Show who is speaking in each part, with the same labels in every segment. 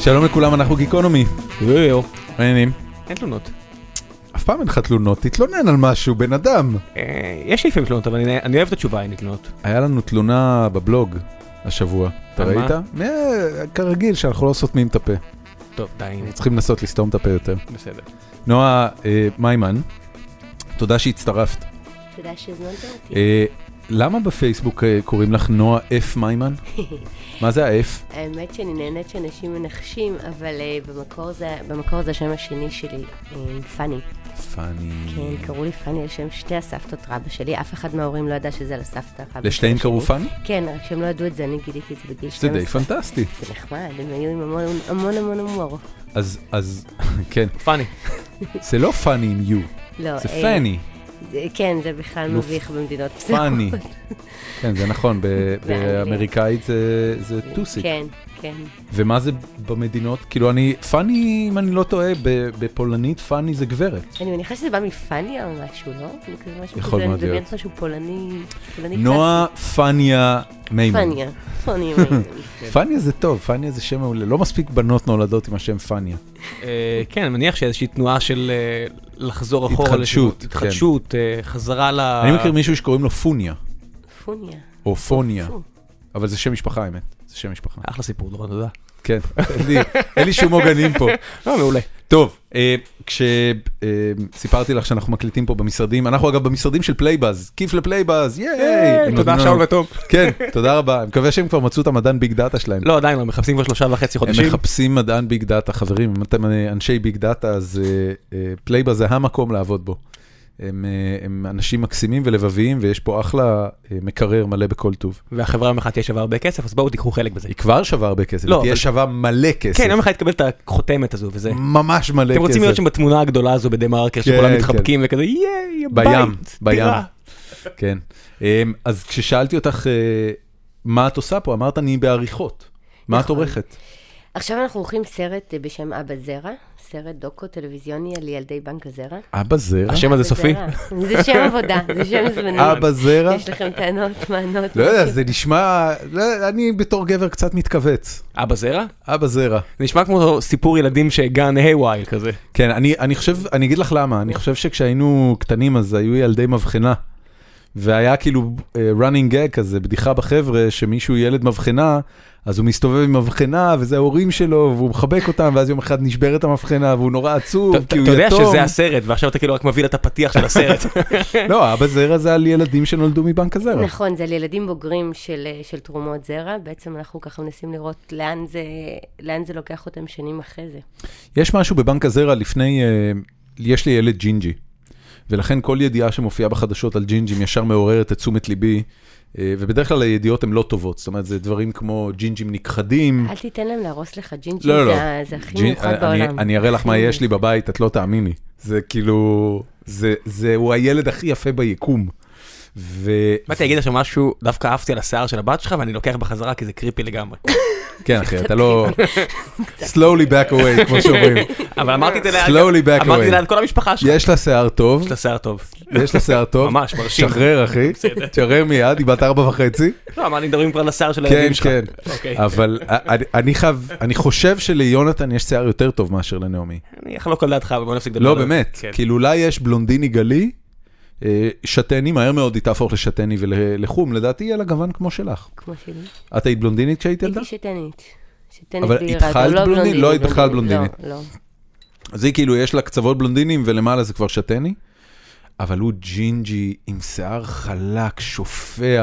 Speaker 1: שלום לכולם, אנחנו גיקונומי.
Speaker 2: יואו,
Speaker 1: מעניינים.
Speaker 2: אין תלונות.
Speaker 1: אף פעם אין לך תלונות, תתלונן על משהו, בן אדם.
Speaker 2: אה, יש לי לפעמים תלונות, אבל אני, אני אוהב את התשובה, אין לי תלונות.
Speaker 1: היה לנו תלונה בבלוג השבוע, אתה
Speaker 2: על מה?
Speaker 1: ראית? מה- כרגיל שאנחנו לא סותמים את הפה,
Speaker 2: טוב, די, נו,
Speaker 1: צריכים לנסות לסתום את הפה יותר.
Speaker 2: בסדר.
Speaker 1: נועה אה, מימן, תודה שהצטרפת.
Speaker 3: תודה שהזמנת אותי.
Speaker 1: אה, למה בפייסבוק אה, קוראים לך נועה F מימן? מה זה ה-F?
Speaker 3: האמת שאני נהנית שאנשים מנחשים, אבל אה, במקור זה- במקור זה השם השני שלי, אה, פאני.
Speaker 1: פאני.
Speaker 3: כן, קראו לי פאני על שם שתי הסבתות רבא שלי, אף אחד מההורים לא ידע שזה לסבתא רבא שלי.
Speaker 1: לשתיהן קראו פאני?
Speaker 3: כן, רק שהם לא ידעו את זה, אני גיליתי את זה בגיל 12.
Speaker 1: זה די פנטסטי.
Speaker 3: זה נחמד, הם היו עם המון המון המון הומור.
Speaker 1: אז, אז, כן,
Speaker 2: פאני.
Speaker 1: זה לא פאני עם U,
Speaker 3: לא,
Speaker 1: זה
Speaker 3: אה,
Speaker 1: פאני,
Speaker 3: זה- כן, זה בכלל
Speaker 1: נו,
Speaker 3: מביך במדינות מסוימות.
Speaker 1: פאני. כן, זה נכון, ב- באמריקאית זה- זה טוסיק.
Speaker 3: כן, כן.
Speaker 1: ומה זה במדינות? כאילו אני, פאני, אם אני לא טועה, ב- בפולנית פאני זה גברת.
Speaker 3: אני מניחה שזה בא מפאניה או משהו, לא? זה כזה משהו
Speaker 1: יכול
Speaker 3: כזה, אני
Speaker 1: מאוד להיות.
Speaker 3: מדברת משהו פולני, פולני
Speaker 1: נועה פניה מימן.
Speaker 3: פניה, פניה. מימן.
Speaker 1: פניה זה טוב, פניה זה שם מעולה. לא מספיק בנות נולדות עם השם פניה.
Speaker 2: אה, כן, אני מניח שאיזושהי תנועה של אה, לחזור אחורה.
Speaker 1: התחדשות, כן.
Speaker 2: לשם- התחדשות, אה, חזרה ל...
Speaker 1: אני מכיר מישהו שקוראים לו פוניה,
Speaker 3: פוניה.
Speaker 1: או פוניה,
Speaker 3: פו.
Speaker 1: אבל זה שם משפחה, האמת. זה שם משפחה.
Speaker 2: אחלה סיפור, דורון, תודה.
Speaker 1: כן, אין לי- אין לי שום עוגנים פה.
Speaker 2: לא, מעולה.
Speaker 1: טוב, אה, כשסיפרתי לך שאנחנו מקליטים פה במשרדים, אנחנו אגב במשרדים של פלייבאז, כיף לפלייבאז, ייי! הם
Speaker 2: אה, תודה,
Speaker 1: נתנו
Speaker 2: שאול
Speaker 1: לנו-
Speaker 2: וטוב.
Speaker 1: כן, תודה רבה, אני מקווה שהם כבר מצאו את המדען ביג דאטה שלהם.
Speaker 2: לא, עדיין לא, מחפשים כבר שלושה וחצי
Speaker 1: הם
Speaker 2: חודשים.
Speaker 1: מחפשים מדען ביג דאטה, חברים, אם אתם אה, אנשי ביג דאטה, אז אה, אה, פלייבאז זה המקום לעבוד בו. הם, אה, הם אנשים מקסימים ולבביים, ויש פה אחלה אה, מקרר מלא בכל טוב.
Speaker 2: והחברה יום אחד תהיה שווה הרבה כסף, אז בואו תיקחו חלק בזה.
Speaker 1: היא כבר שווה הרבה כסף,
Speaker 2: לא,
Speaker 1: היא תהיה
Speaker 2: אבל-
Speaker 1: שווה מלא כסף.
Speaker 2: כן, יום אחד תקבל את החותמת הזו וזה.
Speaker 1: ממש מלא כסף.
Speaker 2: אתם רוצים להיות שם בתמונה הגדולה הזו בדה מרקר,
Speaker 1: כן,
Speaker 2: שכולם
Speaker 1: כן.
Speaker 2: מתחבקים וכזה, ייי, הבית,
Speaker 1: בים, בים.
Speaker 2: דירה."
Speaker 1: כן. אמ, אז כששאלתי אותך אה, מה את עושה פה, אמרת אני בעריכות. מה את
Speaker 3: נכון.
Speaker 1: עורכת?
Speaker 3: עכשיו אנחנו עורכים סרט אה, בשם אבא זרע, סרט דוקו טלוויזיוני על ילדי בנק הזרע.
Speaker 1: אבא זרע.
Speaker 2: השם הזה
Speaker 3: אבא
Speaker 2: סופי?
Speaker 3: זרע. זה שם עבודה, זה שם זמני.
Speaker 1: אבא זרע?
Speaker 3: יש לכם טענות, מענות?
Speaker 1: לא יודע, זה נשמע, לא, אני בתור גבר קצת מתכווץ.
Speaker 2: אבא זרע?
Speaker 1: אבא זרע.
Speaker 2: זה נשמע כמו סיפור ילדים שגן היי וואי כזה.
Speaker 1: כן, אני, אני חושב, אני אגיד לך למה, אני חושב שכשהיינו קטנים אז היו ילדי מבחנה. והיה כאילו אה, running gag כזה, בדיחה בחבר'ה, שמישהו ילד מבחנה, אז הוא מסתובב עם מבחנה, וזה ההורים שלו, והוא מחבק אותם, ואז יום אחד נשברת המבחנה, והוא נורא עצוב,
Speaker 2: אתה
Speaker 1: כי הוא
Speaker 2: אתה
Speaker 1: יתום.
Speaker 2: יודע שזה הסרט, ועכשיו אתה כאילו רק מביא לה את הפתיח של הסרט.
Speaker 1: לא, אבא זרע זה על ילדים שנולדו מבנק הזרע.
Speaker 3: נכון, זה על ילדים בוגרים של, אה, של תרומות זרע. בעצם אנחנו ככה מנסים לראות לאן זה, לאן זה לוקח אותם שנים אחרי זה.
Speaker 1: Mm. יש משהו בבנק הזרע לפני, אה, יש לי ילד ג'ינג'י, ולכן כל ידיעה שמופיעה בחדשות על ג'ינג'ים ישר מעוררת את תשומת ליבי, אה, ובדרך כלל הידיעות הן לא טובות, זאת אומרת, זה דברים כמו ג'ינג'ים נכחדים.
Speaker 3: אל תיתן להם להרוס לך ג'ינג'ים,
Speaker 1: לא, לא, לא.
Speaker 3: אה, זה, זה הכי
Speaker 1: ג'ינ-
Speaker 3: מיוחד
Speaker 1: אני-
Speaker 3: בעולם.
Speaker 1: אני אראה לך מה
Speaker 3: הכי
Speaker 1: יש לי בבית, את לא תאמיני. זה כאילו, זה, זה, הוא הילד הכי יפה ביקום. ו...
Speaker 2: באתי להגיד עכשיו משהו, דווקא עפתי על השיער של הבת שלך ואני לוקח בחזרה כי זה קריפי לגמרי.
Speaker 1: כן, אחי, אתה לא... slowly back away, כמו שאומרים.
Speaker 2: אבל אמרתי את זה ליד-
Speaker 1: Slowly back
Speaker 2: אמרתי את
Speaker 1: away.
Speaker 2: זה ליד כל המשפחה שלך.
Speaker 1: יש לה שיער טוב.
Speaker 2: יש לה שיער טוב.
Speaker 1: יש לה שיער טוב.
Speaker 2: ממש, מרשים.
Speaker 1: שחרר, אחי. שחרר מיד, היא בת ארבע וחצי.
Speaker 2: לא, אמרתי, מדברים כבר על השיער של
Speaker 1: כן,
Speaker 2: הילדים שלך.
Speaker 1: כן.
Speaker 2: אוקיי.
Speaker 1: אבל אני- אני חייב, אני חושב שליונתן יש שיער יותר טוב מאשר לנעמי.
Speaker 2: אני אחלוק על דעתך, אבל בוא נפסיק לדבר.
Speaker 1: לא,
Speaker 2: על זה.
Speaker 1: באמת.
Speaker 2: כן.
Speaker 1: כאילו, אולי יש בלונדיני גלי, אה, שתני, מהר מאוד היא תהפוך לשתני ולחום. לדעתי יהיה לה גוון כמו שלך.
Speaker 3: כמו שלי.
Speaker 1: את היית בלונדינית כשהיית ילדה?
Speaker 3: הייתי שתנית. שתנית
Speaker 1: אבל
Speaker 3: בהירה,
Speaker 1: התחלת
Speaker 3: גם לא
Speaker 1: בלונדינית?
Speaker 3: בלונדינית,
Speaker 1: לא היית בכלל בלונדינית.
Speaker 3: לא, לא.
Speaker 1: אז היא כאילו, יש לה קצוות בלונדינים ולמעלה זה כבר שתני, אבל הוא ג'ינג'י עם שיער חלק, שופע,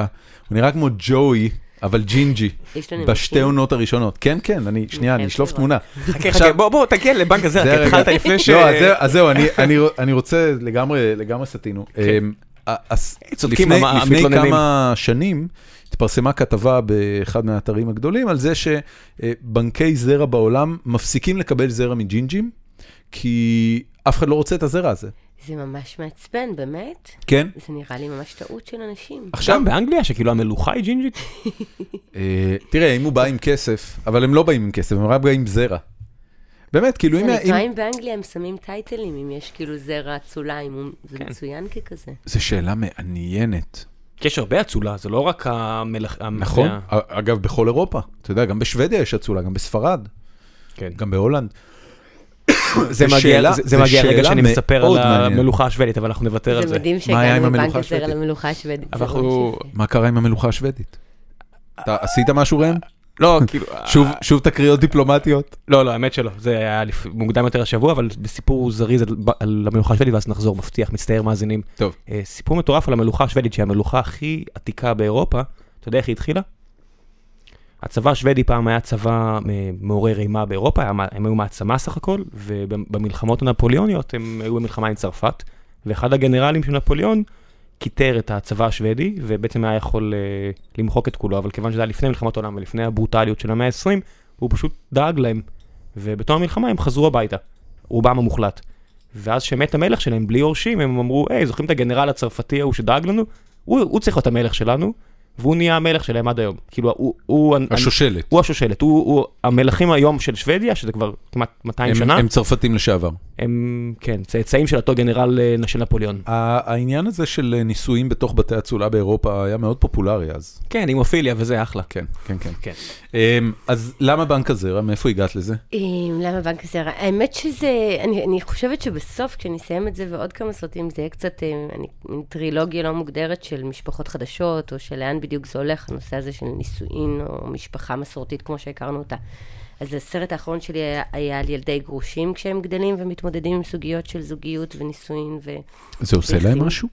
Speaker 1: הוא נראה כמו ג'וי, אבל ג'ינג'י,
Speaker 3: יש לנו
Speaker 1: בשתי
Speaker 3: נשים?
Speaker 1: עונות הראשונות. כן, כן, אני, שנייה, אני
Speaker 3: חייבת
Speaker 1: אשלוף
Speaker 3: לראות.
Speaker 1: תמונה.
Speaker 2: חכה,
Speaker 1: עכשיו-
Speaker 2: חכה, בוא, בוא, תגיע לבנק הזה,
Speaker 1: זה
Speaker 2: כי
Speaker 1: הרגע.
Speaker 2: התחלת לפני ש...
Speaker 1: לא, אז זהו- אז זהו, אני- אני רו- אני רוצה, לגמרי, לגמרי סטינו. אמ, ה- הס-
Speaker 2: כן. אה, צודקים,
Speaker 1: לפני-
Speaker 2: המ-
Speaker 1: לפני
Speaker 2: המתלוננים.
Speaker 1: כמה שנים התפרסמה כתבה באחד מהאתרים הגדולים על זה שבנקי זרע בעולם מפסיקים לקבל זרע מג'ינג'ים, כי אף אחד לא רוצה את הזרע הזה.
Speaker 3: זה ממש מעצבן, באמת.
Speaker 1: כן.
Speaker 3: זה נראה לי ממש טעות של אנשים.
Speaker 1: עכשיו,
Speaker 2: שם באנגליה, שכאילו המלוכה היא ג'ינג'ית?
Speaker 1: אה, תראה, אם הוא בא עם כסף, אבל הם לא באים עם כסף, הם רק באים עם זרע. באמת, כאילו, אם...
Speaker 3: אני
Speaker 1: אם-
Speaker 3: טועה אם באנגליה הם שמים טייטלים, אם יש כאילו זרע אצוליים, הוא- זה מצוין ככזה.
Speaker 1: זו שאלה מעניינת,
Speaker 2: כי יש הרבה אצולה, זה לא רק המלך...
Speaker 1: נכון?
Speaker 2: המ-
Speaker 1: אגב, בכל אירופה. אתה יודע, גם בשוודיה יש אצולה, גם בספרד.
Speaker 2: כן.
Speaker 1: גם בהולנד.
Speaker 2: זה
Speaker 1: זו
Speaker 2: מגיע,
Speaker 1: שאלה-
Speaker 2: זה, זה
Speaker 1: זו
Speaker 2: מגיע רגע
Speaker 1: שאלה
Speaker 2: שאני מספר על
Speaker 1: מאוד מעניינת.
Speaker 2: המלוכה השוודית, אבל אנחנו נוותר על
Speaker 3: זה
Speaker 2: זה.
Speaker 3: מדהים
Speaker 1: מה היה עם
Speaker 3: שהגענו לבנק
Speaker 1: המלוכה
Speaker 3: ישראל
Speaker 1: השוודית?
Speaker 3: על המלוכה השוודית.
Speaker 2: אבל
Speaker 3: זה לא
Speaker 2: אנחנו-
Speaker 3: ממש יפה.
Speaker 1: מה קרה עם המלוכה השוודית? אתה עשית משהו ראם?
Speaker 2: לא, כאילו...
Speaker 1: שוב, שוב תקריות דיפלומטיות.
Speaker 2: לא, לא, האמת שלא. זה היה לפ- מוקדם יותר השבוע, אבל בסיפור זריז על, על המלוכה השוודית, ואז נחזור, מבטיח, מצטער מאזינים.
Speaker 1: טוב.
Speaker 2: אה, סיפור מטורף על המלוכה השוודית, שהיא המלוכה הכי עתיקה באירופה. אתה יודע איך היא התחילה? הצבא השוודי פעם היה צבא אה, מעורר אימה באירופה, היה מע- הם היו מעצמה סך הכל, ובמלחמות הנפוליאוניות הם היו במלחמה עם צרפת, ואחד הגנרלים של נפוליאון כיתר את הצבא השוודי, ובעצם היה יכול אה, למחוק את כולו, אבל כיוון שזה היה לפני מלחמת העולם ולפני הברוטליות של המאה ה-20, הוא פשוט דאג להם, ובתום המלחמה הם חזרו הביתה, רובם המוחלט. ואז כשמת המלך שלהם בלי יורשים, הם אמרו, היי, זוכרים את הגנרל הצרפתי ההוא שדאג לנו? הוא, הוא צריך להיות המלך שלנו, והוא נהיה המלך שלהם עד היום. כאילו, הוא... הוא
Speaker 1: השושלת.
Speaker 2: הוא השושלת, הוא, הוא המלכים היום של שוודיה, שזה כבר כמעט 200
Speaker 1: הם,
Speaker 2: שנה, הם,
Speaker 1: הם צרפתים לשעבר.
Speaker 2: כן, צאצאים של אותו גנרל אה, של נפוליאון.
Speaker 1: ה- העניין הזה של אה, נישואים בתוך בתי אצולה באירופה היה מאוד פופולרי אז.
Speaker 2: כן, עם אופיליה וזה אחלה.
Speaker 1: כן, כן, כן.
Speaker 2: כן.
Speaker 1: אמ, אז למה בנק הזרע? מאיפה הגעת לזה?
Speaker 3: אמ, למה בנק הזרע? האמת שזה, אני, אני חושבת שבסוף, כשאני אסיים את זה ועוד כמה סרטים, זה יהיה קצת אמ, אני, מין טרילוגיה לא מוגדרת של משפחות חדשות, או של לאן בדיוק זה הולך, הנושא הזה של נישואין, או משפחה מסורתית כמו שהכרנו אותה. אז הסרט האחרון שלי היה, היה על ילדי גרושים כשהם גדלים ומתמודדים עם סוגיות של זוגיות ונישואין ו...
Speaker 1: זה עושה להם
Speaker 3: יחסים.
Speaker 1: משהו?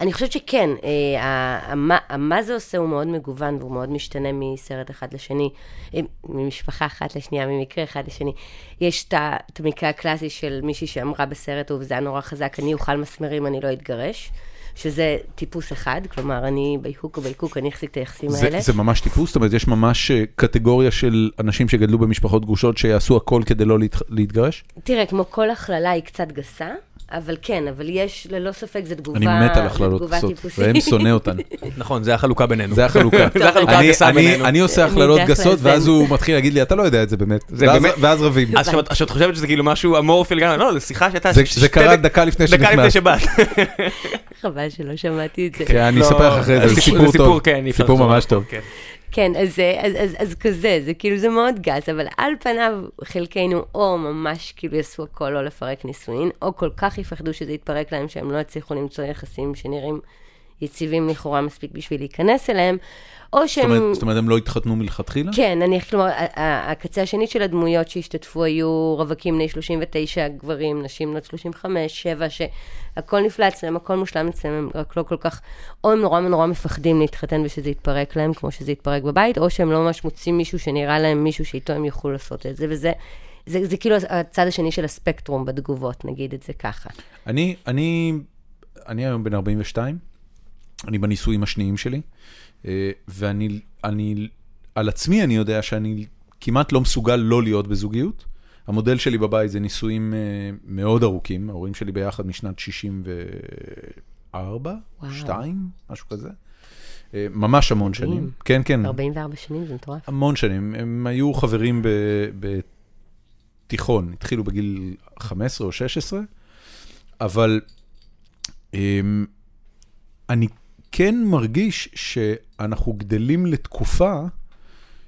Speaker 3: אני חושבת שכן, אה, ה- המה- המה זה עושה הוא מאוד מגוון והוא מאוד משתנה מסרט אחד לשני, אה, ממשפחה אחת לשנייה, ממקרה אחד לשני. יש את ה- את המקרה הקלאסי של מישהי שאמרה בסרט, הוא היה נורא חזק, אני אוכל מסמרים, אני לא אתגרש, שזה טיפוס אחד, כלומר, אני בהיקוק או בהיקוק, אני אחזיק את היחסים
Speaker 1: זה,
Speaker 3: האלה.
Speaker 1: זה ממש טיפוס? זאת אומרת, יש ממש אה, קטגוריה של אנשים שגדלו במשפחות גרושות שיעשו הכל כדי לא להת... להתגרש?
Speaker 3: תראה, כמו כל הכללה היא קצת גסה, אבל כן, אבל יש, ללא ספק, זו תגובה,
Speaker 1: אני מת על
Speaker 3: זו
Speaker 1: הכללות
Speaker 3: תגובה
Speaker 1: גסות,
Speaker 3: טיפוסית.
Speaker 1: ראם שונא אותן.
Speaker 2: נכון, זה החלוקה בינינו.
Speaker 1: זה החלוקה.
Speaker 2: זה החלוקה
Speaker 1: אני-
Speaker 2: הגסה
Speaker 1: אני-
Speaker 2: בינינו.
Speaker 1: אני עושה
Speaker 3: אני
Speaker 1: הכללות
Speaker 3: בדרך כלל
Speaker 1: גסות,
Speaker 3: זה-
Speaker 1: ואז הוא מתחיל להגיד לי, אתה לא יודע את זה באמת.
Speaker 2: זה
Speaker 1: ואז-
Speaker 2: באמת-
Speaker 1: ואז רבים.
Speaker 2: אז שאת- שאת חושבת שזה כאילו משהו אמורפי לגמרי, לא, זו שיחה שהייתה...
Speaker 1: זה-
Speaker 2: ש-
Speaker 1: זה
Speaker 2: שתי
Speaker 1: קרה
Speaker 2: דק-
Speaker 1: דקה לפני
Speaker 2: דקה לפני
Speaker 1: שנכנסת.
Speaker 2: שבאת.
Speaker 3: חבל שלא שמעתי את זה.
Speaker 1: כן, אני
Speaker 2: לא,
Speaker 1: אספר לך אחרי זה, זה סיפור טוב.
Speaker 2: כן, אי אפשר
Speaker 1: סיפור
Speaker 2: לחזור
Speaker 1: ממש
Speaker 2: אחורה,
Speaker 1: טוב.
Speaker 2: כן.
Speaker 3: כן, אז, אה, אז, אז, אז כזה, זה כאילו, זה מאוד גס, אבל על פניו חלקנו או ממש כאילו יעשו הכל או לפרק נישואין, או כל כך יפחדו שזה יתפרק להם שהם לא יצליחו למצוא יחסים שנראים יציבים לכאורה מספיק בשביל להיכנס אליהם, או
Speaker 1: זאת
Speaker 3: שהם...
Speaker 1: אומרת- זאת אומרת, הם לא התחתנו מלכתחילה?
Speaker 3: כן, נניח, כלומר, ה- ה- הקצה השני של הדמויות שהשתתפו היו רווקים בני 39, גברים, נשים בנות 35, 7, שהכל נפלא אצלם, הכל מושלם אצלם, הם רק לא כל כך, או הם נורא נורא מפחדים להתחתן ושזה יתפרק להם, כמו שזה יתפרק בבית, או שהם לא ממש מוצאים מישהו שנראה להם מישהו שאיתו הם יוכלו לעשות את זה, וזה... זה, זה כאילו הצד השני של הספקטרום בתגובות, נגיד את זה ככה.
Speaker 1: אני, אני, אני היום בן 42, אני בנישואים השניים שלי, אה, ואני, אני, על עצמי אני יודע שאני כמעט לא מסוגל לא להיות בזוגיות. המודל שלי בבית זה נישואים אה, מאוד ארוכים, ההורים שלי ביחד משנת 64,
Speaker 3: וואו.
Speaker 1: 2, משהו כזה. אה, ממש המון שנים. כן, כן.
Speaker 3: 44 שנים, זה מטורף.
Speaker 1: המון שנים. הם היו חברים ב- בתיכון, התחילו בגיל 15 או 16, אבל הם, אני כן מרגיש שאנחנו גדלים לתקופה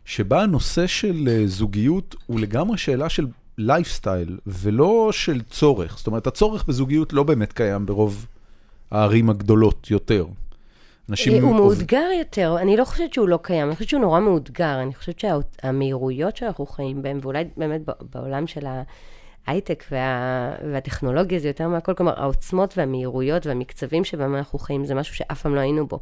Speaker 1: שבה הנושא של אה, זוגיות הוא לגמרי שאלה של לייפסטייל, ולא של צורך. זאת אומרת, הצורך בזוגיות לא באמת קיים ברוב הערים הגדולות יותר.
Speaker 3: אה,
Speaker 1: אנשים
Speaker 3: הוא
Speaker 1: עובד-
Speaker 3: מאותגר יותר, אני לא חושבת שהוא לא קיים, אני חושבת שהוא נורא מאותגר, אני חושבת שהמהירויות שאנחנו חיים בהן, ואולי באמת ב- בעולם של ההייטק וה... והטכנולוגיה זה יותר מהכל, כלומר העוצמות והמהירויות והמקצבים שבהם אנחנו חיים, זה משהו שאף פעם לא היינו בו.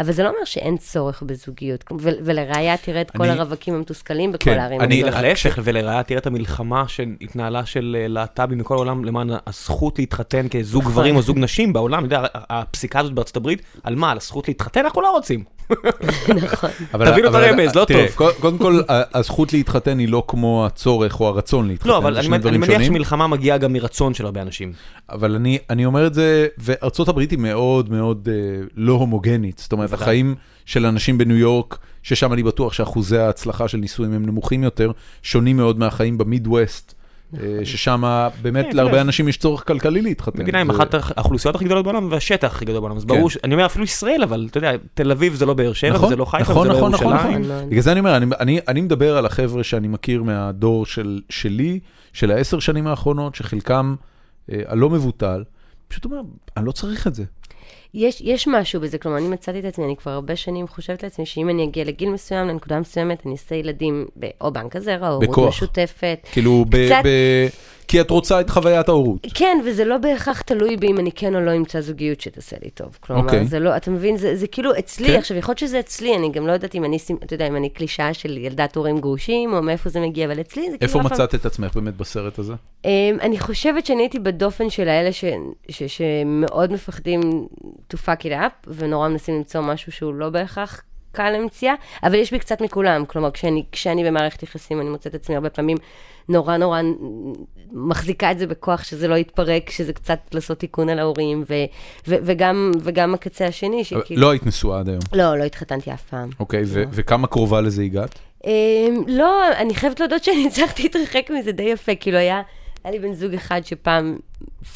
Speaker 3: אבל זה לא אומר שאין צורך בזוגיות, כל- ו- ולראיה תראה את כל
Speaker 1: אני-
Speaker 3: הרווקים המתוסכלים בכל
Speaker 1: כן,
Speaker 3: הערים.
Speaker 1: אני-
Speaker 3: הגדולות.
Speaker 1: אני-
Speaker 2: להפך ולרעה, תראה את המלחמה שהתנהלה של אה, להט"בים מכל העולם למען הזכות להתחתן כזוג גברים או זוג נשים בעולם, אתה יודע, ה- ה- הפסיקה הזאת בארצות הברית, על מה, על הזכות להתחתן? אנחנו לא רוצים.
Speaker 1: אבל-
Speaker 2: תבינו את
Speaker 1: אבל-
Speaker 2: הרמז, לא
Speaker 1: תראה,
Speaker 2: טוב.
Speaker 1: קוד- קודם כל, ה- הזכות להתחתן היא לא כמו הצורך או הרצון להתחתן,
Speaker 2: לא, אבל
Speaker 1: זה
Speaker 2: אני
Speaker 1: שני
Speaker 2: מנ- אני
Speaker 1: דברים
Speaker 2: מניח
Speaker 1: שונים.
Speaker 2: שמלחמה מגיעה גם מרצון של הרבה אנשים.
Speaker 1: אבל אני, אני אומר את זה, וארצות הברית היא מאוד מאוד אה, לא הומוגנית. זאת אומרת,
Speaker 2: בוודאי.
Speaker 1: החיים של אנשים בניו יורק, ששם אני בטוח שאחוזי ההצלחה של נישואים הם נמוכים יותר, שונים מאוד מהחיים במידווסט, אה, ששם באמת
Speaker 2: נכון. כן,
Speaker 1: להרבה
Speaker 2: תראה,
Speaker 1: אנשים יש צורך כלכלי להתחתן.
Speaker 2: מדינה עם
Speaker 1: כן, זה-
Speaker 2: אחת האוכלוסיות הכי גדולות בעולם והשטח הכי גדול בעולם, אז
Speaker 1: כן.
Speaker 2: ברור, ש- אני אומר אפילו ישראל, אבל אתה יודע, תל אביב זה לא באר שבע,
Speaker 1: נכון,
Speaker 2: זה לא חיפה,
Speaker 1: נכון,
Speaker 2: זה לא
Speaker 1: נכון, נכון,
Speaker 2: ירושלים.
Speaker 3: נכון.
Speaker 1: בגלל זה אני אומר, אני, אני, אני מדבר על החבר'ה שאני מכיר מהדור של, שלי, של העשר שנים האחרונות, שחלקם אה, הלא מבוטל, פשוט אומר, אני לא צריך את זה.
Speaker 3: יש, יש משהו בזה, כלומר, אני מצאתי את עצמי, אני כבר הרבה שנים חושבת לעצמי שאם אני אגיע לגיל מסוים, לנקודה מסוימת, אני אעשה ילדים, ב- או בנק הזרע, או
Speaker 1: בכוח.
Speaker 3: הורות משותפת.
Speaker 1: כאילו, ב,
Speaker 3: קצת-
Speaker 1: ב, כי את רוצה את חוויית ההורות.
Speaker 3: כן, וזה לא בהכרח תלוי בי אם אני כן או לא אמצא זוגיות שתעשה לי טוב. כלומר,
Speaker 1: אוקיי.
Speaker 3: okay. זה לא, אתה מבין, זה, זה כאילו אצלי,
Speaker 1: כן.
Speaker 3: okay. עכשיו, יכול להיות שזה אצלי, אני גם לא יודעת אם אני, סימ- אתה יודע, אם אני קלישאה של ילדת הורים גרושים, או מאיפה זה מגיע, אבל אצלי זה כאילו...
Speaker 1: איפה
Speaker 3: אף פעם-
Speaker 1: מצאת את עצמך באמת בסרט הזה?
Speaker 3: אמ, אני חושבת שאני הייתי בדופן של האלה ש- ש- שמאוד מפחדים to fuck it up, ונורא מנסים למצוא משהו שהוא לא בהכרח קל למציאה, אבל יש בי קצת מכולם. כלומר, כשאני, כשאני במערכת יחסים, אני מוצאת עצמי הרבה פעמים נורא נורא נ- מחזיקה את זה בכוח, שזה לא יתפרק, שזה קצת לעשות תיקון על ההורים, ו- ו- וגם, וגם הקצה השני,
Speaker 1: אבל
Speaker 3: שכאילו...
Speaker 1: לא היית נשואה עד היום.
Speaker 3: לא, לא התחתנתי אף פעם.
Speaker 1: אוקיי, ו-
Speaker 3: לא.
Speaker 1: וכמה קרובה לזה הגעת?
Speaker 3: אמ, לא, אני חייבת להודות שאני הצלחתי להתרחק מזה די יפה, כאילו היה, היה לי בן זוג אחד שפעם,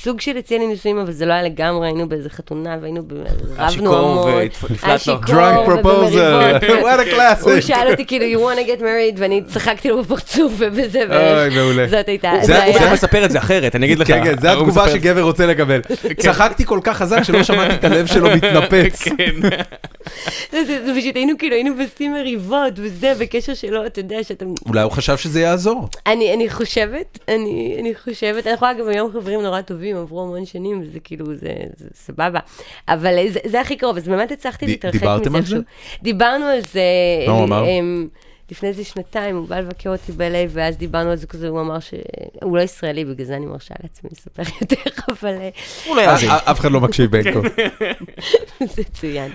Speaker 3: סוג של הציע לי נישואים, אבל זה לא היה לגמרי, היינו באיזה חתונה והיינו, ב- רבנו
Speaker 2: השיכור
Speaker 3: המון. אה,
Speaker 2: ונפלט לו.
Speaker 3: השיכור ובמריבות.
Speaker 1: what a
Speaker 3: הוא
Speaker 1: classic.
Speaker 3: שאל אותי כאילו, you want to get married, ואני צחקתי לו בפרצוף ובזה,
Speaker 1: אוי, מעולה.
Speaker 3: וזאת הייתה,
Speaker 2: זה
Speaker 3: זה
Speaker 2: הוא
Speaker 3: היה,
Speaker 2: היה מספר את זה אחרת, אני אגיד לך.
Speaker 1: כן, כן, זו
Speaker 2: הוא
Speaker 1: התגובה
Speaker 2: מספר-
Speaker 1: שגבר רוצה לקבל. צחקתי כל כך חזק שלא שמעתי את הלב שלו מתנפץ.
Speaker 2: כן.
Speaker 3: זה- זה זה פשוט היינו כאילו, היינו עושים מריבות וזה, בקשר שלא, אתה יודע שאתה...
Speaker 1: אולי הוא חשב שזה יעזור.
Speaker 3: אני, אני חושבת, אני, אני חושבת, אנחנו אגב היום חברים נורא טובים, עברו המון שנים, וזה כאילו, זה, זה סבבה. אבל אה, זה, זה הכי קרוב, אז באמת הצלחתי
Speaker 1: ד-
Speaker 3: להתרחק מזה.
Speaker 1: דיברתם על זה?
Speaker 3: איכשהו. דיברנו על זה.
Speaker 1: מה הוא
Speaker 3: אה,
Speaker 1: אמר?
Speaker 3: אה, לפני איזה שנתיים, הוא בא לבקר אותי ב-LA, ואז דיברנו על זה כזה, הוא אמר ש... הוא לא ישראלי, בגלל זה אני מרשה לעצמי לספר יותר, אבל אה,
Speaker 2: הוא לא יאזין.
Speaker 1: אה, אף אחד לא מקשיב בין כה.
Speaker 3: זה צוין.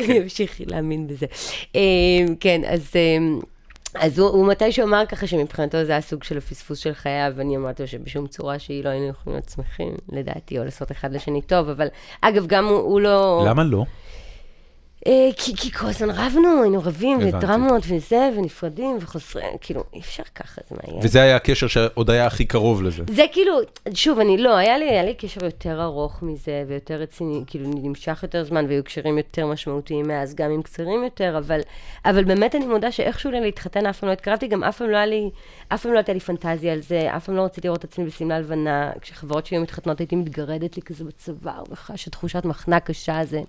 Speaker 3: אני אמשיך להאמין בזה. אמ, כן, אז... אמ, אז הוא, הוא מתישהו אמר ככה שמבחינתו זה היה סוג של הפספוס של חייו, ואני אמרתי לו שבשום צורה שהיא לא היינו יכולים להיות שמחים, לדעתי, או לעשות אחד לשני טוב, אבל אגב, גם הוא, הוא לא...
Speaker 1: למה לא?
Speaker 3: אה, כי, כי כל הזמן רבנו, היינו רבים,
Speaker 1: הבנתי.
Speaker 3: ודרמות, וזה, ונפרדים, וחוזרים, כאילו, אי אפשר ככה, זה מעניין.
Speaker 1: וזה היה הקשר שעוד היה הכי קרוב לזה.
Speaker 3: זה כאילו, שוב, אני לא, היה לי, היה לי קשר יותר ארוך מזה, ויותר רציני, כאילו נמשך יותר זמן, והיו קשרים יותר משמעותיים מאז, גם אם קצרים יותר, אבל, אבל באמת אני מודה שאיכשהו לי להתחתן אף פעם לא התקרבתי, גם אף פעם לא היה לי, אף פעם לא הייתה לי פנטזיה על זה, אף פעם לא רציתי לראות את עצמי בשמלה לבנה, כשחברות שלי היו מתחתנות הייתי מתגרדת לי כזה בצוואר, וחשה תחושת מחנה קשה, זה,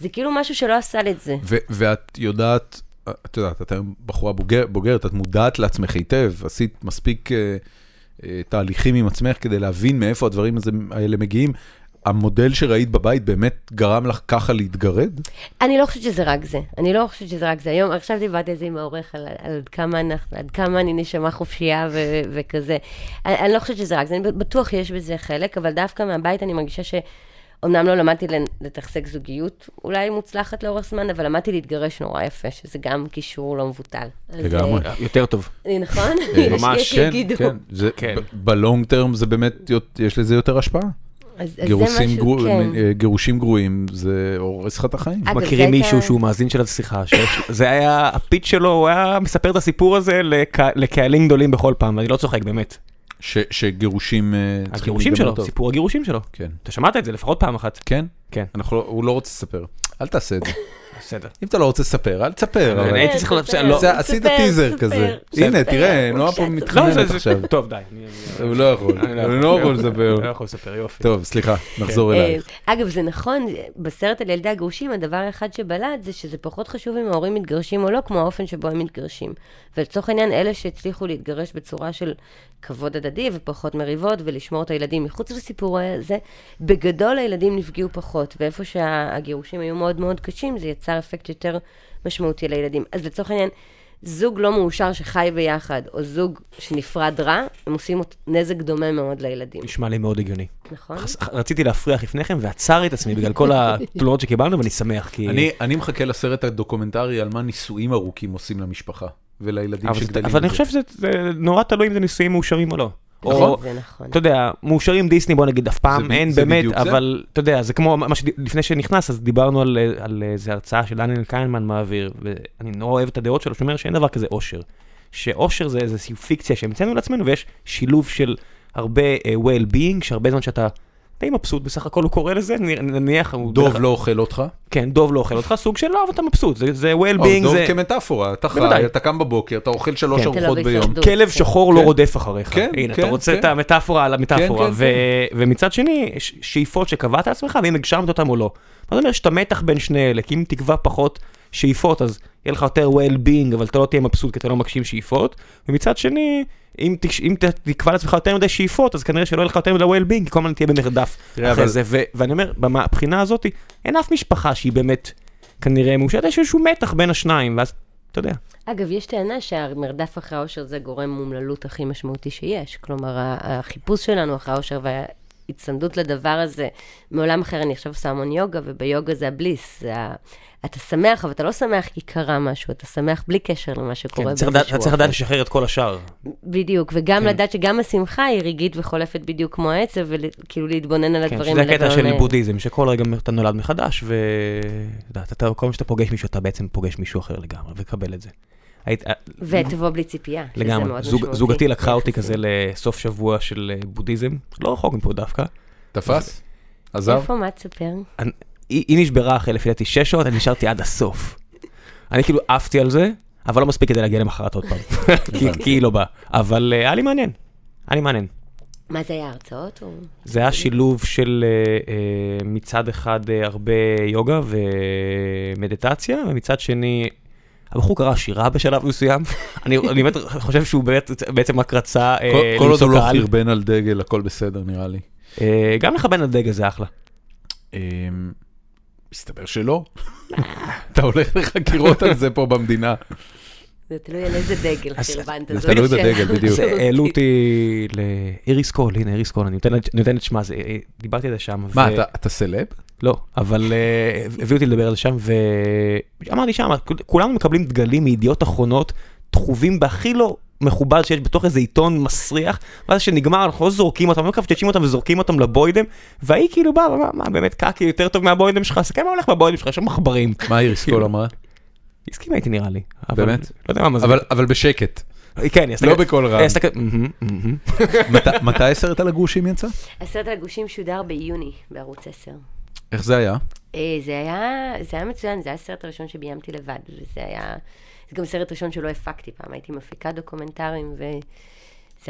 Speaker 3: זה כאילו משהו שלא עשה לי את זה.
Speaker 1: ו- ואת יודעת, אה, את יודעת, את היום בחורה בוגר, בוגרת, את מודעת לעצמך היטב, עשית מספיק אה, אה, תהליכים עם עצמך כדי להבין מאיפה הדברים הזה- האלה מגיעים. המודל שראית בבית באמת גרם לך ככה להתגרד?
Speaker 3: אני לא חושבת שזה רק זה. אני לא חושבת שזה רק זה. היום, עכשיו דיברתי על זה עם העורך, על, על עד, כמה אנחנו, עד כמה אני נשמה חופשייה ו, וכזה. אני, אני לא חושבת שזה רק זה. אני בטוח יש בזה חלק, אבל דווקא מהבית אני מרגישה ש... אמנם לא למדתי לנ- לתחזק זוגיות אולי מוצלחת לאורך זמן, אבל למדתי להתגרש נורא יפה, שזה גם קישור לא מבוטל. אז, אה,
Speaker 1: לגמרי.
Speaker 2: יותר טוב.
Speaker 3: אה, נכון?
Speaker 1: אה,
Speaker 3: יש-
Speaker 2: ממש,
Speaker 3: יש שיגידו.
Speaker 1: זה,
Speaker 2: כן.
Speaker 1: ב- בלונג טרם זה באמת, יות- יש לזה יותר השפעה.
Speaker 3: אז, אז זה
Speaker 1: גירוסים,
Speaker 3: משהו,
Speaker 1: גרו,
Speaker 3: כן.
Speaker 1: אה, גירושים גרועים זה הורס לך את החיים.
Speaker 3: אגב,
Speaker 2: מכירים
Speaker 3: זה
Speaker 2: מישהו
Speaker 3: הייתה-
Speaker 2: שהוא מאזין של השיחה, שיש- זה היה הפיץ שלו, הוא היה מספר את הסיפור הזה לקה- לקהלים גדולים בכל פעם, ואני לא צוחק באמת.
Speaker 1: ש, שגירושים אה, צריכים
Speaker 2: הגירושים
Speaker 1: להיגמר
Speaker 2: שלו, סיפור הגירושים שלו.
Speaker 1: כן.
Speaker 2: אתה שמעת את זה לפחות פעם אחת.
Speaker 1: כן?
Speaker 2: כן,
Speaker 1: אנחנו, לא- הוא לא רוצה לספר. אל תעשה את זה.
Speaker 2: בסדר.
Speaker 1: אם אתה לא רוצה לספר, אל תספר.
Speaker 2: אבל
Speaker 1: אבל-
Speaker 3: כן,
Speaker 2: הייתי צריך
Speaker 3: ספר,
Speaker 2: לפס- לא.
Speaker 1: זה-
Speaker 3: ספר,
Speaker 1: עשית
Speaker 3: ספר,
Speaker 1: טיזר
Speaker 3: ספר,
Speaker 1: כזה.
Speaker 3: ספר.
Speaker 1: הנה, תראה, נועה
Speaker 3: בבקשה,
Speaker 1: פה
Speaker 3: ספר.
Speaker 1: מתחננת.
Speaker 2: זה- זה-
Speaker 1: עכשיו.
Speaker 2: טוב, די. אני- אני-
Speaker 1: הוא לא יכול,
Speaker 2: אני
Speaker 1: הוא לא יכול לספר.
Speaker 2: לא יכול כן. לספר, יופי.
Speaker 1: טוב, סליחה, נחזור
Speaker 3: אה,
Speaker 1: אלייך.
Speaker 3: אגב, זה נכון, בסרט על ילדי הגרושים, הדבר האחד שבלט זה שזה פחות חשוב אם ההורים מתגרשים או לא, כמו האופן שבו הם מתגרשים. ולצורך העניין, אלה שהצליחו להתגרש בצורה של כבוד הדדי ופחות מריבות, ולשמור את הילדים מחוץ לסיפור הזה, בגדול הילדים נפגעו פחות, ואיפה שהגירושים היו מאוד מאוד קשים, זה יצר אפקט יותר משמעותי לילדים. אז לצורך העניין... זוג לא מאושר שחי ביחד, או זות שנפרד רע, הם עושים נזק דומה מאוד לילדים,
Speaker 2: נשמע לי מאוד הגיוני.
Speaker 3: נכון?
Speaker 2: חס- רציתי להפריח לפני כן ועצר את עצמי בגלל כל התלונות שקיבלנו ואני שמח
Speaker 3: אה.
Speaker 2: כי...
Speaker 1: אני- אני מחכה לסרט הדוקומנטרי על מה נישואים ארוכים עושים למשפחה ולילדים
Speaker 2: אבל-
Speaker 1: שגדלים.
Speaker 2: אבל אני
Speaker 1: מזה.
Speaker 2: חושב שזה זה נורא תלוי אם זה נישואים מאושרים או לא. או-
Speaker 3: זה נכון.
Speaker 2: אתה יודע, מאושרים דיסני בוא נגיד אף פעם
Speaker 1: ב-
Speaker 2: אין
Speaker 1: זה
Speaker 2: באמת,
Speaker 1: בדיוק זה.
Speaker 2: אבל אתה יודע, זה כמו מה שלפני שנכנס אז דיברנו על, אה, לא על איזה הרצאה של דניאל קיינמן מעביר, ואני נורא אוהב את הדעות שלו, שאומר שאין דבר כזה אושר. שאושר זה איזו פיקציה שהמצאנו לעצמנו, ויש שילוב של הרבה אה, well-being, שהרבה זמן שאתה די מבסוט, בסך הכל הוא קורא לזה, נ- נניח... הוא-
Speaker 1: דוב לא אוכל אותך.
Speaker 2: כן, דוב לא אוכל אותך, סוג של לא, אבל אתה מבסוט, זה- זה
Speaker 1: או,
Speaker 2: well-being,
Speaker 1: דוב
Speaker 2: זה...
Speaker 1: כמטאפורה, אתה חי,
Speaker 2: בוודאי.
Speaker 1: אתה קם בבוקר, אתה אוכל שלוש
Speaker 2: כן.
Speaker 1: ארוחות
Speaker 3: תל אביב
Speaker 1: ביום.
Speaker 3: סרדות.
Speaker 2: כלב שחור לא
Speaker 1: כן.
Speaker 2: רודף אחריך.
Speaker 1: כן,
Speaker 2: הנה,
Speaker 1: כן,
Speaker 2: אתה רוצה
Speaker 1: כן.
Speaker 2: את המטאפורה על המטאפורה.
Speaker 1: כן, כן,
Speaker 2: ו- ומצד שני, ש- שאיפות שקבעת לעצמך, ואם הגשמת אותן או לא. מה זה אומר? יש את המתח בין שני אלה, כי אם תקבע פחות שאיפות, אז יהיה לך יותר well-being, אבל אתה לא תהיה מבסוט כי אתה לא מגשים שאיפות. ומצד שני, אם, תקש, אם ת, תקבע לעצמך יותר מדי שאיפות, אז כנראה שלא יהיה לך יותר מדי well-being, כי כל הזמן תהיה במרדף
Speaker 1: תראה,
Speaker 2: אחרי
Speaker 1: אבל-
Speaker 2: זה. ו- ואני אומר, מהבחינה הזאת, אין אף משפחה שהיא באמת כנראה מאושרת, יש איזשהו מתח בין השניים, ואז, אתה יודע. כן,
Speaker 3: אגב, יש טענה שהמרדף אחרי האושר זה גורם מומללות הכי משמעותי שיש. כלומר, ה- החיפוש שלנו אחרי האושר וההצטמדות לדבר הזה, מעולם אחר אני עכשיו עושה המון יוגה, וביוגה זה הבליס. זה ה... אתה שמח, אבל אתה לא שמח כי קרה משהו, אתה שמח בלי קשר למה שקורה
Speaker 2: כן, צריך לדעת- אתה צריך
Speaker 3: אופן.
Speaker 2: לדעת לשחרר את כל השאר.
Speaker 3: בדיוק, וגם
Speaker 2: כן.
Speaker 3: לדעת שגם השמחה היא רגעית וחולפת בדיוק כמו העצב, וכאילו להתבונן על
Speaker 2: כן,
Speaker 3: הדברים
Speaker 2: שזה
Speaker 3: האלה.
Speaker 2: הקטע
Speaker 3: ולא
Speaker 2: של
Speaker 3: ל-
Speaker 2: בודהיזם, שכל רגע אתה נולד מחדש, ו... אתה יודע, אתה- כל פעם שאתה פוגש מישהו, אתה בעצם פוגש מישהו אחר לגמרי, וקבל את זה. היית- אה,
Speaker 3: ותבוא בלי ציפייה, שזה מאוד
Speaker 2: לגמרי.
Speaker 3: משמעותי.
Speaker 2: זוג- זוגתי לקחה אותי
Speaker 3: יחסית.
Speaker 2: כזה לסוף שבוע של אה, בודהיזם, לא רחוק מפה דווקא.
Speaker 1: תפס?
Speaker 2: אה,
Speaker 1: עזב?
Speaker 3: איפה, מה תספר?
Speaker 2: היא היא נשברה אחרי לפי דעתי שש שעות, אני נשארתי עד הסוף. אני כאילו עפתי על זה, אבל לא מספיק כדי להגיע למחרת עוד פעם. כי- כי היא לא באה. אבל אה, היה לי מעניין. היה לי מעניין.
Speaker 3: מה זה היה, הרצאות? או-
Speaker 2: זה היה שילוב של אה, אה, מצד אחד אה, הרבה יוגה ומדיטציה, ומצד שני, הבחור קרא שירה בשלב מסוים. אני אני באמת חושב שהוא באמת בעצם רק רצה אה,
Speaker 1: כל- כל עוד הוא
Speaker 2: למצוא
Speaker 1: לא
Speaker 2: קהל.
Speaker 1: חרבן על דגל, הכל בסדר נראה לי.
Speaker 2: אה, גם לכוון על דגל זה אחלה.
Speaker 1: אמ, מסתבר שלא. אתה הולך לחקירות על זה פה במדינה.
Speaker 3: זה תלוי על איזה דגל
Speaker 2: אז-
Speaker 3: חרבנת. לא
Speaker 1: זה
Speaker 3: זאת
Speaker 1: תלוי
Speaker 3: השאלה.
Speaker 1: בדגל, בדיוק.
Speaker 2: אז אה, העלו אותי לאיריס קול, הנה איריס קול, אני נותן את- אני נותן את שמה, זה, אה, דיברתי על זה שם.
Speaker 1: מה,
Speaker 2: ו-
Speaker 1: אתה- אתה סלב?
Speaker 2: לא, אבל אה, הביאו אותי לדבר על זה שם, ואמרתי שם, כולנו מקבלים דגלים מידיעות אחרונות, דחובים בהכי לא מכובד שיש בתוך איזה עיתון מסריח, ואז שנגמר, אנחנו לא זורקים אותם, לא מקפצצים אותם וזורקים אותם לבוידם, והיא כאילו באה, מה, מה, באמת קקי יותר טוב מהבוידם שלך, אז כן, מה הולך בבוידם שלך, יש שם מחברים. כאילו,
Speaker 1: מה איריס קול אמרה?
Speaker 2: היא הסכימה איתי נראה לי. אבל-
Speaker 1: באמת?
Speaker 2: לא יודע מה מזל.
Speaker 1: אבל- אבל בשקט,
Speaker 2: כן, היא עשתה
Speaker 1: לא
Speaker 2: כזה-
Speaker 1: בקול רם.
Speaker 2: היא עשתה כזה, "מהמם, מהמם".
Speaker 1: מת- מתי הסרט על הגרושים יצא?
Speaker 3: הסרט על הגושים שודר ביוני בערוץ 10.
Speaker 1: איך זה היה?
Speaker 3: אה, זה היה, זה היה מצוין, זה היה הסרט הראשון שביימתי לבד, וזה היה, זה גם סרט ראשון שלא הפקתי פעם, הייתי מפיקה דוקומנטרים, וזה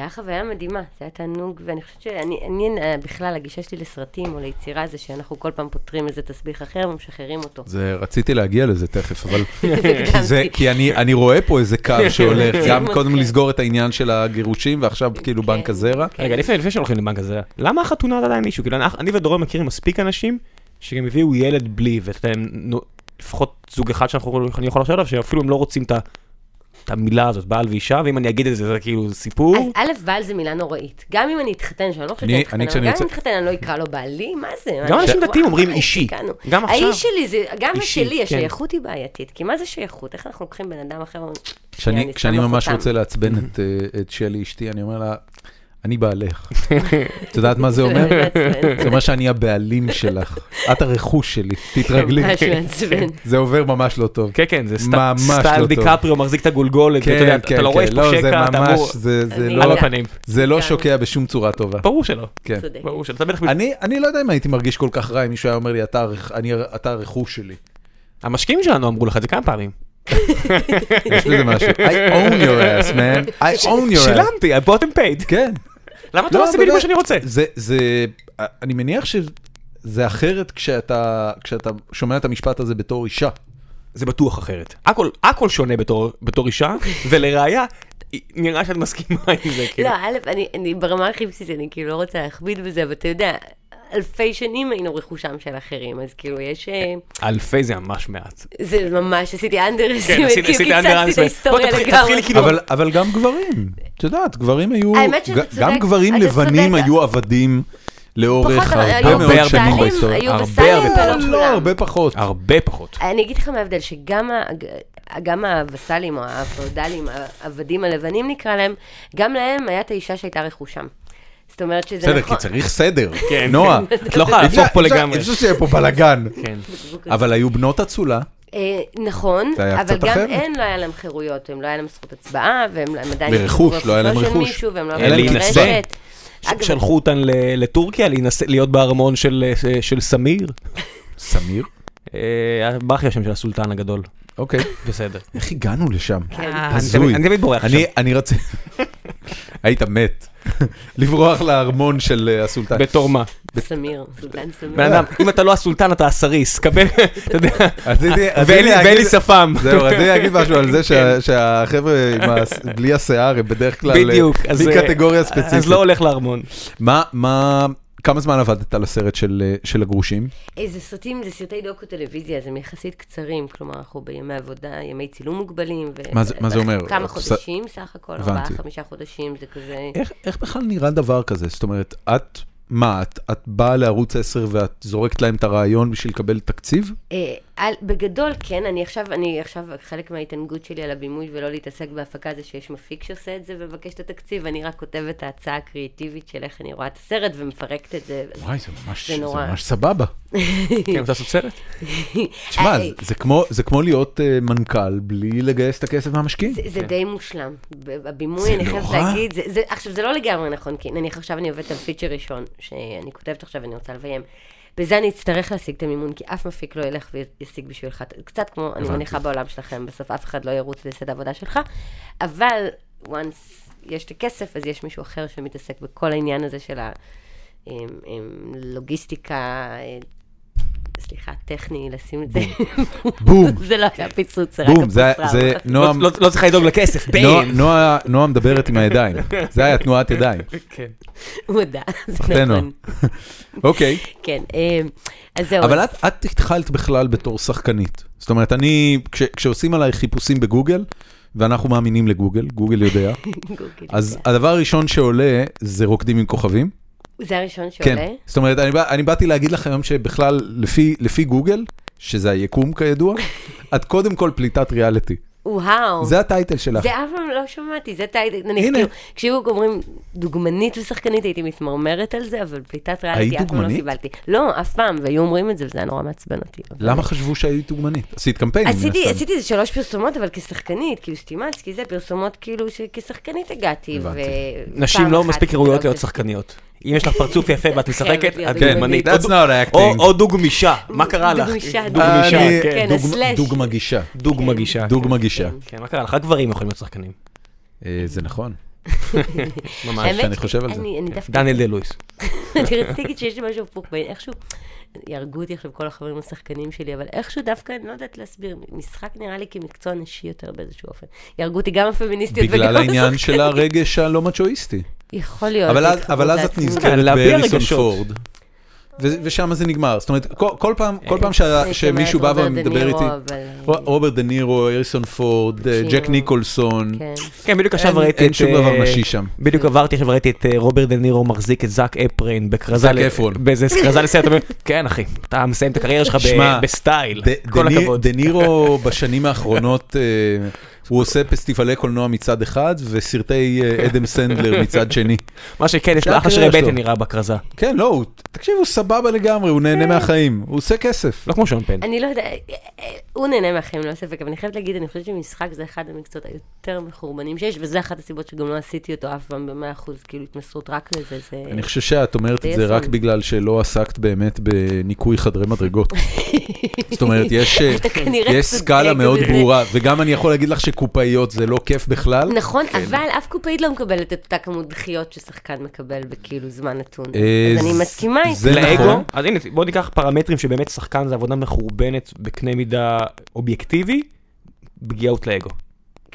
Speaker 3: היה חוויה מדהימה, זה היה תענוג, ואני חושבת שאני, אני, אה, בכלל, הגישה שלי לסרטים או ליצירה זה שאנחנו כל פעם פותרים איזה תסביך אחר ומשחררים אותו. אוקיי.
Speaker 1: זה, רציתי להגיע לזה תכף, אבל כי זה, כי אני, אני רואה פה איזה קו שהולך, גם קודם לסגור את העניין של הגירושים, ועכשיו כאילו בנק הזרע.
Speaker 3: כן,
Speaker 2: רגע, לפני לפני שהולכים לבנק הזה, למה החתונה עד עדיין מישהו? כאילו, אני- אני ודורון מכירים מספיק אנשים שגם הביאו ילד בלי, ואתה יודע, הם, נו, לפחות זוג אחד שאנחנו- אני יכול לחשוב עליו, שאפילו הם לא רוצים את ה- את המילה הזאת, בעל ואישה, ואם אני אגיד את זה, זה כאילו זה
Speaker 3: אז
Speaker 2: סיפור.
Speaker 3: א', בעל זה מילה נוראית. גם אם אני אתחתן, שאני לא חושבת
Speaker 1: אני-
Speaker 3: שאני
Speaker 1: אני
Speaker 3: אתחתן,
Speaker 1: כשאני
Speaker 3: אבל גם
Speaker 1: יוצא-
Speaker 3: אם אתחתן, אני לא אקרא לו בעלי, מה זה?
Speaker 2: גם אנשים
Speaker 3: וואי,
Speaker 2: דתיים אומרים
Speaker 3: וואי,
Speaker 2: אישי.
Speaker 3: תיקנו.
Speaker 2: גם עכשיו.
Speaker 3: האיש שלי זה, גם
Speaker 2: אישי,
Speaker 3: השלי,
Speaker 2: כן.
Speaker 3: השייכות היא בעייתית. כי מה זה שייכות? איך אנחנו לוקחים בן אדם אחר? ואומרים, "שנייה,
Speaker 1: כשאני,
Speaker 3: אני לא
Speaker 1: כשאני
Speaker 3: שם לו
Speaker 1: ממש
Speaker 3: חותם."
Speaker 1: רוצה לעצבן את, אה, את שלי אשתי, אני אומר לה, אני בעלך. את יודעת מה זה אומר?
Speaker 3: מעצבן.
Speaker 1: זה אומר שאני הבעלים שלך, את הרכוש שלי, תתרגלי.
Speaker 3: ממש כן. מעצבן.
Speaker 1: זה עבר ממש לא טוב.
Speaker 2: כן, כן, זה סט-
Speaker 1: ממש
Speaker 2: סטייל
Speaker 1: לא טוב. כן,
Speaker 2: דיקפריו מחזיק את הגולגולת, ואתה יודע, אתה לא רואה שיש פה
Speaker 1: לא, זה
Speaker 2: שקע, אתה אמור,
Speaker 1: ממש, זה- זה
Speaker 3: אני
Speaker 1: לא-
Speaker 2: על
Speaker 3: לא-
Speaker 2: הפנים.
Speaker 1: זה לא שוקע בשום צורה טובה.
Speaker 2: ברור שלא,
Speaker 1: כן.
Speaker 3: צודק.
Speaker 2: ברור שלא. אתה בטח-
Speaker 1: אני, אני לא יודע אם הייתי מרגיש כל כך רע אם מישהו היה אומר לי, אתה, הרכ- אני, אתה הרכוש שלי.
Speaker 2: המשקיעים שלנו אמרו לך את זה כמה פעמים.
Speaker 1: יש לזה משהו. I own your ass, man. I own your ass.
Speaker 2: שילמתי, I bought and paid.
Speaker 1: כן.
Speaker 2: למה אתה לא עושה בדיוק מה שאני רוצה?
Speaker 1: זה, זה, אני מניח שזה אחרת כשאתה, כשאתה שומע את המשפט הזה בתור אישה.
Speaker 2: זה בטוח אחרת. הכל, הכל שונה בתור, בתור אישה, ולראיה, נראה שאת מסכימה עם זה,
Speaker 3: לא,
Speaker 2: כאילו.
Speaker 3: א', אני- אני ברמה הכי בסיסית, אני כאילו לא רוצה להכביד בזה, אבל אתה יודע, אלפי שנים היינו רכושם של אחרים, אז כאילו יש... אה,
Speaker 2: אלפי זה ממש מעט.
Speaker 3: זה ממש, עשיתי
Speaker 2: כן, עשית-
Speaker 3: אנדרסטימט, כאילו
Speaker 2: עשית
Speaker 3: קיצצתי
Speaker 2: underestimate.
Speaker 3: את ההיסטוריה
Speaker 2: בוא, תתחיל-
Speaker 3: לגמרי.
Speaker 2: תתחילי כאילו-
Speaker 1: אבל, אבל גם גברים, את יודעת, גברים היו,
Speaker 3: האמת שאתה
Speaker 1: ג-
Speaker 3: צודק,
Speaker 1: גם גברים
Speaker 3: אתה
Speaker 1: לבנים
Speaker 3: צודק.
Speaker 1: היו עבדים לאורך
Speaker 3: פחות,
Speaker 1: הרבה
Speaker 3: היו
Speaker 1: מאוד שנים
Speaker 3: וסלים,
Speaker 1: בהיסטוריה.
Speaker 3: היו
Speaker 2: הרבה,
Speaker 3: וסלים,
Speaker 2: הרבה
Speaker 3: אבל לא
Speaker 1: לא, לא,
Speaker 3: כולם.
Speaker 1: הרבה פחות.
Speaker 2: הרבה פחות.
Speaker 3: אני אגיד לך מה ההבדל, שגם ה- ג- גם הווסלים או הפאודלים, העבדים הלבנים נקרא להם, גם להם היה את האישה שהייתה רכושם. זאת אומרת שזה
Speaker 1: בסדר, כי
Speaker 3: נכון.
Speaker 1: צריך סדר.
Speaker 2: כן.
Speaker 1: נועה.
Speaker 2: את לא יכולה
Speaker 1: אי אפשר-
Speaker 2: להפוך פה
Speaker 1: אי אפשר-
Speaker 2: לגמרי.
Speaker 1: אי אפשר שיהיה פה בלאגן.
Speaker 2: כן.
Speaker 1: אבל היו בנות אצולה,
Speaker 3: אה, נכון,
Speaker 1: זה היה
Speaker 3: אבל
Speaker 1: קצת
Speaker 3: גם
Speaker 1: אחרת.
Speaker 3: הם לא היה להם חירויות, הם לא היה להם זכות הצבעה, והם הם עדיין...
Speaker 1: ורכוש,
Speaker 3: יקבלו
Speaker 1: לא היה להם
Speaker 3: רכושו של
Speaker 1: רכוש.
Speaker 3: מישהו, והם לא
Speaker 1: היה
Speaker 3: יכולים
Speaker 1: להם
Speaker 3: לרשת.
Speaker 2: קצבה. ש-
Speaker 3: אגב,
Speaker 2: שלחו אותן ל- לטורקיה להינס- להיות בארמון של, אה, של סמיר.
Speaker 1: סמיר?
Speaker 2: אה, ברח לי השם של הסולטן הגדול.
Speaker 1: אוקיי.
Speaker 2: בסדר.
Speaker 1: איך הגענו לשם?
Speaker 2: אה,
Speaker 1: הזוי.
Speaker 2: אני תמיד- אני תמיד בורח
Speaker 1: אני- אני רציתי... היית מת. לברוח לארמון של אה, הסולטן.
Speaker 2: עכשיו. בתור מה?
Speaker 3: כן, סמיר, סולטן סמיר.
Speaker 2: בן אדם, אם אתה לא הסולטן אתה הסריס, קבל, אתה יודע,
Speaker 1: רציתי- רציתי
Speaker 2: ואין לי-
Speaker 1: להגיד-
Speaker 2: ואין לי שפם.
Speaker 1: זהו, רציתי להגיד משהו על זה שה- שהחבר'ה עם ה- בלי השיער הם בדרך כלל... אה,
Speaker 2: בדיוק, אז...
Speaker 1: בלי
Speaker 2: אה,
Speaker 1: קטגוריה ספציפית.
Speaker 2: אז לא הולך לארמון.
Speaker 1: מה, מה, כמה זמן עבדת על הסרט של, אה, של הגרושים?
Speaker 3: אה, זה סרטים, זה סרטי דוקו טלוויזיה, אז הם יחסית קצרים, כלומר, אנחנו בימי עבודה, ימי צילום מוגבלים. ו- אה,
Speaker 1: מה זה- מה זה אומר?
Speaker 3: כמה
Speaker 1: ס-
Speaker 3: חודשים סך הכל, ארבעה,
Speaker 1: הבנתי. אה.
Speaker 3: חמישה חודשים, זה כזה...
Speaker 1: איך, איך בכלל נראה דבר כזה? זאת אומרת, את, מה, את, את באה לערוץ 10 ואת זורקת להם את הרעיון בשביל לקבל תקציב?
Speaker 3: אה, על, בגדול, כן, אני עכשיו, אני עכשיו, חלק מההתענגות שלי על הבימוי ולא להתעסק בהפקה זה שיש מפיק שעושה את זה ומבקש את התקציב, אני רק כותבת את ההצעה הקריאטיבית של איך אני רואה את הסרט ומפרקת את זה.
Speaker 1: וואי, זה ממש,
Speaker 3: זה נורא.
Speaker 1: סבבה.
Speaker 2: כן, רוצה לעשות סרט?
Speaker 1: תשמע,
Speaker 3: אה,
Speaker 1: זה, זה, כמו, זה כמו להיות uh, מנכ"ל בלי לגייס את הכסף מהמשקיעים.
Speaker 3: זה, זה די מושלם. ב-
Speaker 1: כן. זה
Speaker 3: הבימוי, אני
Speaker 1: לא
Speaker 3: חייבת
Speaker 1: רע.
Speaker 3: להגיד, זה, זה, עכשיו, זה לא לגמרי נכון, כי נניח עכשיו אני עובדת על פיצ'ר ראשון, שאני כותבת עכשיו ואני רוצה לביים. בזה אני אצטרך להשיג את המימון, כי אף מפיק לא ילך וישיג בשבילך. קצת כמו, אני
Speaker 1: הבנתי.
Speaker 3: מניחה בעולם שלכם, בסוף אף אחד לא ירוץ ויעשה את העבודה שלך, אבל once יש את הכסף, אז יש מישהו אחר שמתעסק בכל העניין הזה של הלוגיסטיקה, אה, סליחה, טכני, לשים את זה.
Speaker 1: בום.
Speaker 3: זה לא היה פיצוץ, זה רק
Speaker 1: בום, זה,
Speaker 3: הפצרה.
Speaker 1: זה
Speaker 2: לא
Speaker 1: נועם,
Speaker 2: לא- לא צריך לדאוג לכסף,
Speaker 1: נוע,
Speaker 2: בין.
Speaker 1: נוע, נועם מדברת עם הידיים. זה היה תנועת ידיים.
Speaker 2: כן.
Speaker 3: הוא הודה, זה
Speaker 1: תן לו.
Speaker 3: נכון.
Speaker 1: אוקיי.
Speaker 3: כן, אה, אז זהו.
Speaker 1: אבל
Speaker 3: אז-
Speaker 1: את, את התחלת בכלל בתור שחקנית. זאת אומרת, אני, כש, כשעושים עליי חיפושים בגוגל, ואנחנו מאמינים לגוגל, גוגל יודע,
Speaker 3: גוגל.
Speaker 1: אז הדבר הראשון שעולה זה רוקדים עם כוכבים.
Speaker 3: זה הראשון שעולה?
Speaker 1: כן. זאת אומרת, אני, בא- אני באתי להגיד לך היום שבכלל, לפי, לפי גוגל, שזה היקום כידוע, את קודם כל פליטת ריאליטי.
Speaker 3: וואו.
Speaker 1: זה הטייטל שלך.
Speaker 3: אוקיי. זה אף פעם לא שמעתי, זה טייטל, נניח,
Speaker 1: הנה.
Speaker 3: כאילו, כשהיו אומרים דוגמנית ושחקנית, הייתי מתמרמרת על זה, אבל פליטת ריאליטי אף פעם לא
Speaker 1: דוגמנית?
Speaker 3: קיבלתי. לא, אף פעם, והיו אומרים את זה, וזה היה נורא מעצבן אותי. אבל-
Speaker 1: למה חשבו שהיית דוגמנית? עשית קמפיינים, מן
Speaker 3: עשיתי,
Speaker 1: הסתם.
Speaker 3: עשיתי איזה שלוש פרסומות, אבל כשחקנית, כאילו סטימצקי זה, פרסומות כאילו שכשחקנית הגעתי.
Speaker 1: הבנתי.
Speaker 3: ו-
Speaker 2: נשים
Speaker 3: פעם
Speaker 2: לא
Speaker 3: אחת
Speaker 2: מספיק ראויות
Speaker 3: זה לא
Speaker 2: להיות שחקניות. אם יש לך פרצוף יפה ואת משחקת,
Speaker 3: כן,
Speaker 2: את
Speaker 1: כן,
Speaker 2: דוגמנית.
Speaker 1: that's
Speaker 2: או-
Speaker 1: not acting.
Speaker 2: או- או דוגמישה, מה קרה לך?
Speaker 3: דוגמישה,
Speaker 2: דוגמישה,
Speaker 1: אני-
Speaker 2: כן.
Speaker 3: כן,
Speaker 1: דוג-
Speaker 3: הסלאש.
Speaker 1: דוגמה גישה.
Speaker 2: דוגמה גישה.
Speaker 1: דוגמה גישה.
Speaker 2: כן, מה קרה לך? רק גברים יכולים להיות שחקנים.
Speaker 1: אה, זה נכון.
Speaker 2: ממש.
Speaker 3: האמת
Speaker 1: שאני חושב על זה.
Speaker 3: אני אני דווקא
Speaker 2: דניאל דה לואיס.
Speaker 3: אני רציתי להגיד שיש משהו הפוך בין איכשהו, יהרגו אותי עכשיו כל החברים השחקנים שלי, אבל איכשהו דווקא אני לא יודעת להסביר, משחק נראה לי כמקצוע נשי יותר באיזשהו אופן. יהרגו אותי גם הפמיניסטיות כן, וגם לא
Speaker 1: בגלל העניין של
Speaker 3: השחקנים.
Speaker 1: הרגש הלא מצ'ואיסטי.
Speaker 3: יכול להיות.
Speaker 1: אבל אז-
Speaker 3: להתחברות
Speaker 1: אבל אז את
Speaker 3: לעצמי.
Speaker 2: כן,
Speaker 1: נזכרת
Speaker 2: להביע
Speaker 1: באריסון
Speaker 2: רגשות.
Speaker 1: פורד. ו- ושם זה נגמר, זאת אומרת, כל, כל פעם,
Speaker 2: אה,
Speaker 1: כל פעם שה-
Speaker 3: הייתי
Speaker 1: שמישהו בא
Speaker 3: אומרת רוברט דה
Speaker 1: ומדבר
Speaker 3: נירו,
Speaker 1: איתי,
Speaker 3: אבל-
Speaker 1: רו- רוברט דה נירו, אריסון פורד, אה, ג'ק
Speaker 3: ג'ינו.
Speaker 1: ניקולסון,
Speaker 3: כן.
Speaker 2: כן, בדיוק עכשיו
Speaker 1: אין-
Speaker 2: ראיתי את...
Speaker 1: אין שום דבר
Speaker 2: אה,
Speaker 1: נשי שם.
Speaker 2: בדיוק עברתי עכשיו ראיתי את אה, רוברט דה נירו מחזיק את זאק אפרין בכרזה...
Speaker 1: זאק
Speaker 2: ל-
Speaker 1: אפרון.
Speaker 2: באיזה כרזה לסרט. אומר, כן, אחי, אתה מסיים את הקריירה שלך ב-
Speaker 1: שמע,
Speaker 2: בסטייל.
Speaker 1: ד- דה
Speaker 2: כל
Speaker 1: ניר-
Speaker 2: הכבוד.
Speaker 1: דה נירו בשנים האחרונות, אה, הוא עושה פסטיבלי קולנוע מצד אחד, וסרטי אה, אדם סנדלר מצד שני.
Speaker 2: מה שכן, יש
Speaker 1: זה
Speaker 2: לו אחלה
Speaker 1: הקריירה
Speaker 2: שירי
Speaker 1: שלו.
Speaker 2: בטן נראה בכרזה.
Speaker 1: כן, לא, הוא, תקשיב, הוא סבבה לגמרי, הוא
Speaker 3: כן.
Speaker 1: נהנה מהחיים, הוא עושה כסף.
Speaker 2: לא כמו שון פן.
Speaker 3: אני לא יודע, אה, אה, הוא נהנה מהחיים, לא ספק, אבל אני חייבת להגיד, אני חושבת שמשחק זה אחד המקצועות היותר מחורבנים שיש, וזה אחת הסיבות שגם לא עשיתי אותו אף פעם במאה אחוז, כאילו התמסרות רק לזה, זה...
Speaker 1: אני חושב שאת אומרת את
Speaker 3: די
Speaker 1: זה רק
Speaker 3: יפה.
Speaker 1: בגלל שלא עסקת באמת בניקוי חדרי מדרגות. זאת אומרת, יש, אה,
Speaker 3: אתה כנראה
Speaker 1: יש
Speaker 3: צודק
Speaker 1: סקאלה מאוד
Speaker 3: בזה.
Speaker 1: ברורה, וגם אני יכול להגיד לך שקופאיות זה לא כיף בכלל.
Speaker 3: נכון, אבל אף קופאית לא מקבלת את אותה כמות דחיות ששחקן מקבל בכאילו זמן נתון.
Speaker 1: אה,
Speaker 3: אז אני
Speaker 1: ז-
Speaker 3: מסכימה
Speaker 1: זה
Speaker 3: איתך.
Speaker 1: נכון.
Speaker 2: לאגו, אז הנה, בוא ניקח פרמטרים שבאמת שחקן זה עבודה מחורבנת בקנה מידה אובייקטיבי, פגיעות לאגו.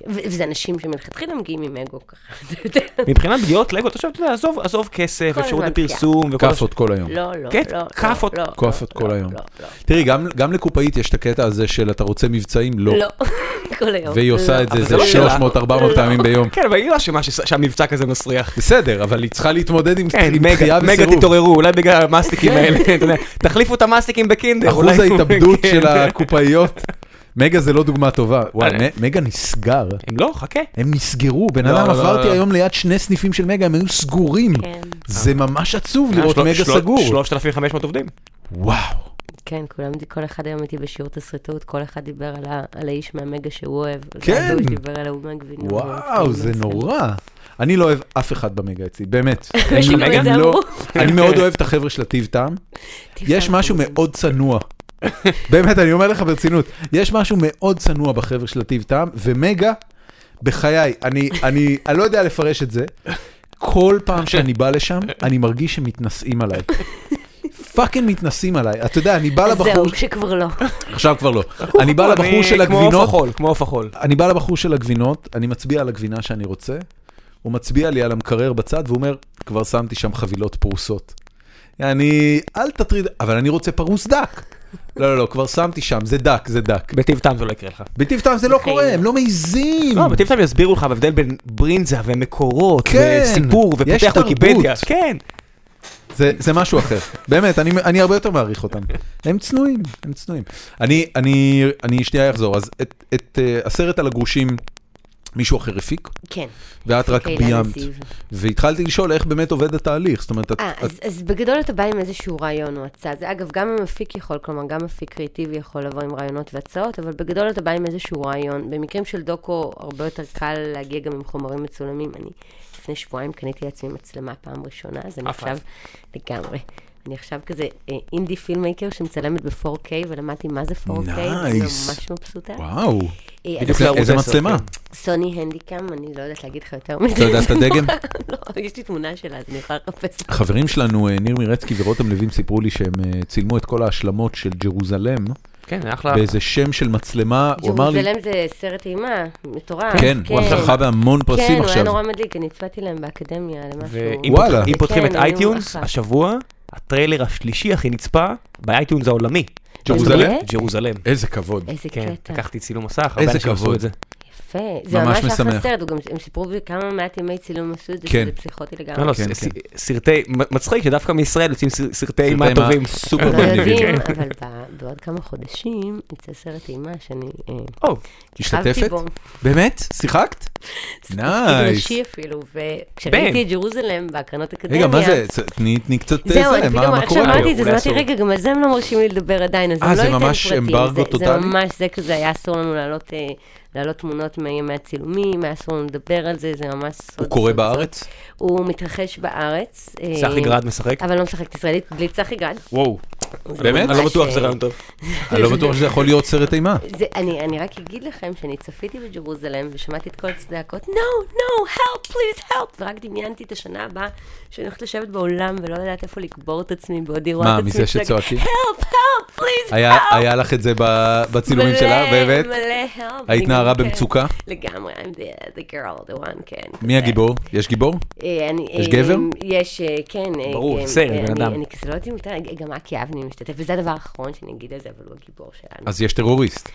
Speaker 3: ו- וזה אנשים שמלכתחילה מגיעים עם אגו ככה, אתה יודע.
Speaker 2: מבחינת פגיעות לאגו, אתה חושב, אתה יודע, עזוב, עזוב כסף,
Speaker 3: כל
Speaker 2: אפשרות
Speaker 3: הזמן פגיעה.
Speaker 2: לפרסום, וכל הש-
Speaker 1: כאפות כל היום.
Speaker 3: לא, לא,
Speaker 2: כן,
Speaker 3: לא. לא,
Speaker 2: כאפות.
Speaker 3: לא,
Speaker 1: כאפות
Speaker 3: לא,
Speaker 1: כל
Speaker 3: לא,
Speaker 1: היום.
Speaker 3: לא, לא.
Speaker 1: תראי, גם- גם לקופאית יש את הקטע הזה של אתה רוצה מבצעים? לא.
Speaker 3: לא, כל היום.
Speaker 1: והיא עושה
Speaker 3: לא.
Speaker 1: את זה
Speaker 2: אבל
Speaker 1: איזה
Speaker 2: זה לא שלה.
Speaker 1: 300-400 פעמים ביום.
Speaker 2: כן, אבל היא לא אשמה ש- שהמבצע כזה מסריח.
Speaker 1: בסדר, אבל היא צריכה להתמודד עם
Speaker 2: כן,
Speaker 1: עם
Speaker 2: מגה-
Speaker 1: דחייה
Speaker 2: מגה
Speaker 1: וסירוב.
Speaker 2: תתעוררו, אולי בגלל המאסטיקים האלה, אתה יודע, תחליפו את המאסטיקים בקינדר.
Speaker 1: אחוז
Speaker 2: אולי-
Speaker 1: ההתאבדות
Speaker 2: כן.
Speaker 1: של הקופאיות. מגה זה לא דוגמה טובה. וואי,
Speaker 2: אני-
Speaker 1: מ- מגה נסגר.
Speaker 2: הם לא, חכה.
Speaker 1: הם נסגרו, בן
Speaker 2: לא,
Speaker 1: אדם
Speaker 2: לא,
Speaker 1: עברתי
Speaker 2: לא.
Speaker 1: היום ליד שני סניפים של מגה, הם היו סגורים.
Speaker 3: כן.
Speaker 1: זה ממש עצוב לראות
Speaker 2: אה, שלוש-
Speaker 1: מגה
Speaker 2: שלוש-
Speaker 1: סגור.
Speaker 2: 3,500 עובדים.
Speaker 1: וואו.
Speaker 3: כן, כולם, כל אחד היום איתי בשיעור תסריטות, כל אחד דיבר על, ה, על האיש מהמגה שהוא אוהב. אז
Speaker 1: כן.
Speaker 3: דוש דיבר על ההוא מהגבינה. כאילו,
Speaker 1: וואו, זה נורא. אני לא אוהב אף אחד במגה אצלי, באמת.
Speaker 3: כאילו.
Speaker 2: יש לך
Speaker 1: הם
Speaker 2: מגה?
Speaker 1: לא-
Speaker 3: אמרו.
Speaker 1: אני מאוד אוהב את החבר'ה של הטיב טעם. יש משהו מאוד צנוע. באמת, אני אומר לך ברצינות. יש משהו מאוד צנוע בחבר'ה של הטיב טעם, ומגה, בחיי, אני, אני, אני לא יודע לפרש את זה. כל פעם שאני בא לשם, אני מרגיש שמתנשאים עליי. פאקינג מתנשאים עליי. אתה יודע, אני בא לבחור...
Speaker 3: זהו, כשכבר לא.
Speaker 1: עכשיו כבר לא. אני בא לבחור
Speaker 2: אני
Speaker 1: של
Speaker 2: כמו עוף
Speaker 1: הגבינות,
Speaker 2: החול, כמו עוף החול.
Speaker 1: אני בא לבחור של הגבינות, אני מצביע על הגבינה שאני רוצה, הוא מצביע לי על המקרר בצד והוא אומר, כבר שמתי שם חבילות פרוסות. אני, אל תטריד, אבל אני רוצה פרוס דק. לא, לא, לא, כבר שמתי שם, זה דק, זה דק.
Speaker 2: בטיב טעם זה לא יקרה לך.
Speaker 1: בטיב טעם זה לא
Speaker 3: בחיים.
Speaker 1: קורה, הם לא מעיזים.
Speaker 2: לא, בטיב טעם יסבירו לך בהבדל בין ברינזה ומקורות,
Speaker 1: כן,
Speaker 2: וסיפור,
Speaker 1: יש
Speaker 2: ופותח
Speaker 1: תרבות.
Speaker 2: ויקיפדיה. כן.
Speaker 1: זה, זה משהו אחר. באמת, אני, אני הרבה יותר מעריך אותם. הם צנועים, הם צנועים. אני, אני, אני שנייה אחזור, אז את, את אה, הסרט על הגרושים מישהו אחר הפיק,
Speaker 3: כן.
Speaker 1: ואת רק
Speaker 3: קהילה
Speaker 1: ביימת.
Speaker 3: נזיב.
Speaker 1: והתחלתי לשאול איך באמת עובד התהליך, זאת אומרת, את,
Speaker 3: אה,
Speaker 1: את,
Speaker 3: אז, אז בגדול אתה בא עם איזשהו רעיון או הצעה. זה אגב, גם המפיק יכול, כלומר, גם מפיק קריאיטיבי יכול לבוא עם רעיונות והצעות, אבל בגדול אתה בא עם איזשהו רעיון. במקרים של דוקו, הרבה יותר קל להגיע גם עם חומרים מצולמים. אני לפני שבועיים קניתי לעצמי מצלמה פעם ראשונה, אז אני
Speaker 2: אף
Speaker 3: עכשיו...
Speaker 2: אחד.
Speaker 3: לגמרי. אני עכשיו כזה אה, אינדי פילמייקר שמצלמת ב-4K, ולמדתי מה זה 4K, אני
Speaker 1: Nice.
Speaker 3: ממש מבסוטה.
Speaker 1: וואו.
Speaker 3: אה, אז
Speaker 2: בדיוק
Speaker 1: איזה-
Speaker 2: לערוץ
Speaker 1: איזה
Speaker 2: עשר,
Speaker 1: מצלמה?
Speaker 2: כן.
Speaker 3: סוני הנדיקאם, אני לא יודעת להגיד לך יותר מזה.
Speaker 1: אתה יודע את הדגם?
Speaker 3: לא, יש לי תמונה שלה, אז אני יכולה לחפש.
Speaker 1: חברים שלנו, אה, ניר מירצקי ורותם לוין, סיפרו לי שהם אה, צילמו את כל ההשלמות של ג'רוזלם
Speaker 2: כן, אחלה.
Speaker 1: באיזה שם של מצלמה, הוא אמר לי,
Speaker 3: אה. ג'רוזלם זה סרט אימה, מטורף.
Speaker 1: כן, הוא זכה בהמון
Speaker 3: כן,
Speaker 1: פרסים
Speaker 3: הוא היה
Speaker 1: עכשיו.
Speaker 3: נורא מדליק, אני הצבעתי להם באקדמיה למשהו.
Speaker 2: ואם
Speaker 1: וואלה.
Speaker 2: פותח-
Speaker 3: כן,
Speaker 2: אם פותחים את
Speaker 3: היו
Speaker 2: אייטיונס,
Speaker 3: אחלה.
Speaker 2: השבוע, הטריילר השלישי הכי נצפה באייטיונס העולמי.
Speaker 1: ג'רוזלם?
Speaker 3: באמת?
Speaker 2: ג'רוזלם.
Speaker 1: איזה כבוד.
Speaker 3: איזה
Speaker 2: כן,
Speaker 3: קטע. כן,
Speaker 2: לקחתי צילום מסך,
Speaker 1: איזה
Speaker 2: הרבה אנשים עשו
Speaker 1: כבוד.
Speaker 2: את זה.
Speaker 3: יפה. זה
Speaker 1: ממש
Speaker 3: ממש אחלה
Speaker 1: משמח.
Speaker 3: סרט, הוא גם- הם סיפרו בי כמה מעט ימי צילום עשו את זה,
Speaker 1: כן.
Speaker 3: שזה פסיכוטי לגמרי.
Speaker 2: לא, לא,
Speaker 1: כן,
Speaker 2: ס- ס- סרטי, מ- מצחיק שדווקא מישראל יוצאים סר- סרטי אימה
Speaker 1: סרטי אימה
Speaker 2: טובים.
Speaker 1: סופר
Speaker 3: לא
Speaker 1: מגניבים.
Speaker 3: יודעים, אבל ב- בעוד כמה חודשים יצא סרט אימה שאני... אה,
Speaker 2: או,
Speaker 1: השתתפת?
Speaker 3: חבתי בו.
Speaker 1: באמת? שיחקת?
Speaker 3: תפקיד
Speaker 1: נייס.
Speaker 3: ראשי אפילו, וכשראיתי את ג'רוזלם בהקרנות אקדמיה...
Speaker 1: רגע, מה זה? צ- תני תני קצת אה,
Speaker 3: זהו,
Speaker 1: זה,
Speaker 3: אני
Speaker 1: מה
Speaker 3: פתאום,
Speaker 1: מה
Speaker 3: עכשיו
Speaker 1: קורה פה?
Speaker 3: אמרתי את זה,
Speaker 2: אולי
Speaker 3: אז אמרתי,
Speaker 2: אסור.
Speaker 3: רגע, גם על זה הם לא מרשים לי לדבר עדיין, אז
Speaker 1: אה,
Speaker 3: אני לא
Speaker 1: זה
Speaker 3: אתן פרטים.
Speaker 1: ממש אמברגו
Speaker 3: זה-
Speaker 1: טוטאלי?
Speaker 3: זה ממש, זה כזה, היה אסור לנו להעלות, אה, להעלות תמונות מימי הצילומים, היה אסור לנו לדבר על זה, זה ממש סוד.
Speaker 1: הוא קורה
Speaker 3: סוד, סוד.
Speaker 1: בארץ?
Speaker 3: הוא מתרחש בארץ. אה,
Speaker 2: צחי גרד משחק.
Speaker 3: אבל לא משחקת ישראלית, בלי צחי גרד.
Speaker 2: וואו.
Speaker 3: זה
Speaker 1: באמת?
Speaker 2: אני
Speaker 3: ממש,
Speaker 2: לא בטוח
Speaker 3: אה,
Speaker 2: שזה רעיון טוב.
Speaker 1: אני לא בטוח שזה יכול להיות סרט אימה.
Speaker 3: זה, אני, אני רק אגיד לכם שאני צפיתי בג'רוזלם ושמעתי את כל הצדקות, no, no, help, please, help, ורק דמיינתי את השנה הבאה שאני הולכת לשבת בעולם ולא יודעת איפה לקבור את עצמי בעודי רואה את
Speaker 1: מה,
Speaker 3: עצמי.
Speaker 1: מזה
Speaker 3: צועקת,
Speaker 1: שצועקים?
Speaker 3: help, help, please,
Speaker 1: היה
Speaker 3: help.
Speaker 1: היה לך את זה ב- בצילומים שלה,
Speaker 3: מלא,
Speaker 1: והבאת?
Speaker 3: מלא help.
Speaker 1: היית
Speaker 3: אני
Speaker 1: נערה
Speaker 3: גם- כן,
Speaker 1: במצוקה?
Speaker 3: לגמרי, I'm the, the girl, the one, כן.
Speaker 1: מי הגיבור? יש גיבור?
Speaker 3: אה, אני-
Speaker 1: יש
Speaker 3: אה,
Speaker 1: גבר?
Speaker 3: יש, אה, כן. אה,
Speaker 2: ברור,
Speaker 3: אה,
Speaker 2: סרט,
Speaker 3: אה,
Speaker 2: בן
Speaker 3: אני-
Speaker 2: אדם.
Speaker 3: אני כזה לא יודעת אם יותר, גם אקי אבני משתתף, וזה הדבר האחרון שאני אגיד על זה, אבל הוא הגיבור שלנו.
Speaker 1: אז יש טרוריסט.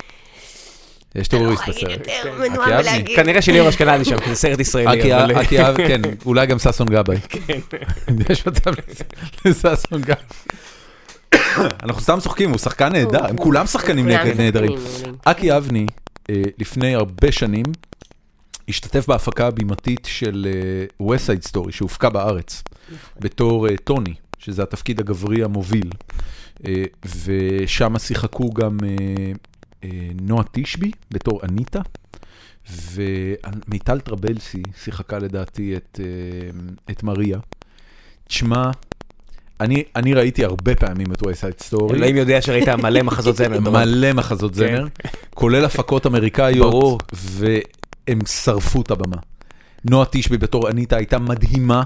Speaker 1: יש טרוריסט
Speaker 3: אני לא אגיד
Speaker 1: בסרט.
Speaker 3: יותר,
Speaker 1: אקי
Speaker 3: מנועה
Speaker 1: אבני.
Speaker 3: מלהגיד.
Speaker 2: כנראה שליאור אשכנזי שם, כי זה סרט ישראלי.
Speaker 1: אקי
Speaker 2: אבל- אה,
Speaker 1: אקי אב, כן, אולי גם ששון גבאי.
Speaker 3: כן.
Speaker 1: יש מצב לזה- לששון גבאי. אנחנו סתם צוחקים, הוא שחקן נהדר, הם כולם שחקנים
Speaker 3: כולם
Speaker 1: נהד- נהדרים.
Speaker 3: שחקנים מעולים.
Speaker 1: אקי אבני, אה, לפני הרבה שנים, השתתף בהפקה הבימתית של אה, West Side Story, שהופקה בארץ, בתור אה, טוני, שזה התפקיד הגברי המוביל. אה, ושם שיחקו גם אה, אה, נועה תשבי, בתור אניטה, ומיטל טרבלסי שיחקה לדעתי את, אה, את מריה. תשמע, אני, אני ראיתי הרבה פעמים את West Side Story.
Speaker 2: אלוהים יודע שראית מלא מחזות זמר. ברור.
Speaker 1: מלא מחזות זמר, כולל הפקות
Speaker 2: ברור.
Speaker 1: אמריקאיות, והם שרפו את הבמה. נועה תשבי בתור אניטה הייתה מדהימה,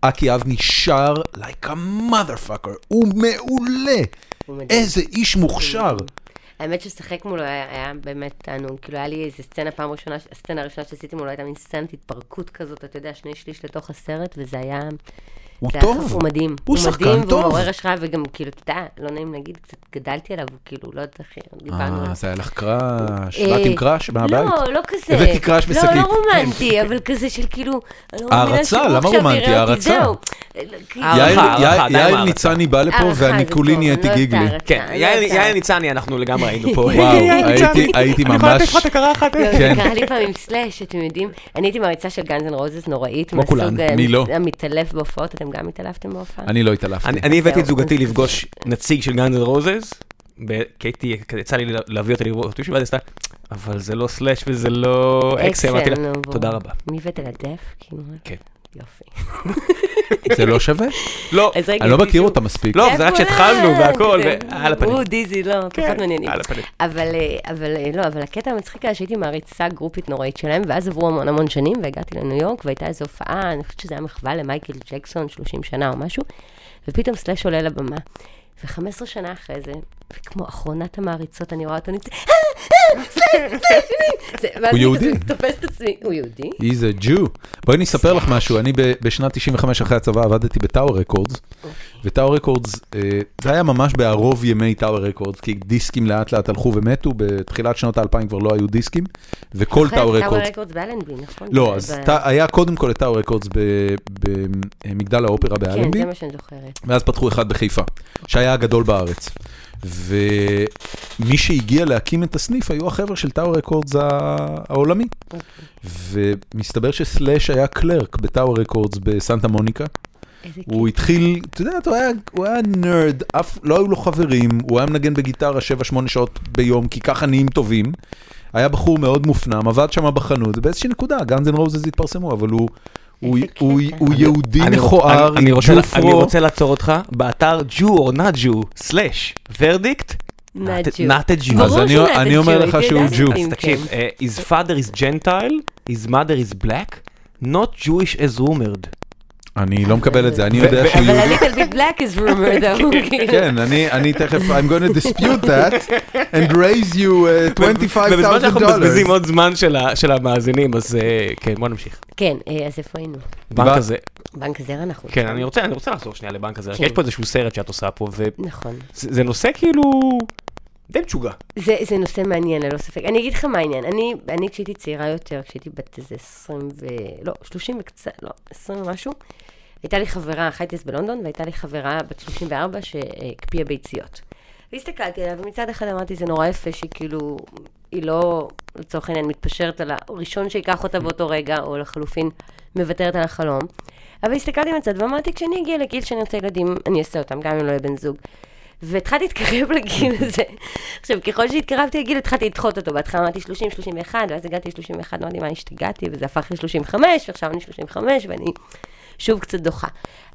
Speaker 1: אקי אבני שר like a motherfucker, הוא מעולה,
Speaker 3: הוא מדהים.
Speaker 1: איזה איש מוכשר.
Speaker 3: האמת ששחק מולו היה, היה באמת תענוג, כאילו היה לי איזה סצנה פעם ראשונה, ש- הסצנה הראשונה שעשיתי מולו הייתה מין סצנת התפרקות כזאת, אתה יודע, שני שליש לתוך הסרט, וזה היה...
Speaker 1: הוא
Speaker 3: זה היה חפ-
Speaker 1: טוב,
Speaker 3: הוא מדהים.
Speaker 1: הוא שחקן
Speaker 3: מדהים,
Speaker 1: טוב.
Speaker 3: והוא מעורר השראה, וגם כאילו, אתה יודע, לא נעים להגיד, קצת גדלתי עליו, הוא כאילו, לא יודעת, אחי, דיברנו
Speaker 1: אה,
Speaker 3: עליו.
Speaker 1: זה היה לך קראש,
Speaker 3: אה,
Speaker 1: באת עם קראש מהבית?
Speaker 3: לא, לא כזה.
Speaker 1: הבאתי קראש בשקית.
Speaker 3: לא, לא רומנטי, אבל כזה של כאילו... אני לא מאמינה
Speaker 1: הערצה,
Speaker 3: שהוא
Speaker 1: למה
Speaker 3: עכשיו
Speaker 1: רומנטי?
Speaker 3: יראה אותי,
Speaker 1: הערצה.
Speaker 3: זהו. כאילו-
Speaker 2: הערכה,
Speaker 1: יאיר-
Speaker 2: הערכה,
Speaker 1: יאיר-
Speaker 2: עדיין
Speaker 1: יאיר
Speaker 2: הערכה.
Speaker 1: ואני בא לפה
Speaker 3: הערכה, זה
Speaker 1: ואני
Speaker 3: טוב,
Speaker 1: כולי
Speaker 3: אני לא
Speaker 1: נהייתי
Speaker 3: אוהבת
Speaker 1: גיגלי.
Speaker 3: הערצה,
Speaker 2: כן,
Speaker 3: אני לא
Speaker 2: יעל
Speaker 3: אוהבת
Speaker 2: יעל
Speaker 3: הערצה.
Speaker 2: ניצני, אנחנו לגמרי היינו פה.
Speaker 1: וואו, הייתי- הייתי ממש, כן.
Speaker 2: הכרה אחת.
Speaker 3: לא, זה קרה לי פעם עם סלאש, אתם יודעים, אני הייתי מעריצה של גאנז אנד רוזס נוראית,
Speaker 2: כמו כולן,
Speaker 3: מהסוג, אה,
Speaker 1: מי לא?
Speaker 3: המתעלף בהופעות, אתם גם התעלפתם בהופעה?
Speaker 1: אני לא התעלפתי.
Speaker 2: אני הבאתי את זוגתי לפגוש נציג של גאנז רוזס, ב- כי הייתי, כזה יצא לי לה- להביא אותה לראות מישהו, ואז היא עשתה, אבל זה לא סלאש וזה לא אקסל, אמרתי לה,
Speaker 3: נו, ברור.
Speaker 2: תודה רבה.
Speaker 3: מי הבאת לדף? כאילו?
Speaker 2: כן.
Speaker 3: יופי.
Speaker 1: זה לא שווה?
Speaker 2: לא,
Speaker 3: אז רגע,
Speaker 1: אני לא מכיר
Speaker 3: תשמעו.
Speaker 1: אותה מספיק.
Speaker 2: לא, זה רק
Speaker 3: איפה
Speaker 2: שהתחלנו
Speaker 3: את?
Speaker 2: והכל,
Speaker 3: כן.
Speaker 2: ועל הפנים.
Speaker 3: הוא דיזי, לא,
Speaker 2: כן,
Speaker 3: פחות מעניינים.
Speaker 2: על הפנים.
Speaker 3: אבל, אה, אבל אה, לא, אבל הקטע המצחיק היה שהייתי מעריצה גרופית נוראית שלהם, ואז עברו המון המון שנים, והגעתי לניו יורק, והייתה איזו הופעה, אני חושבת שזה היה מחווה למייקל ג'קסון, 30 שנה או משהו, ופתאום סלאש עולה לבמה. ו-15 שנה אחרי זה, וכמו אחרונת המעריצות, אני רואה אותו נמצא, "אה, אה, סלאש, סלאש, מי?" זה- ואז
Speaker 1: הוא
Speaker 3: אני
Speaker 1: יהודי.
Speaker 3: כזה תופסת את עצמי, הוא יהודי?
Speaker 1: He's a Jew. בואי אני אספר לך משהו, אני ב- בשנת 95 אחרי הצבא עבדתי בטאוור רקורדס, וטאוור רקורדס, אה, זה היה ממש בערוב ימי טאוור רקורדס, כי דיסקים לאט לאט הלכו ומתו, בתחילת שנות האלפיים כבר לא היו דיסקים, וכל
Speaker 3: אחרי
Speaker 1: טאוור
Speaker 3: אוקיי. טאוור
Speaker 1: רקורדס.
Speaker 3: רקורדס באלנבי, נכון?
Speaker 1: לא,
Speaker 3: זה
Speaker 1: אז
Speaker 3: ב-
Speaker 1: ת- היה קודם כל את טאוור רקורדס ב- במגדל האופרה
Speaker 3: כן,
Speaker 1: באלנבי,
Speaker 3: זה מה שאני זוכרת.
Speaker 1: ואז פתחו אחד בחיפה, שהיה הגדול בארץ. ומי שהגיע להקים את הסניף היו החבר'ה של טאור רקורדס העולמי.
Speaker 3: אוקיי.
Speaker 1: ומסתבר שסלאש היה קלרק בטאור רקורדס בסנטה מוניקה.
Speaker 3: איזה כיף.
Speaker 1: הוא התחיל, אתה יודע, הוא היה, הוא היה נרד, אף, לא היו לו חברים, הוא היה מנגן בגיטרה 7-8 שעות ביום, כי ככה נהיים טובים. היה בחור מאוד מופנם, עבד שם בחנות, ובאיזושהי נקודה, גאנז אנד רוזס התפרסמו, אבל הוא, הוא,
Speaker 3: איזה
Speaker 1: הוא,
Speaker 3: קטע.
Speaker 1: הוא יהודי
Speaker 2: אני-
Speaker 1: מכוער,
Speaker 2: אני- אני רוצה-
Speaker 1: ג'ו פרו.
Speaker 2: אני רוצה לעצור אותך, באתר Jew or not Jew, slash, verdict,
Speaker 3: Not Jew.
Speaker 2: not a Jew.
Speaker 3: ברור
Speaker 1: אז אני-
Speaker 3: שהוא not
Speaker 1: אני
Speaker 3: a
Speaker 1: אומר
Speaker 3: Jew,
Speaker 1: לך
Speaker 3: it
Speaker 1: שהוא
Speaker 3: doesn't
Speaker 1: Jew.
Speaker 3: seem
Speaker 2: אז
Speaker 3: כן.
Speaker 2: תקשיב, אה, his father is gentile, his mother is black, not Jewish as rumored.
Speaker 1: אני לא מקבל את זה, אני
Speaker 2: ו-
Speaker 1: יודע
Speaker 2: ו-
Speaker 1: שהוא
Speaker 3: אבל
Speaker 1: יהודי.
Speaker 3: הליטל ביט בלק is rumored, ההוא כאילו.
Speaker 1: כן, אני, אני תכף, I'm going to dispute that and raise you uh,
Speaker 2: ובזמן שאנחנו מבזבזים
Speaker 1: $25,000.
Speaker 2: עוד זמן של ה- של המאזינים, אז אה, כן, בוא נמשיך.
Speaker 3: כן, אה, אז איפה היינו?
Speaker 2: בנק הזה,
Speaker 3: בנק הזרע אנחנו.
Speaker 2: כן, אני רוצה אני רוצה לחזור שנייה לבנק הזה, כי
Speaker 3: כן.
Speaker 2: יש פה איזשהו סרט שאת עושה פה, וזה
Speaker 3: נכון.
Speaker 2: זה נושא כאילו די משוגע.
Speaker 3: זה, זה נושא מעניין, ללא ספק. אני אגיד לך מה העניין. אני, אני כשהייתי צעירה יותר, כשהייתי בת איזה 20 ו... לא, 30 וקצת, לא, 20 ומשהו, הייתה לי חברה, חייתי אז בלונדון, והייתה לי חברה בת 34 שהקפיאה ביציות. והסתכלתי עליה, ומצד אחד אמרתי, זה נורא יפה שהיא כאילו, היא לא, לצורך העניין, מתפשרת על הראשון שייקח אותה באותו רגע, או לחלופין, מוותרת על החלום. אבל הסתכלתי מהצד ואמרתי, כשאני אגיע לגיל שאני רוצה ילדים, אני אעשה אותם, גם אם לא יהיה בן זוג. והתחלתי להתקרב לגיל הזה. עכשיו, ככל שהתקרבתי לגיל, התחלתי לדחות אותו. בהתחלה אמרתי 30, 31, ואז הגעתי ל-31, אמרתי, מה, השתגעתי, וזה הפך ל-35, ועכשיו אני 35, ואני שוב קצת דוחה.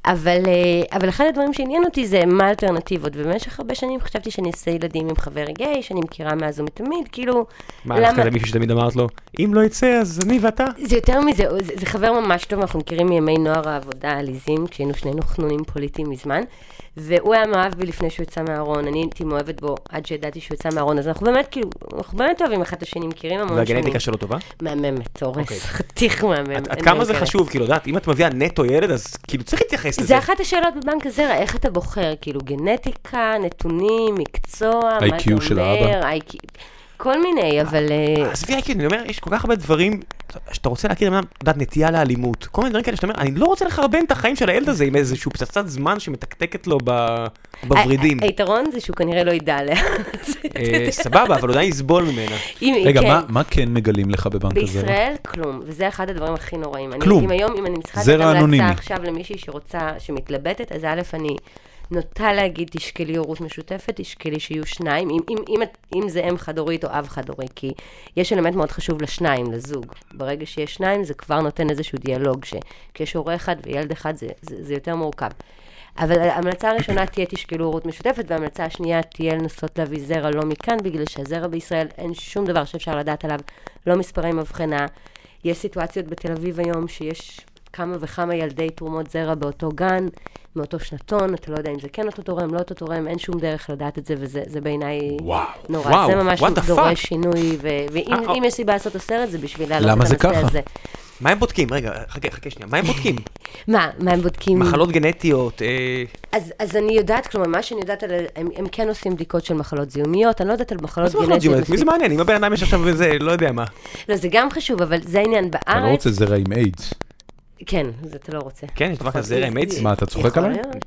Speaker 3: אבל, אה, אבל אחד הדברים שעניין אותי זה מה האלטרנטיבות, ובמשך הרבה שנים חשבתי שאני אעשה ילדים עם חבר גיי, שאני מכירה מאז ומתמיד, כאילו,
Speaker 2: מה, הלכת למישהו שתמיד אמרת לו, אם לא יצא אז אני ואתה?
Speaker 3: זה יותר מזה, זה, זה חבר ממש טוב, אנחנו מכירים מימי נוער העבודה העליזים, כשהיינו שנינו חנונים פוליטיים מזמן, והוא היה מאוהב בי לפני שהוא יצא מהארון, אני הייתי מאוהבת בו עד שידעתי שהוא יצא מהארון, אז אנחנו באמת, כאילו, אנחנו באמת אוהבים אחד את השני, מכירים המון
Speaker 2: והגנטיקה שלו טובה?
Speaker 3: מהממת, אורס,
Speaker 2: אוקיי.
Speaker 3: חתיך לא מהמם.
Speaker 2: עד- עד
Speaker 3: אין
Speaker 2: כמה
Speaker 3: דברים
Speaker 2: זה
Speaker 3: כאלה.
Speaker 2: חשוב, כאילו, יודעת, אם את מביאה נטו ילד, אז כאילו צריך להתייחס לזה.
Speaker 3: זה אחת השאלות בבנק הזרע, איך אתה בוחר? כאילו, גנטיקה, נתונים, מקצוע, מה אתה
Speaker 1: IQ
Speaker 3: אומר,
Speaker 1: של האבא.
Speaker 3: IQ, כל מיני, אבל... אה,
Speaker 2: עזבי, כאילו, אני אומר, יש כל כך הרבה דברים שאתה רוצה להכיר, למה, את יודעת, נטייה לאלימות. כל מיני דברים כאלה שאתה אומר, אני לא רוצה לחרבן את החיים של הילד הזה עם איזושהי פצצת זמן שמתקתקת לו ב- בוורידים.
Speaker 3: ה- ה- היתרון זה שהוא כנראה לא ידע עליה. זה-
Speaker 2: אה, סבבה, אבל הוא עדיין יסבול ממנה.
Speaker 3: אם-
Speaker 1: רגע,
Speaker 3: כן.
Speaker 1: מה, מה כן מגלים לך בבנק הזה? לא?
Speaker 3: בישראל כלום, וזה אחד הדברים הכי נוראים. אני-
Speaker 1: כלום.
Speaker 3: אם היום, אם אני צריכה
Speaker 1: זרע
Speaker 3: לתת המלצה
Speaker 1: אנונימי.
Speaker 3: עכשיו למישהי שרוצה, שמתלבטת, אז א', אני נוטה להגיד, תשקלי הורות משותפת, תשקלי שיהיו שניים, אם, אם, אם, את- אם זה אם חד-הורית או אב חד-הורי, כי יש אלמנט מאוד חשוב לשניים, לזוג. ברגע שיש שניים, זה כבר נותן איזשהו דיאלוג, שכשיש הורה אחד וילד אחד, זה, זה, זה יותר מורכב. אבל ההמלצה הראשונה תהיה תשקלו הורות משותפת, וההמלצה השנייה תהיה לנסות להביא זרע לא מכאן, בגלל שהזרע בישראל אין שום דבר שאפשר לדעת עליו, לא מספרי מבחנה. יש סיטואציות בתל אביב היום שיש כמה וכמה ילדי תרומות זרע באותו גן, מאותו שנתון, אתה לא יודע אם זה כן אותו תורם, לא אותו תורם, אין שום דרך לדעת את זה, וזה זה בעיניי
Speaker 1: וואו.
Speaker 3: נורא.
Speaker 2: וואו,
Speaker 3: זה ממש
Speaker 2: what the
Speaker 3: דורש
Speaker 2: fuck?
Speaker 3: שינוי, ו- ואם
Speaker 2: אה, אה.
Speaker 3: אם יש סיבה לעשות את הסרט, זה בשביל להעלות
Speaker 1: למה
Speaker 3: את
Speaker 1: זה
Speaker 3: הנושא
Speaker 1: ככה?
Speaker 3: הזה.
Speaker 2: מה הם בודקים? רגע, חכה, חכה שנייה. מה הם בודקים?
Speaker 3: מה, מה הם בודקים?
Speaker 2: מחלות גנטיות, אה,
Speaker 3: אז, אז אני יודעת, כלומר, מה שאני יודעת, על, הם, הם כן עושים בדיקות של מחלות זיהומיות, אני לא יודעת על
Speaker 2: מה
Speaker 3: מחלות
Speaker 2: זה מחלות
Speaker 3: גנטיות.
Speaker 2: ג'ימט? מי זה מעניין? אם הבן אדם יש עכשיו איזה, לא יודע מה.
Speaker 3: לא, זה גם חשוב, אבל זה העניין בארץ.
Speaker 1: אתה לא רוצה זרע עם איידס.
Speaker 3: כן, זה אתה לא רוצה.
Speaker 2: כן, יש דבר כזה, זרע עם איידס?
Speaker 1: מה, אתה צוחק
Speaker 3: יכול
Speaker 1: עליי?
Speaker 3: להיות.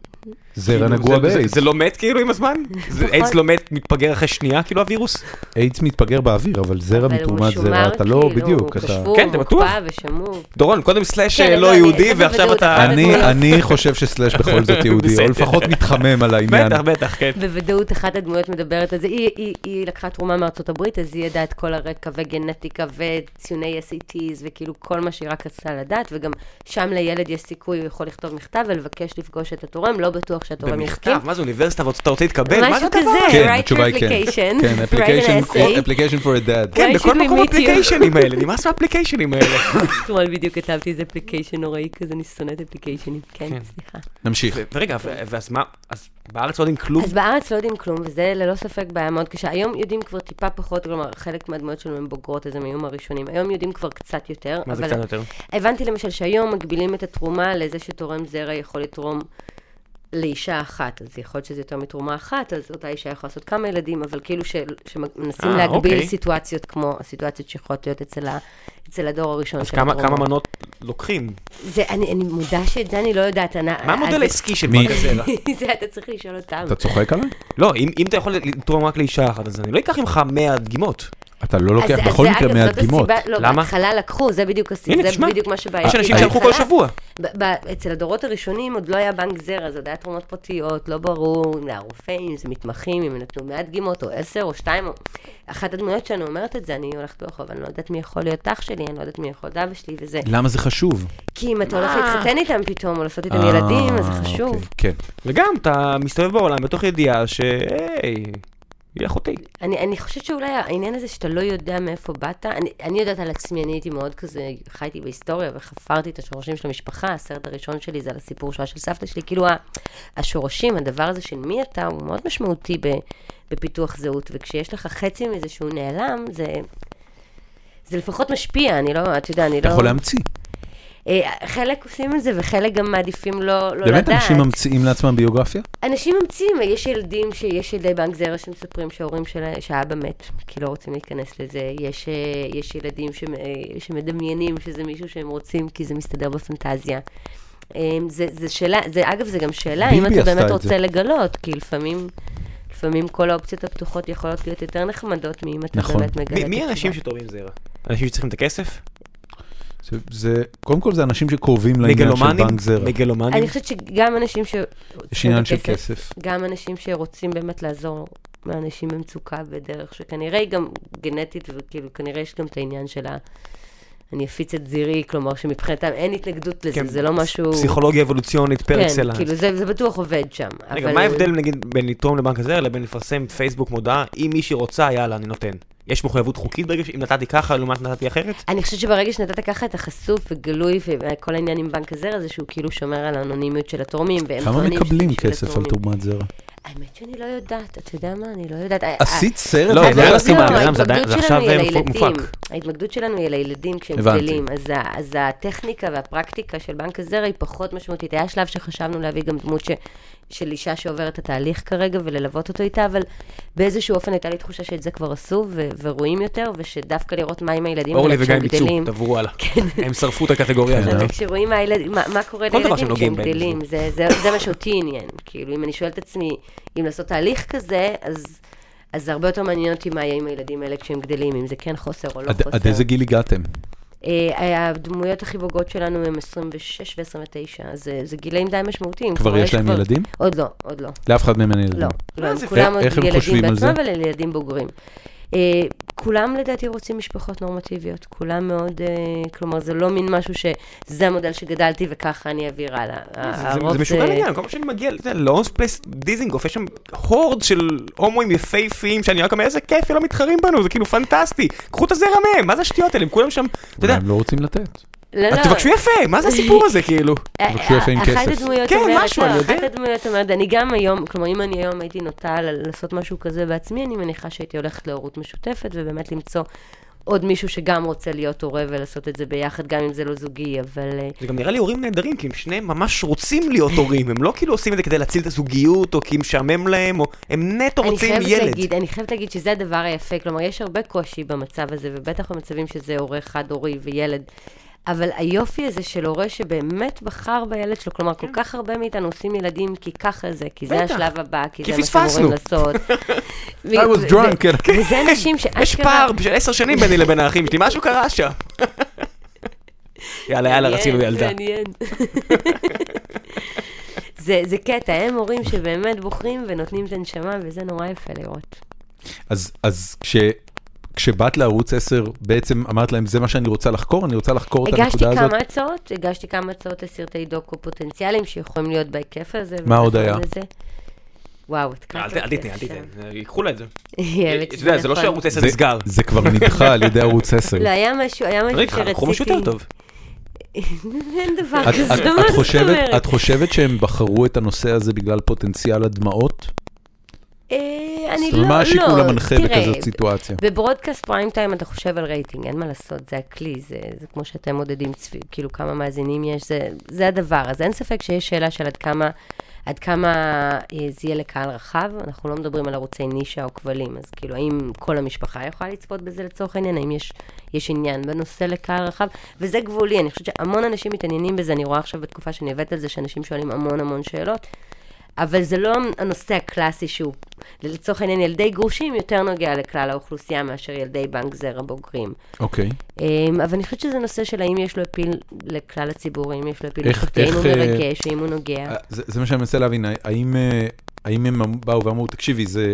Speaker 1: זרע
Speaker 2: כאילו,
Speaker 1: נגוע
Speaker 2: זה- זה-
Speaker 1: באיידס.
Speaker 2: זה לא מת כאילו עם הזמן? זה-
Speaker 3: נכון.
Speaker 2: איידס לא מת, מתפגר אחרי שנייה כאילו הווירוס?
Speaker 1: איידס מתפגר באוויר, אבל זרע
Speaker 3: אבל הוא
Speaker 1: מתרומת זרע,
Speaker 3: שומר,
Speaker 1: אתה לא,
Speaker 3: כאילו,
Speaker 1: בדיוק,
Speaker 3: הוא
Speaker 1: אתה...
Speaker 3: קשור,
Speaker 2: כן, אתה
Speaker 3: הוא
Speaker 2: בטוח?
Speaker 3: הוקפא ושמור.
Speaker 2: דורון, קודם סלאש
Speaker 3: כן,
Speaker 2: אה, לא
Speaker 3: אני לא, אני-
Speaker 2: יהודי,
Speaker 3: זה
Speaker 2: ועכשיו
Speaker 3: בוודאות,
Speaker 2: אתה...
Speaker 3: אחד
Speaker 1: אני,
Speaker 3: הדמויות.
Speaker 1: אני חושב שסלאש בכל זאת יהודי, או
Speaker 2: בסדר.
Speaker 1: לפחות מתחמם על העניין.
Speaker 2: בטח, בטח, כן.
Speaker 3: בוודאות אחת הדמויות מדברת על זה. היא, היא, היא לקחה תרומה מארצות הברית, אז היא ידעה את כל הרקע וגנטיקה וציוני SATs וכאילו כל מה שהיא רק רצתה לדעת, וגם שם לילד יש סיכוי, הוא יכול לכתוב מכתב ולבקש לפגוש את התורם, לא בטוח שהתורם יסכים.
Speaker 2: במכתב, מה זה אוניברסיטה, אבל אתה רוצה להתקבל? מה זה
Speaker 3: משהו
Speaker 2: הדבר
Speaker 3: כזה,
Speaker 2: הזה?
Speaker 1: כן,
Speaker 3: write
Speaker 1: התשובה היא כן.
Speaker 3: application,
Speaker 1: כן,
Speaker 3: write an
Speaker 1: application-
Speaker 3: essay.
Speaker 1: application for a dad.
Speaker 2: כן,
Speaker 3: Why should
Speaker 2: בכל
Speaker 3: we
Speaker 2: מקום
Speaker 3: meet you?
Speaker 2: אפליקיישנים האלה, נמאס מהאפליקיישנים האלה.
Speaker 3: אתמול בדיוק כתבתי איזה אפליקיישן נוראי כזה, אני שונאת אפליקיישנים.
Speaker 2: כן.
Speaker 3: כן, סליחה.
Speaker 1: נמשיך.
Speaker 2: ו- ורגע, ו- ואז מה, אז בארץ לא יודעים כלום?
Speaker 3: אז בארץ לא יודעים כלום, וזה ללא ספק בעיה מאוד קשה. היום יודעים כבר טיפה פחות, כלומר, חלק מהדמויות שלנו הן בוגרות, אז הם היו מהראשונים. היום יודעים כבר קצת יותר.
Speaker 2: מה זה
Speaker 3: אבל
Speaker 2: קצת יותר?
Speaker 3: הבנתי למשל שהיום מגבילים את התרומה לזה שתורם זרע יכול לתרום לאישה אחת. אז יכול להיות שזה יותר מתרומה אחת, אז אותה אישה יכולה לעשות כמה ילדים, אבל כאילו ש- שמנסים
Speaker 2: אה,
Speaker 3: להגביל
Speaker 2: אוקיי.
Speaker 3: סיטואציות כמו הסיטואציות שיכולות להיות אצל, ה- אצל הדור הראשון
Speaker 2: אז
Speaker 3: של
Speaker 2: כמה
Speaker 3: התרומה.
Speaker 2: כמה מנות לוקחים?
Speaker 3: זה, אני, אני מודה שאת זה אני לא יודעת. אני,
Speaker 2: מה המודל
Speaker 3: אז-
Speaker 2: העסקי של
Speaker 1: מי?
Speaker 2: בנק הזרע?
Speaker 3: זה אתה צריך לשאול אותם.
Speaker 1: אתה צוחק עליי?
Speaker 2: לא, אם אם אתה יכול לתרום רק לאישה אחת, אז אני לא אקח ממך 100 דגימות.
Speaker 3: אה,
Speaker 1: אתה לא לוקח
Speaker 3: אז- אז
Speaker 1: בכל
Speaker 3: זה,
Speaker 1: מקרה
Speaker 3: אגב, זאת
Speaker 1: מהדגימות.
Speaker 3: הסיבה- לא,
Speaker 2: למה?
Speaker 3: בהתחלה לקחו, זה בדיוק הסיבה,
Speaker 2: הנה,
Speaker 3: זה
Speaker 2: תשמע.
Speaker 3: בדיוק מה שבעיה.
Speaker 2: יש אנשים
Speaker 1: אה,
Speaker 3: כי
Speaker 2: שהלכו כל
Speaker 3: בהתחלה-
Speaker 2: שבוע.
Speaker 3: ב- ב- אצל הדורות הראשונים עוד לא היה בנק זרע, זה עוד היה תרומות פרטיות, לא ברור אם זה הרופא, אם זה מתמחים, אם נתנו 100 דגימות, או 10 או 2. או... אחת הדמויות שלנו אומרת את זה, אני הולכת ברחוב, אני לא יודעת מי יכול להיות אח שלי, אני לא יודעת מי יכול להיות אבא שלי וזה.
Speaker 1: למה זה חשוב?
Speaker 3: כי אם אתה הולך
Speaker 2: מה?
Speaker 3: להתחתן איתם פתאום, או לעשות איתם ילדים, אז זה
Speaker 1: אה,
Speaker 3: חשוב. לא-
Speaker 1: אוקיי, כן.
Speaker 2: וגם אתה מסתובב בעולם בתוך ידיעה ש... היי, היא אחותי.
Speaker 3: אני, אני חושבת שאולי העניין הזה שאתה לא יודע מאיפה באת, אני, אני יודעת על עצמי, אני הייתי מאוד כזה, חייתי בהיסטוריה וחפרתי את השורשים של המשפחה, הסרט הראשון שלי זה על הסיפור שלה של סבתא שלי, כאילו ה- השורשים, הדבר הזה של מי אתה, הוא מאוד משמעותי ב, בפיתוח זהות, וכשיש לך חצי מזה שהוא נעלם, זה... זה לפחות משפיע, אני לא, אתה יודע, אני
Speaker 1: אתה
Speaker 3: לא...
Speaker 1: יכול להמציא.
Speaker 3: אה, חלק עושים את זה, וחלק גם מעדיפים לא, לא לדעת.
Speaker 1: באמת אנשים ממציאים לעצמם ביוגרפיה?
Speaker 3: אנשים ממציאים, יש ילדים שיש ילדי בנק זרע שמספרים שההורים שלהם, שהאבא מת, כי לא רוצים להיכנס לזה. יש, אה, יש ילדים שמ, אה, שמדמיינים שזה מישהו שהם רוצים, כי זה מסתדר בפנטזיה. אה, זה, זה שאלה, זה, אגב, זה גם שאלה אם
Speaker 1: ביבי
Speaker 3: אתה
Speaker 1: עשתה את
Speaker 3: באמת
Speaker 1: זה.
Speaker 3: רוצה לגלות, כי לפעמים, לפעמים כל האופציות הפתוחות יכולות להיות יותר נחמדות מאם אתה
Speaker 1: נכון.
Speaker 3: באמת מגלה.
Speaker 2: מי-
Speaker 3: את
Speaker 2: מי האנשים
Speaker 3: התשובה.
Speaker 2: שתורמים זרע? אנשים שצריכים את הכסף?
Speaker 1: זה- זה, קודם כל זה אנשים שקרובים לעניין של
Speaker 2: מגלומנים?
Speaker 1: בנק זרע.
Speaker 2: מגלומנים?
Speaker 3: אני חושבת שגם אנשים ש...
Speaker 1: יש עניין של כסף.
Speaker 3: גם אנשים שרוצים באמת לעזור לאנשים במצוקה בדרך שכנראה היא גם גנטית, וכאילו כנראה יש גם את העניין של ה... אני אפיץ את זירי, כלומר שמבחינתם אין התנגדות לזה,
Speaker 2: כן,
Speaker 3: זה לא משהו...
Speaker 2: פסיכולוגיה אבולוציונית פר
Speaker 3: כן,
Speaker 2: אקסלנס.
Speaker 3: כאילו זה, זה בטוח עובד שם.
Speaker 2: רגע,
Speaker 3: אבל-
Speaker 2: מה ההבדל נגיד בין לתרום לבנק הזרע לבין לפרסם פייסבוק מודעה, אם מישהי רוצה, יאללה, אני נותן. יש מחויבות חוקית ברגע שאם נתתי ככה לעומת נתתי אחרת?
Speaker 3: אני חושבת שברגע שנתת ככה אתה חשוף וגלוי, וכל העניין עם בנק הזרע זה שהוא כאילו שומר על האנונימיות של התורמים, והם
Speaker 1: כמה
Speaker 3: טוענים
Speaker 1: מקבלים
Speaker 3: שזה בשביל
Speaker 1: כסף על
Speaker 3: התורמים.
Speaker 1: תרומת זרע?
Speaker 3: האמת שאני לא יודעת, אתה יודע מה? אני לא יודעת.
Speaker 1: עשית סרט?
Speaker 2: לא,
Speaker 1: על
Speaker 2: זה
Speaker 1: זרע?
Speaker 2: היה
Speaker 3: לא,
Speaker 2: לשים
Speaker 3: לא,
Speaker 2: על הבן אדם, זה
Speaker 3: ההתמקדות
Speaker 2: עדיין- זה עכשיו,
Speaker 3: שלנו היא
Speaker 2: אה, מופק.
Speaker 3: לילדים. ההתמקדות שלנו היא על הילדים כשהם
Speaker 1: הבנתי.
Speaker 3: גדלים. אז ה- אז הטכניקה והפרקטיקה של בנק הזרע היא פחות משמעותית. היה שלב שחשבנו להביא גם דמות ש- של אישה שעוברת את התהליך כרגע וללוות אותו איתה, אבל באיזשהו אופן הייתה לי תחושה שאת זה כבר עשו ו- ורואים יותר, ושדווקא לראות מה עם הילדים
Speaker 2: אורלי
Speaker 3: האלה
Speaker 2: וגיא
Speaker 3: כשהם
Speaker 2: מיצו,
Speaker 3: גדלים. כן.
Speaker 2: תעברו הלאה. הם שרפו את
Speaker 1: כן,
Speaker 2: הקטגוריה הזאת.
Speaker 1: אה?
Speaker 3: אבל כשרואים מה הילד- מה מה קורה
Speaker 2: כל דבר שהם
Speaker 3: לילדים
Speaker 2: נוגעים
Speaker 3: כשהם
Speaker 2: בהם.
Speaker 3: גדלים, זה- זה זה מה שאותי עניין. כאילו, אם אני שואלת את עצמי, אם לעשות תהליך כזה, אז... אז זה הרבה יותר מעניין אותי מה יהיה עם הילדים האלה כשהם גדלים, אם זה כן חוסר או לא
Speaker 1: עד- עד
Speaker 3: חוסר.
Speaker 1: איזה גיל הגעתם?
Speaker 3: אה, הדמויות הכי בוגרות שלנו הם 26 ו-29, אז אה, זה גילאים די משמעותיים.
Speaker 1: כבר
Speaker 3: כלומר,
Speaker 1: יש להם ילדים?
Speaker 3: עוד לא, עוד לא.
Speaker 1: לאף אחד מהם אין ילדים.
Speaker 3: לא, לא,
Speaker 2: אה, זה-
Speaker 3: הם כולם עוד
Speaker 1: איך הם
Speaker 3: ילדים
Speaker 1: חושבים על
Speaker 3: בעצמם,
Speaker 1: זה?
Speaker 3: אבל הם ילדים בוגרים. אה, כולם לדעתי רוצים משפחות נורמטיביות, כולם מאוד, אה, כלומר זה לא מין משהו שזה המודל שגדלתי וככה אני אה, אעביר הלאה.
Speaker 2: אה, זה- זה-
Speaker 3: הרוב
Speaker 2: זה
Speaker 1: אה,
Speaker 2: משוגע לעניין, כל פעם שאני מגיע, לא אתה יודע, לאונס פלייס דיזינגוף, יש שם הורד של הומואים יפהפיים, שאני רק אומר, איזה כיף, הם לא מתחרים בנו, זה כאילו פנטסטי, קחו את הזרע מהם, מה זה השטויות האלה, הם כולם שם, אתה
Speaker 1: אולי
Speaker 2: יודע,
Speaker 1: הם לא רוצים לתת.
Speaker 3: לא,
Speaker 2: אז
Speaker 3: לא,
Speaker 2: תבקשו יפה, מה זה הסיפור הזה, כאילו?
Speaker 1: תבקשו יפה עם
Speaker 3: אחת
Speaker 1: כסף.
Speaker 3: הדמויות
Speaker 2: כן,
Speaker 3: אומרת,
Speaker 2: משהו,
Speaker 3: לא,
Speaker 2: אני יודע.
Speaker 3: אחת הדמויות אומרת, אני גם היום, כלומר, אם אני היום הייתי נוטה ל- לעשות משהו כזה בעצמי, אני מניחה שהייתי הולכת להורות משותפת, ובאמת למצוא עוד מישהו שגם רוצה להיות הורה ולעשות את זה ביחד, גם אם זה לא זוגי, אבל... אה,
Speaker 2: זה גם נראה לי הורים נהדרים, כי הם שניהם ממש רוצים להיות הורים, הם לא כאילו עושים את זה כדי להציל את הזוגיות, או כי משעמם להם, או הם נטו
Speaker 3: אני
Speaker 2: רוצים
Speaker 3: חייבת
Speaker 2: ילד.
Speaker 3: להגיד, אני חייבת להגיד שזה הדבר היפה, כלומר, יש הרבה קושי במצב הזה, ובטח במצבים שזה הורה חד-הורי וילד. אבל היופי הזה של הורה שבאמת בחר בילד שלו, כלומר, כל כך הרבה מאיתנו עושים ילדים כי ככה זה, כי זה
Speaker 2: כן. בטח.
Speaker 3: השלב הבא, כי
Speaker 2: כי
Speaker 3: זה מה שאמורים
Speaker 2: פספסנו.
Speaker 3: לעשות. I
Speaker 1: was drunk, כן.
Speaker 3: וזה אנשים שאשכרה...
Speaker 2: יש פער של עשר שנים ביני לבין האחים שלי, משהו קרה שם. יאללה, יאללה,
Speaker 3: מעניין,
Speaker 2: רצינו ילדה.
Speaker 3: מעניין. זה, זה קטע, הם הורים שבאמת בוחרים ונותנים את הנשמה, וזה נורא יפה לראות.
Speaker 1: אז, אז כש, כשבאת לערוץ 10, בעצם אמרת להם, זה מה שאני רוצה לחקור, אני רוצה לחקור את
Speaker 3: הגשתי
Speaker 1: הנקודה הזאת.
Speaker 3: כמה הצעות, הגשתי כמה הצעות לסרטי דוקו פוטנציאליים שיכולים להיות בהיקף הזה.
Speaker 1: מה עוד
Speaker 3: ובכלל
Speaker 1: היה?
Speaker 3: לזה. וואו, התקעת
Speaker 2: אל ת- אל תתני, אל תתני, ייקחו לה את זה.
Speaker 3: האמת
Speaker 2: אתה יודע, זה לא
Speaker 3: נכון.
Speaker 2: שערוץ 10
Speaker 1: זה-
Speaker 2: נסגר.
Speaker 1: זה כבר נדחה על ידי ערוץ 10.
Speaker 3: לא, היה משהו, היה משהו
Speaker 2: אני
Speaker 3: שרציתי...
Speaker 2: איתך, לקחו משהו יותר טוב.
Speaker 3: אין דבר
Speaker 1: את,
Speaker 3: כזה,
Speaker 1: את,
Speaker 3: מה
Speaker 1: את,
Speaker 3: זאת
Speaker 1: חושבת,
Speaker 3: אומרת?
Speaker 1: את חושבת שהם בחרו את הנושא הזה בגלל פוטנציאל הדמעות?
Speaker 3: אה, אני
Speaker 1: זאת
Speaker 3: לא,
Speaker 1: אומרת,
Speaker 3: לא,
Speaker 1: מה השיקול המנחה
Speaker 3: תראה,
Speaker 1: בכזאת סיטואציה?
Speaker 3: בברודקאסט פריים טיים אתה חושב על רייטינג, אין מה לעשות, זה הכלי, זה, זה כמו שאתם מודדים צפי, כאילו כמה מאזינים יש, זה, זה הדבר. אז אין ספק שיש שאלה של עד כמה, עד כמה אה, זה יהיה לקהל רחב, אנחנו לא מדברים על ערוצי נישה או כבלים, אז כאילו האם כל המשפחה יכולה לצפות בזה לצורך העניין, האם יש, יש עניין בנושא לקהל רחב, וזה גבולי, אני חושבת שהמון אנשים מתעניינים בזה, אני רואה עכשיו בתקופה שאני עובדת על זה, שאנשים שואלים המון המון שאלות. אבל זה לא הנושא הקלאסי שהוא, לצורך העניין, ילדי גרושים יותר נוגע לכלל האוכלוסייה מאשר ילדי בנק זרע בוגרים.
Speaker 1: אוקיי.
Speaker 3: אמ, אבל אני חושבת שזה נושא של האם יש לו אפיל לכלל הציבור, האם יש לו אפיל
Speaker 1: איך-
Speaker 3: לפרטי, אם הוא
Speaker 1: איך, אה,
Speaker 3: מרגש, האם הוא נוגע.
Speaker 1: זה זה מה שאני מנסה להבין, האם, אה, האם הם באו ואמרו, תקשיבי, זה...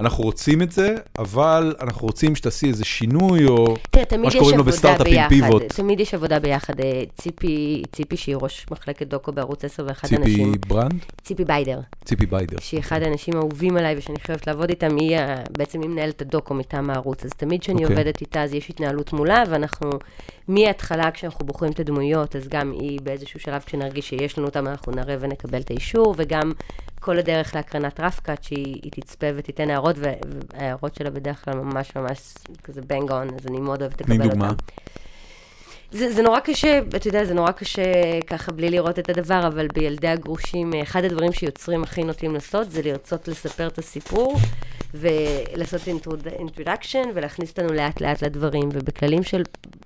Speaker 1: אנחנו רוצים את זה, אבל אנחנו רוצים שתעשי איזה שינוי, או...
Speaker 3: תראה, תמיד יש
Speaker 1: שקוראים לו
Speaker 3: עבודה
Speaker 1: בסטארט-אפים
Speaker 3: ביחד.
Speaker 1: פיבוט.
Speaker 3: תמיד יש עבודה ביחד. אה, ציפי, ציפי שהיא ראש מחלקת דוקו בערוץ 10 ואחת
Speaker 1: ציפי
Speaker 3: הנשים,
Speaker 1: ברנד?
Speaker 3: ציפי ביידר,
Speaker 1: ציפי ביידר.
Speaker 3: שהיא אחד האנשים האהובים עליי ושאני חייבת לעבוד איתם, היא ה- בעצם היא מנהלת הדוקו מטעם הערוץ, אז תמיד כשאני
Speaker 1: אוקיי.
Speaker 3: עובדת איתה אז יש התנהלות מולה, ואנחנו מההתחלה כשאנחנו בוחרים את הדמויות, אז גם היא באיזשהו שלב כשנרגיש שיש לנו אותם אנחנו נראה ונקבל את האישור, וגם כל הדרך להקרנת רפקאט שהיא היא תצפה ותיתן הערות, ו- וההערות שלה בדרך כלל ממש ממש כזה בנג און, אז אני מאוד אוהבת לקבל
Speaker 1: תני
Speaker 3: אותם.
Speaker 1: דוגמה.
Speaker 3: זה, זה נורא קשה, אתה יודע, זה נורא קשה ככה בלי לראות את הדבר, אבל בילדי הגרושים, אה, אחד הדברים שיוצרים הכי נוטים לעשות זה לרצות לספר את הסיפור, ולעשות אינטרודקשן, ולהכניס אותנו לאט לאט לדברים. ובכללים של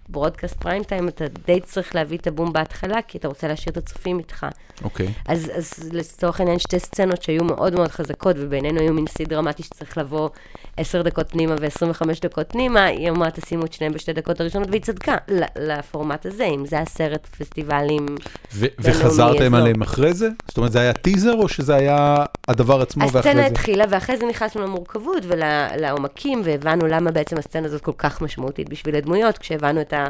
Speaker 3: ברודקאסט פריים טיים, אתה די צריך להביא את הבום בהתחלה, כי אתה רוצה להשאיר את הצופים איתך.
Speaker 1: אוקיי.
Speaker 3: אז, אז לצורך העניין שתי סצנות שהיו מאוד מאוד חזקות, ובינינו היו מין שיא דרמטי שצריך לבוא 10 דקות פנימה ו-25 דקות פנימה, היא אמרה, תשימו את שניהם בשתי דקות הראשונות, והיא צדקה ל- לפורמט הזה, אם זה הסרט פסטיבלים.
Speaker 1: ו-
Speaker 3: בינלאומי
Speaker 1: וחזרתם
Speaker 3: אזור.
Speaker 1: עליהם אחרי זה? זאת אומרת, זה היה טיזר, או שזה היה הדבר עצמו ואחרי זה?
Speaker 3: הסצנה התחילה, ואחרי זה נכנסנו למורכבות ולעומקים, והבנו למה בעצם הסצנה הזאת כל כך משמעותית בשביל הדמויות, כשהבנו את ה...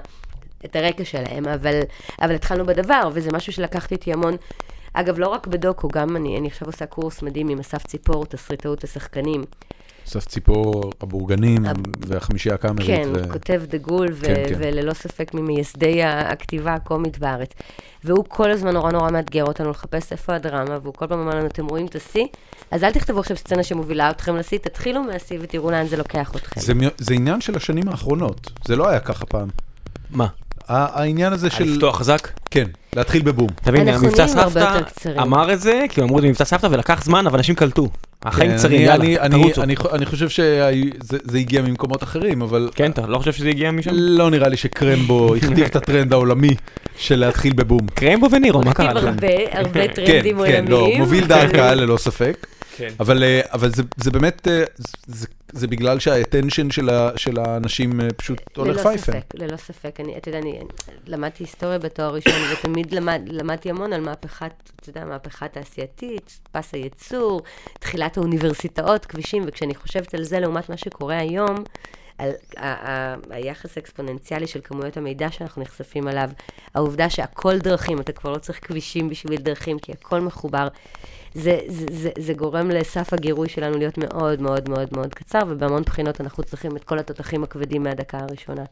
Speaker 3: את הרקע שלהם, אבל, אבל התחלנו בדבר, וזה משהו שלקחתי איתי המון. אגב, לא רק בדוקו, גם אני, אני עכשיו עושה קורס מדהים עם אסף ציפור, תסריטאות לשחקנים.
Speaker 1: סף ציפור, הבורגנים והחמישייה הקאמרית.
Speaker 3: כן,
Speaker 1: ו-
Speaker 3: הוא כותב דגול, ו-
Speaker 1: כן, כן.
Speaker 3: וללא ספק ממייסדי ה- הכתיבה הקומית בארץ. והוא כל הזמן נורא נורא מאתגר אותנו לחפש איפה הדרמה, והוא כל פעם אומר לנו, אתם רואים את השיא? אז אל תכתבו עכשיו סצנה שמובילה אתכם לשיא, תתחילו מהשיא ותראו לאן זה לוקח אתכם.
Speaker 1: זה, מי- זה עניין של השנים האחרונות, זה לא היה ככה פעם.
Speaker 2: מה?
Speaker 1: ה- העניין הזה של...
Speaker 2: לפתוח חזק?
Speaker 1: כן, להתחיל בבום.
Speaker 2: אתה מבין,
Speaker 3: אנחנו
Speaker 2: המבצע
Speaker 3: נהיים הרבה
Speaker 2: סבתא
Speaker 3: יותר קצרים.
Speaker 2: אמר את זה, כי הם אמרו את זה מבצע סבתא ולקח זמן, אבל אנשים קלטו. החיים
Speaker 1: כן,
Speaker 2: קצרים,
Speaker 1: אני-
Speaker 2: יאללה,
Speaker 1: אני- אני-
Speaker 2: תרוצו.
Speaker 1: אני חו- אני חושב שזה הגיע ממקומות אחרים, אבל
Speaker 2: כן, אתה לא חושב שזה הגיע משם?
Speaker 1: לא נראה לי שקרמבו הכתיב את הטרנד העולמי של להתחיל בבום.
Speaker 2: קרמבו ונירו, מה קרה
Speaker 3: כתיב
Speaker 2: לכם?
Speaker 3: הרבה, הרבה
Speaker 1: כן,
Speaker 3: טרנדים
Speaker 1: כן, לא,
Speaker 3: עולמיים.
Speaker 1: מוביל דעת קהל ללא ספק.
Speaker 2: כן.
Speaker 1: אבל, אה, אבל זה, זה באמת, אה, זה, זה בגלל שהאטנשן של, ה- של האנשים אה, פשוט הולך
Speaker 3: ללא
Speaker 1: פייפן.
Speaker 3: ספק, ללא ספק. אני, אתה יודע, אני למדתי היסטוריה בתואר ראשון, ותמיד למד, למדתי המון על מהפכת, אתה יודע, מהפכה תעשייתית, פס הייצור, תחילת האוניברסיטאות, כבישים, וכשאני חושבת על זה לעומת מה שקורה היום, על ה- ה- היחס האקספוננציאלי של כמויות המידע שאנחנו נחשפים עליו, העובדה שהכל דרכים, אתה כבר לא צריך כבישים בשביל דרכים, כי הכל מחובר. זה, זה, זה, זה גורם לסף הגירוי שלנו להיות מאוד מאוד מאוד מאוד קצר, ובהמון בחינות אנחנו צריכים את כל התותחים הכבדים מהדקה הראשונה.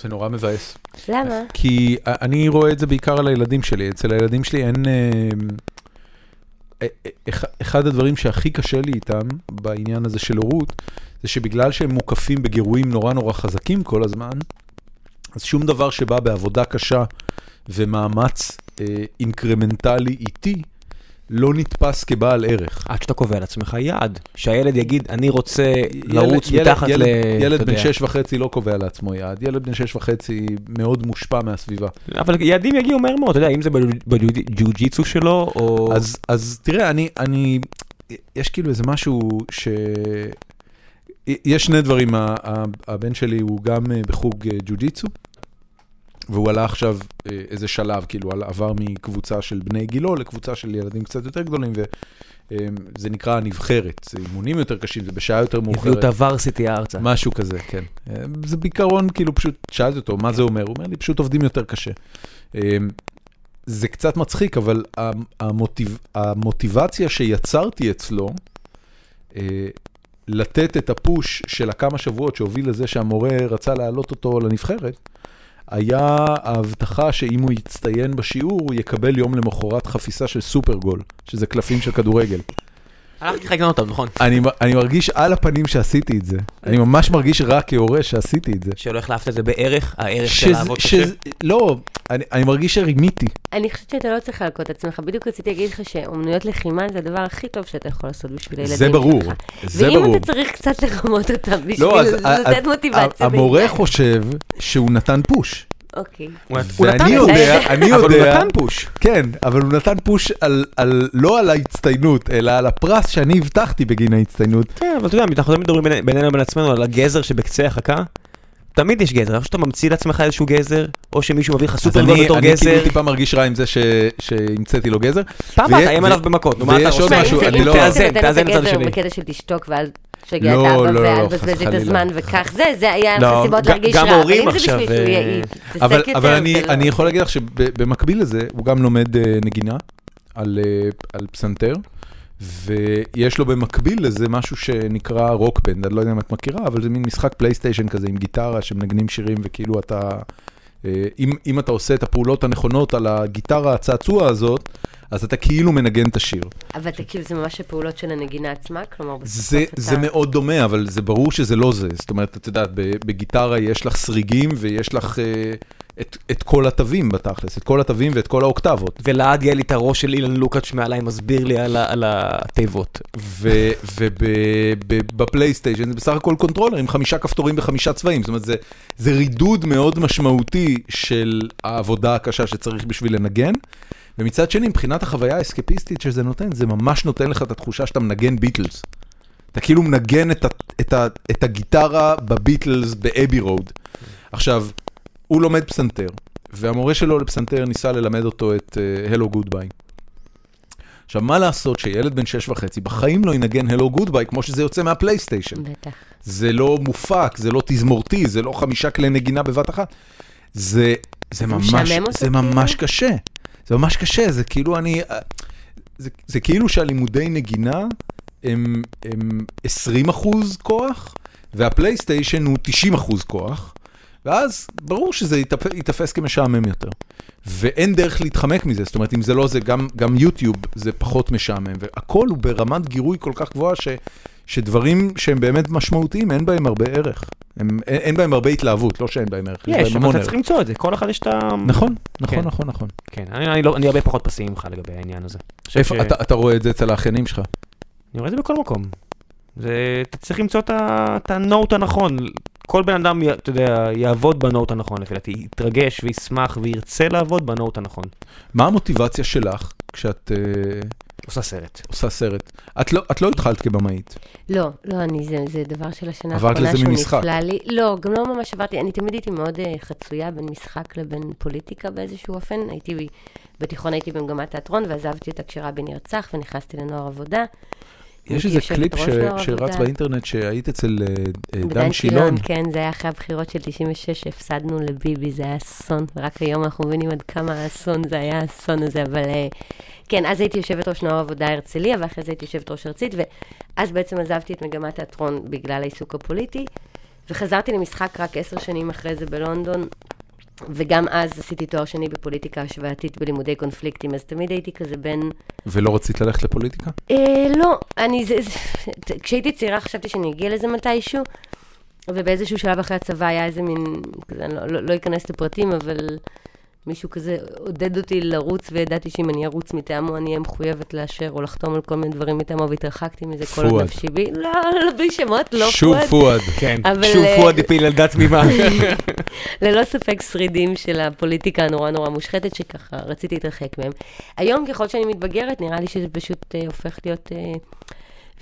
Speaker 1: זה נורא מבאס.
Speaker 3: למה?
Speaker 1: כי א- אני רואה את זה בעיקר על הילדים שלי. אצל הילדים שלי אין... אה, אה, אח- אחד הדברים שהכי קשה לי איתם בעניין הזה של הורות, זה שבגלל שהם מוקפים בגירויים נורא נורא חזקים כל הזמן, אז שום דבר שבא בעבודה קשה ומאמץ אה, אינקרמנטלי איטי, לא נתפס כבעל ערך.
Speaker 2: עד שאתה קובע לעצמך יעד, שהילד יגיד, אני רוצה
Speaker 1: ילד-
Speaker 2: לרוץ
Speaker 1: ילד-
Speaker 2: מתחת
Speaker 1: ילד-
Speaker 2: ל...
Speaker 1: ילד
Speaker 2: אתה
Speaker 1: בן
Speaker 2: יודע.
Speaker 1: שש וחצי לא קובע לעצמו יעד, ילד בן שש וחצי מאוד מושפע מהסביבה.
Speaker 2: אבל יעדים יגיעו מהר מאוד, אתה יודע, אם זה בג'ו-ג'יצו שלו, או...
Speaker 1: אז, אז תראה, אני, אני, יש כאילו איזה משהו ש... יש שני דברים, ה- ה- הבן שלי הוא גם אה, בחוג אה, ג'ו-ג'יצו, והוא עלה עכשיו אה, איזה שלב, כאילו על- עבר מקבוצה של בני גילו לקבוצה של ילדים קצת יותר גדולים, וזה נקרא הנבחרת, זה אימונים יותר קשים, זה בשעה יותר מאוחרת.
Speaker 2: הביאו את הוורסיטי ארצה.
Speaker 1: משהו כזה, כן. אה, זה בעיקרון, כאילו, פשוט שאלתי אותו, מה זה אומר? הוא אומר לי, פשוט עובדים יותר קשה. אה, זה קצת מצחיק, אבל המ- המוטיב, המוטיבציה שיצרתי אצלו, אה, לתת את הפוש של הכמה שבועות שהוביל לזה שהמורה רצה להעלות אותו לנבחרת, היה ההבטחה שאם הוא יצטיין בשיעור, הוא יקבל יום למחרת חפיסה של סופרגול, שזה קלפים של כדורגל.
Speaker 2: הלכתי לקנות אותם, נכון?
Speaker 1: אני, אני מרגיש על הפנים שעשיתי את זה. אני ממש מרגיש רע כהורה שעשיתי את זה.
Speaker 2: שלא החלפת את זה בערך, הערך של
Speaker 1: שזה-
Speaker 2: לעבוד קשה.
Speaker 1: שזה- לא, אני, אני מרגיש שרימיתי.
Speaker 3: אני חושבת שאתה לא צריך להלקות את עצמך. בדיוק רציתי להגיד לך שאומנויות לחימה זה הדבר הכי טוב שאתה יכול לעשות בשביל הילדים
Speaker 1: זה ברור,
Speaker 3: שלך.
Speaker 1: זה
Speaker 3: ואם
Speaker 1: ברור.
Speaker 3: אתה צריך קצת לרמות אותם בשביל
Speaker 1: לא, אז ה-
Speaker 3: לתת
Speaker 1: ה-
Speaker 3: מוטיבציה.
Speaker 1: ה- המורה חושב שהוא נתן פוש.
Speaker 3: אוקיי.
Speaker 2: הוא הוא נתן
Speaker 1: ואני
Speaker 2: פוש.
Speaker 1: יודע, אני יודע...
Speaker 2: אבל הוא נתן פוש.
Speaker 1: כן, אבל הוא נתן פוש על, על, לא על ההצטיינות, אלא על הפרס שאני הבטחתי בגין ההצטיינות.
Speaker 2: כן, אבל אתה יודע, אנחנו תמיד מדברים ביני- בינינו לבין עצמנו על הגזר שבקצה החכה. תמיד יש גזר, או שאתה ממציא לעצמך איזשהו גזר, או שמישהו מביא לך
Speaker 1: אז
Speaker 2: סופרגול
Speaker 1: אני,
Speaker 2: בתור
Speaker 1: אני כאילו
Speaker 2: גזר.
Speaker 1: טיפה מרגיש רע עם זה ש, שהמצאתי לו גזר.
Speaker 2: פעם
Speaker 1: ו-
Speaker 2: אחת, תאיים
Speaker 1: ו-
Speaker 2: עליו במכות, נו מה אתה
Speaker 1: ויש עוד
Speaker 2: רוצה?
Speaker 1: משהו,
Speaker 3: אם
Speaker 1: אני לא-
Speaker 3: אתה
Speaker 2: תאזן,
Speaker 3: נותן את
Speaker 2: תאזן לצד
Speaker 3: הגזר
Speaker 2: השני.
Speaker 3: בקטע של תשתוק ואל תשגע את
Speaker 1: לא,
Speaker 3: האבא
Speaker 1: לא,
Speaker 3: ואל
Speaker 1: לא, חס
Speaker 3: תבזבז את
Speaker 1: וחלילה.
Speaker 3: הזמן וכך זה, זה היה לך
Speaker 1: לא,
Speaker 3: סיבות
Speaker 2: גם-
Speaker 3: להרגיש רע.
Speaker 2: גם הורים עכשיו,
Speaker 3: אבל אם זה
Speaker 2: אה,
Speaker 3: בשביל שהוא יעיד,
Speaker 1: אבל,
Speaker 3: תתעסק יותר.
Speaker 1: אבל אני,
Speaker 3: זה לא-
Speaker 1: אני יכול להגיד לך שבמקביל לזה, הוא גם לומד אה, נגינה על, אה, על פסנתר, ויש לו במקביל לזה משהו שנקרא רוקבנד, אני לא יודע אם את מכירה, אבל זה מין משחק פלייסטיישן כזה עם גיטרה שמנגנים שירים וכאילו אתה... אה, אם, אם אתה עושה את הפעולות הנכונות על הגיטרה הצעצוע הזאת, אז אתה כאילו מנגן את השיר.
Speaker 3: אבל אתה כאילו, זה ממש הפעולות של הנגינה עצמה, כלומר, בסוף
Speaker 1: זה,
Speaker 3: אתה...
Speaker 1: זה מאוד דומה, אבל זה ברור שזה לא זה. זאת אומרת, את יודעת, ב- בגיטרה יש לך סריגים ויש לך אה, את, את כל התווים בתכלס, את כל התווים ואת כל האוקטבות.
Speaker 2: ולעד יהיה לי את הראש של אילן לוקאץ' מעליי, מסביר לי על ה- על התיבות.
Speaker 1: ובפלייסטיישן זה בסך הכל קונטרולר עם חמישה כפתורים וחמישה צבעים. זאת אומרת, זה, זה רידוד מאוד משמעותי של העבודה הקשה שצריך בשביל לנגן. ומצד שני, מבחינת החוויה האסקפיסטית שזה נותן, זה ממש נותן לך את התחושה שאתה מנגן ביטלס. אתה כאילו מנגן את, ה, את, ה, את הגיטרה בביטלס באבי רוד. עכשיו, הוא לומד פסנתר, והמורה שלו לפסנתר ניסה ללמד אותו את הלו גוד ביי. עכשיו, מה לעשות שילד בן שש וחצי בחיים לא ינגן הלו גוד ביי כמו שזה יוצא מהפלייסטיישן.
Speaker 3: בטח.
Speaker 1: זה לא מופק, זה לא תזמורתי, זה לא חמישה כלי נגינה בבת אחת. זה, זה ממש,
Speaker 3: משעמם אותו
Speaker 1: זה ממש
Speaker 3: כאילו?
Speaker 1: קשה. זה ממש קשה, זה כאילו אני... זה, זה כאילו שהלימודי נגינה הם, הם 20 אחוז כוח, והפלייסטיישן הוא 90 אחוז כוח, ואז ברור שזה ייתפ- ייתפס כמשעמם יותר. ואין דרך להתחמק מזה, זאת אומרת, אם זה לא זה, גם, גם יוטיוב זה פחות משעמם, והכל הוא ברמת גירוי כל כך גבוהה, ש, שדברים שהם באמת משמעותיים, אין בהם הרבה ערך. הם, אין, אין בהם הרבה התלהבות, לא שאין בהם ערך,
Speaker 2: יש,
Speaker 1: בהם
Speaker 2: אבל
Speaker 1: המון
Speaker 2: אתה
Speaker 1: ערך.
Speaker 2: צריך למצוא את זה, כל אחד יש את ה...
Speaker 1: נכון, נכון,
Speaker 2: כן.
Speaker 1: נכון, נכון.
Speaker 2: כן, אני אני לא- אני הרבה פחות פסימי ממך לגבי העניין הזה. אני חושב
Speaker 1: איפה,
Speaker 2: ש-
Speaker 1: אתה, אתה רואה את זה אצל האחיינים שלך.
Speaker 2: אני רואה את זה בכל מקום. זה, אתה צריך למצוא את ה- את הנוט הנכון. כל בן אדם, י- אתה יודע, יעבוד בנוט הנכון לפי דעתי, יתרגש וישמח וירצה לעבוד בנוט הנכון.
Speaker 1: מה המוטיבציה שלך כשאת אה,
Speaker 2: עושה סרט.
Speaker 1: עושה סרט? את לא, את לא התחלת כבמאית.
Speaker 3: לא, לא, אני, זה, זה דבר של השנה
Speaker 1: עברת
Speaker 3: האחרונה
Speaker 1: לזה
Speaker 3: שהוא
Speaker 1: ממשחק.
Speaker 3: נפלא לי. לא, גם לא ממש עברתי, אני תמיד הייתי מאוד אה, חצויה בין משחק לבין פוליטיקה באיזשהו אופן. הייתי, ב- בתיכון הייתי במגמת תיאטרון, ועזבתי אותה כשרבין נרצח, ונכנסתי לנוער עבודה.
Speaker 1: יש
Speaker 3: הייתי
Speaker 1: איזה קליפ ש,
Speaker 3: יושבת-ראש נוער
Speaker 1: שרץ
Speaker 3: עבודה.
Speaker 1: באינטרנט שהיית אצל אה, אה,
Speaker 3: בדן
Speaker 1: דן שילון.
Speaker 3: כן, זה היה אחרי הבחירות של 96, שהפסדנו לביבי, זה היה אסון, ורק היום אנחנו מבינים עד כמה האסון זה היה האסון הזה, אבל... אה, כן, אז הייתי יושבת ראש נוער עבודה הרצליה, ואחרי זה הייתי יושבת ראש ארצית, ואז בעצם עזבתי את מגמת תיאטרון בגלל העיסוק הפוליטי, וחזרתי למשחק רק עשר שנים אחרי זה בלונדון, וגם אז עשיתי תואר שני בפוליטיקה השוואתית בלימודי קונפליקטים, אז תמיד הייתי כזה בין...
Speaker 1: ולא רצית ללכת לפוליטיקה?
Speaker 3: אה, לא, אני, זה, זה, כשהייתי צעירה חשבתי שאני אגיע לזה מתישהו, ובאיזשהו שלב אחרי הצבא היה איזה מין, כזה, אני לא, לא, לא אכנס לפרטים, אבל מישהו כזה עודד אותי לרוץ, וידעתי שאם אני ארוץ מטעמו, אני אהיה מחויבת לאשר או לחתום על כל מיני דברים מטעמו, והתרחקתי מזה כל עוד
Speaker 1: פואד.
Speaker 3: נפשי בי. לא, לא, בלי שמות, לא
Speaker 1: שוב פואד.
Speaker 2: כן,
Speaker 3: אבל,
Speaker 2: שוב
Speaker 3: אה,
Speaker 2: פואד הפיל ילדה תמימה.
Speaker 3: ללא ספק שרידים של הפוליטיקה הנורא נורא מושחתת, שככה רציתי להתרחק מהם. היום, ככל שאני מתבגרת, נראה לי שזה פשוט אה, הופך להיות אה,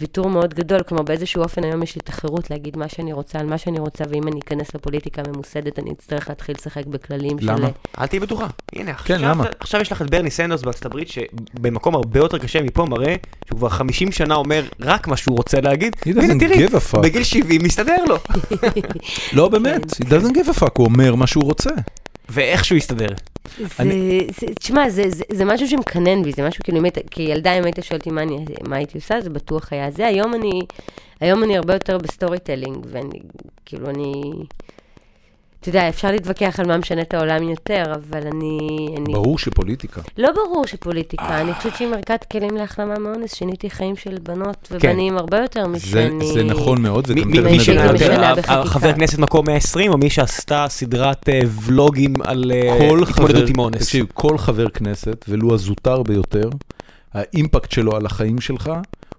Speaker 3: ויתור מאוד גדול. כלומר, באיזשהו אופן היום יש לי את החירות להגיד מה שאני רוצה על מה שאני רוצה, ואם אני אכנס לפוליטיקה הממוסדת, אני אצטרך להתחיל לשחק בכללים של...
Speaker 1: למה?
Speaker 2: אל תהיי בטוחה. הנה,
Speaker 1: כן,
Speaker 2: עכשיו-
Speaker 1: למה?
Speaker 2: עכשיו יש לך את ברני סנדרס בארצות הברית, שבמקום הרבה יותר קשה מפה מראה שהוא כבר 50 שנה אומר רק מה שהוא רוצה להגיד.
Speaker 1: He doesn't
Speaker 2: הנה, תראי,
Speaker 1: give a fuck.
Speaker 2: בגיל 70 מסתדר לו.
Speaker 1: לא, באמת,
Speaker 3: כן.
Speaker 1: he doesn't give a fuck, הוא אומר מה שהוא רוצה.
Speaker 2: ואיך שהוא יסתדר.
Speaker 3: זה, זה, תשמע, זה, זה, זה משהו שמקנן בי, זה משהו כאילו, אם היית, כילדה, אם היית שואלת אותי מה, אני- מה הייתי עושה, זה בטוח היה זה. היום אני, היום אני הרבה יותר בסטורי טלינג, ואני, כאילו, אני... אתה יודע, אפשר להתווכח על מה משנה את העולם יותר, אבל אני... אני
Speaker 1: ברור אה. שפוליטיקה.
Speaker 3: לא ברור שפוליטיקה, אני חושבת שהיא מרכז כלים להחלמה מאונס, שיניתי חיים של בנות ובנים הרבה יותר
Speaker 1: כן. זה
Speaker 3: משאני...
Speaker 1: זה נכון מאוד,
Speaker 2: מי-
Speaker 1: וגם
Speaker 2: מי-
Speaker 1: תכף
Speaker 2: מי
Speaker 1: נדבר על
Speaker 2: שיותר,
Speaker 1: זה.
Speaker 3: משנה
Speaker 2: ה-
Speaker 3: בחקיקה.
Speaker 2: החבר כנסת מקום 120, או מי שעשתה סדרת אה, ולוגים על אה,
Speaker 1: כל חבר,
Speaker 2: התמודדות עם אונס.
Speaker 1: תקשיב, כל חבר כנסת, ולו הזוטר ביותר, האימפקט שלו על החיים שלך,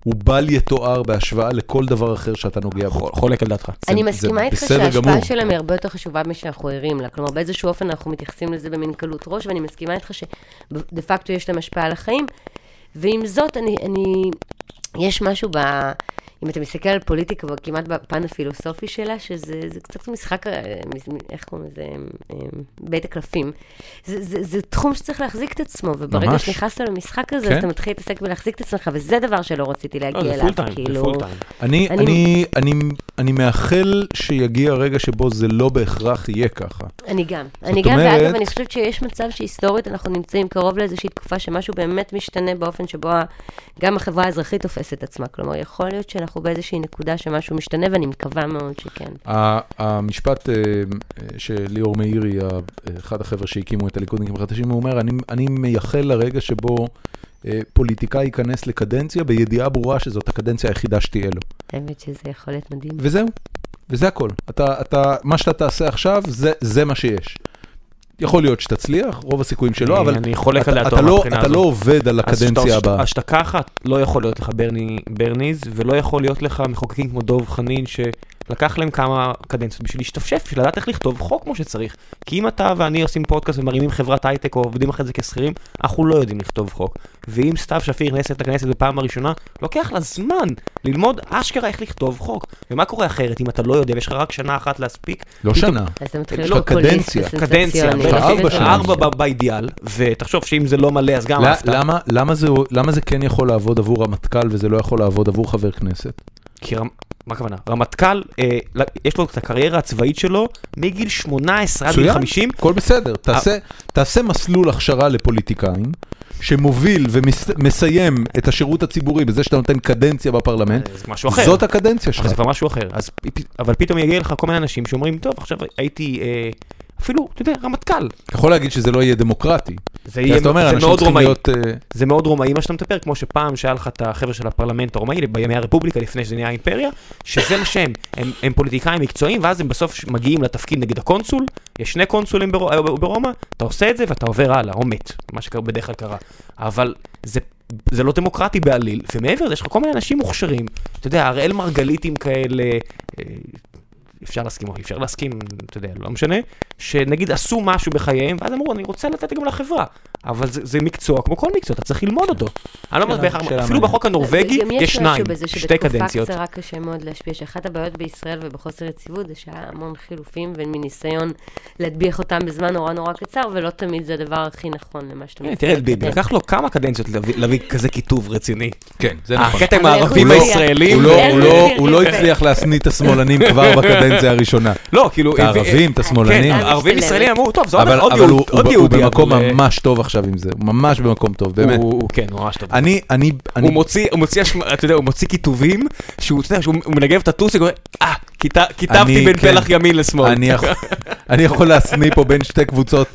Speaker 1: הוא בל יתואר בהשוואה לכל דבר אחר שאתה נוגע בו.
Speaker 2: חול- חולק על דעתך.
Speaker 1: זה-
Speaker 3: אני
Speaker 1: זה
Speaker 3: מסכימה איתך
Speaker 1: בסדר גמור.
Speaker 3: שההשפעה שלהם היא הרבה יותר חשובה משאנחנו ערים לה. כלומר, באיזשהו אופן אנחנו מתייחסים לזה במין קלות ראש, ואני מסכימה איתך שדה פקטו יש להם השפעה על החיים. ועם זאת, אני, אני... יש משהו ב... אם אתה מסתכל על פוליטיקה, כמעט בפן הפילוסופי שלה, שזה זה קצת משחק, אה, מס- מ- איך קוראים לזה, אה, בית הקלפים. זה, זה, זה תחום שצריך להחזיק את עצמו, וברגע
Speaker 1: ממש.
Speaker 3: שנכנסת למשחק הזה,
Speaker 1: כן.
Speaker 3: אז אתה מתחיל להתעסק בלהחזיק את עצמך, וזה דבר שלא רציתי
Speaker 2: לא,
Speaker 3: להגיע
Speaker 2: זה
Speaker 3: אליו,
Speaker 2: פול טיים, זה
Speaker 3: כאילו...
Speaker 2: פול טיים.
Speaker 1: אני,
Speaker 3: אני-
Speaker 1: אני, אני, אני מאחל שיגיע הרגע שבו זה לא בהכרח יהיה ככה.
Speaker 3: אני גם. אני גם,
Speaker 1: אומרת-
Speaker 3: ואגב, אני חושבת שיש מצב שהיסטורית אנחנו נמצאים קרוב לאיזושהי תקופה שמשהו באמת משתנה באופן שבו ה- גם החברה האזרחית תופסת עצמה. כלומר, יכול להיות שאנחנו באיזושהי נקודה שמשהו משתנה, ואני מקווה מאוד שכן.
Speaker 1: ה- המשפט אה, אה, שליאור מאירי, ה- אחד החבר'ה שהקימו את הליכודניקים החדשים, הוא אומר, אני, אני מייחל לרגע שבו אה, פוליטיקאי ייכנס לקדנציה בידיעה ברורה שזאת הקדנציה היחידה שתהיה לו.
Speaker 3: האמת שזה יכול להיות מדהים.
Speaker 1: וזהו, וזה הכל. אתה, אתה, מה שאתה תעשה עכשיו, זה, זה מה שיש. יכול להיות שתצליח, רוב הסיכויים שלא, לא, אבל
Speaker 2: אני חולק
Speaker 1: אתה,
Speaker 2: על
Speaker 1: אתה,
Speaker 2: דעתו
Speaker 1: לא,
Speaker 2: מהבחינה
Speaker 1: אתה
Speaker 2: הזאת.
Speaker 1: לא עובד על
Speaker 2: אז
Speaker 1: הקדנציה
Speaker 2: שאתה-
Speaker 1: הבאה.
Speaker 2: השתקה אחת, לא יכול להיות לך ברני, ברניז, ולא יכול להיות לך מחוקקים כמו דב חנין, שלקח להם כמה קדנציות בשביל להשתפשף, בשביל לדעת איך לכתוב חוק כמו שצריך. כי אם אתה ואני עושים פודקאסט ומרימים חברת הייטק או עובדים אחרי זה כשכירים, אנחנו לא יודעים לכתוב חוק. ואם סתיו שפיר נכנסת לכנסת בפעם הראשונה, לוקח לה זמן ללמוד אשכרה איך לכתוב חוק. ומה קורה אחרת אם אתה לא יודע ויש לך רק שנה אחת להספיק?
Speaker 1: לא
Speaker 2: פתאום-
Speaker 1: שנה.
Speaker 3: אז אתה מתחיל לא
Speaker 1: יש
Speaker 3: להיות
Speaker 1: לך
Speaker 3: פופוליסט
Speaker 1: קדנציה,
Speaker 2: קדנציה,
Speaker 3: וסנסציוני.
Speaker 1: לך
Speaker 2: ארבע
Speaker 1: ארבע
Speaker 2: שנים.
Speaker 1: שנים.
Speaker 2: ארבע ב- באידיאל, ותחשוב שאם זה לא מלא אז גם
Speaker 1: לא-
Speaker 2: הפתעה.
Speaker 1: למה, למה, זה, למה זה כן יכול לעבוד עבור רמטכ"ל וזה לא יכול לעבוד עבור חבר כנסת?
Speaker 2: כי רמ... מה הכוונה? רמטכ"ל, אה, ל- יש לו את הקריירה הצבאית שלו מגיל 18 עד גיל
Speaker 1: מצוין.
Speaker 2: 50.
Speaker 1: הכל בסדר, תעשה, תעשה מסלול הכשרה לפוליטיקאים, שמוביל ומסיים את השירות הציבורי בזה שאתה נותן קדנציה בפרלמנט,
Speaker 2: אה, זה משהו אחר.
Speaker 1: כן. זאת הקדנציה
Speaker 2: אבל
Speaker 1: שלך.
Speaker 2: זה כבר משהו אחר. אז, פ- פ- אבל פתאום יגיע לך כל מיני אנשים שאומרים, טוב, עכשיו הייתי אה, אפילו, אתה יודע, רמטכ"ל.
Speaker 1: אתה יכול להגיד שזה לא יהיה דמוקרטי.
Speaker 2: זה,
Speaker 1: כי
Speaker 2: יהיה,
Speaker 1: כן, אז אתה אומר,
Speaker 2: זה
Speaker 1: אנשים
Speaker 2: מאוד
Speaker 1: צריכים
Speaker 2: רומאי.
Speaker 1: להיות... אה,
Speaker 2: זה מאוד רומאי מה שאתה מתאר, כמו שפעם שהיה לך את החבר'ה של הפרלמנט הרומאי בימי הרפובליקה לפני שזה נהיה אימפריה, שזה מה שהם, הם, הם פוליטיקאים מקצועיים, ואז הם בסוף מגיעים לתפקיד נגד הקונסול, יש שני קונסולים בר, ברומא, אתה עושה את זה ואתה עובר הלאה, או מת, מה שבדרך כלל קרה. אבל זה, זה לא דמוקרטי בעליל, ומעבר לזה יש לך כל מיני אנשים מוכשרים, אתה יודע, הראל מרגליתים כאלה, אה, אפשר להסכים או אי אפשר להסכים, אתה יודע, לא משנה, שנגיד עשו משהו בחייהם, ואז אמרו, אני רוצה לתת גם לחברה. אבל זה, זה מקצוע כמו כל מקצוע, אתה צריך ללמוד אותו. אני לא אומר,
Speaker 1: שאלה-
Speaker 2: בהכרח-
Speaker 1: שאלה
Speaker 2: אפילו
Speaker 1: מעניינת.
Speaker 2: בחוק הנורבגי
Speaker 3: גם
Speaker 2: יש
Speaker 3: משהו
Speaker 2: שניים,
Speaker 3: בזה
Speaker 2: שתי
Speaker 3: שבתקופה
Speaker 2: קדנציות.
Speaker 3: קצרה קשה מאוד להשפיע, שאחת הבעיות בישראל ובחוסר יציבות זה שהיה המון חילופים ומניסיון להטביח אותם בזמן נורא נורא קצר, ולא תמיד זה הדבר הכי נכון למה שאתה
Speaker 2: הנה, אה,
Speaker 3: מנסה
Speaker 2: תראה את ביבי,
Speaker 3: לקדם.
Speaker 2: לקח לו כמה קדנציות להביא- להביא כזה כיתוב רציני.
Speaker 1: כן, זה נכון.
Speaker 2: אה, הקטע עם
Speaker 3: אבל איך
Speaker 2: הערבים
Speaker 1: הוא לא-
Speaker 2: הישראלים,
Speaker 1: הוא לא- הוא לא-
Speaker 3: כן.
Speaker 1: הוא לא הצליח להשניא את השמאלנים כבר בקדנציה הראשונה.
Speaker 2: לא, כאילו,
Speaker 1: את הערבים, את השמאלנים.
Speaker 2: כן, הערבים
Speaker 3: משתלב.
Speaker 2: ישראלים אמרו, טוב, זה עוד
Speaker 1: אבל
Speaker 2: עוד
Speaker 1: אבל
Speaker 2: יהוד-
Speaker 1: הוא-
Speaker 2: עוד
Speaker 1: הוא- הוא
Speaker 2: יהודי.
Speaker 1: במקום
Speaker 2: אבל, אה,
Speaker 1: ממש טוב עכשיו עם זה, הוא ממש במקום טוב, באמת.
Speaker 2: הוא- הוא- כן, הוא ממש טוב.
Speaker 1: אני, אני, אני,
Speaker 2: הוא מוציא, הוא מוציא, השמ- אתה יודע, הוא מוציא כיתובים, שהוא, אתה יודע, שהוא הוא מנגב את הטוסיק, הוא אומר, אה, כיתה- כיתבתי
Speaker 1: אני-
Speaker 2: בין
Speaker 1: כן.
Speaker 2: פלח ימין לשמאל.
Speaker 1: אני יכול- אני יכול להשניא פה בין שתי קבוצות,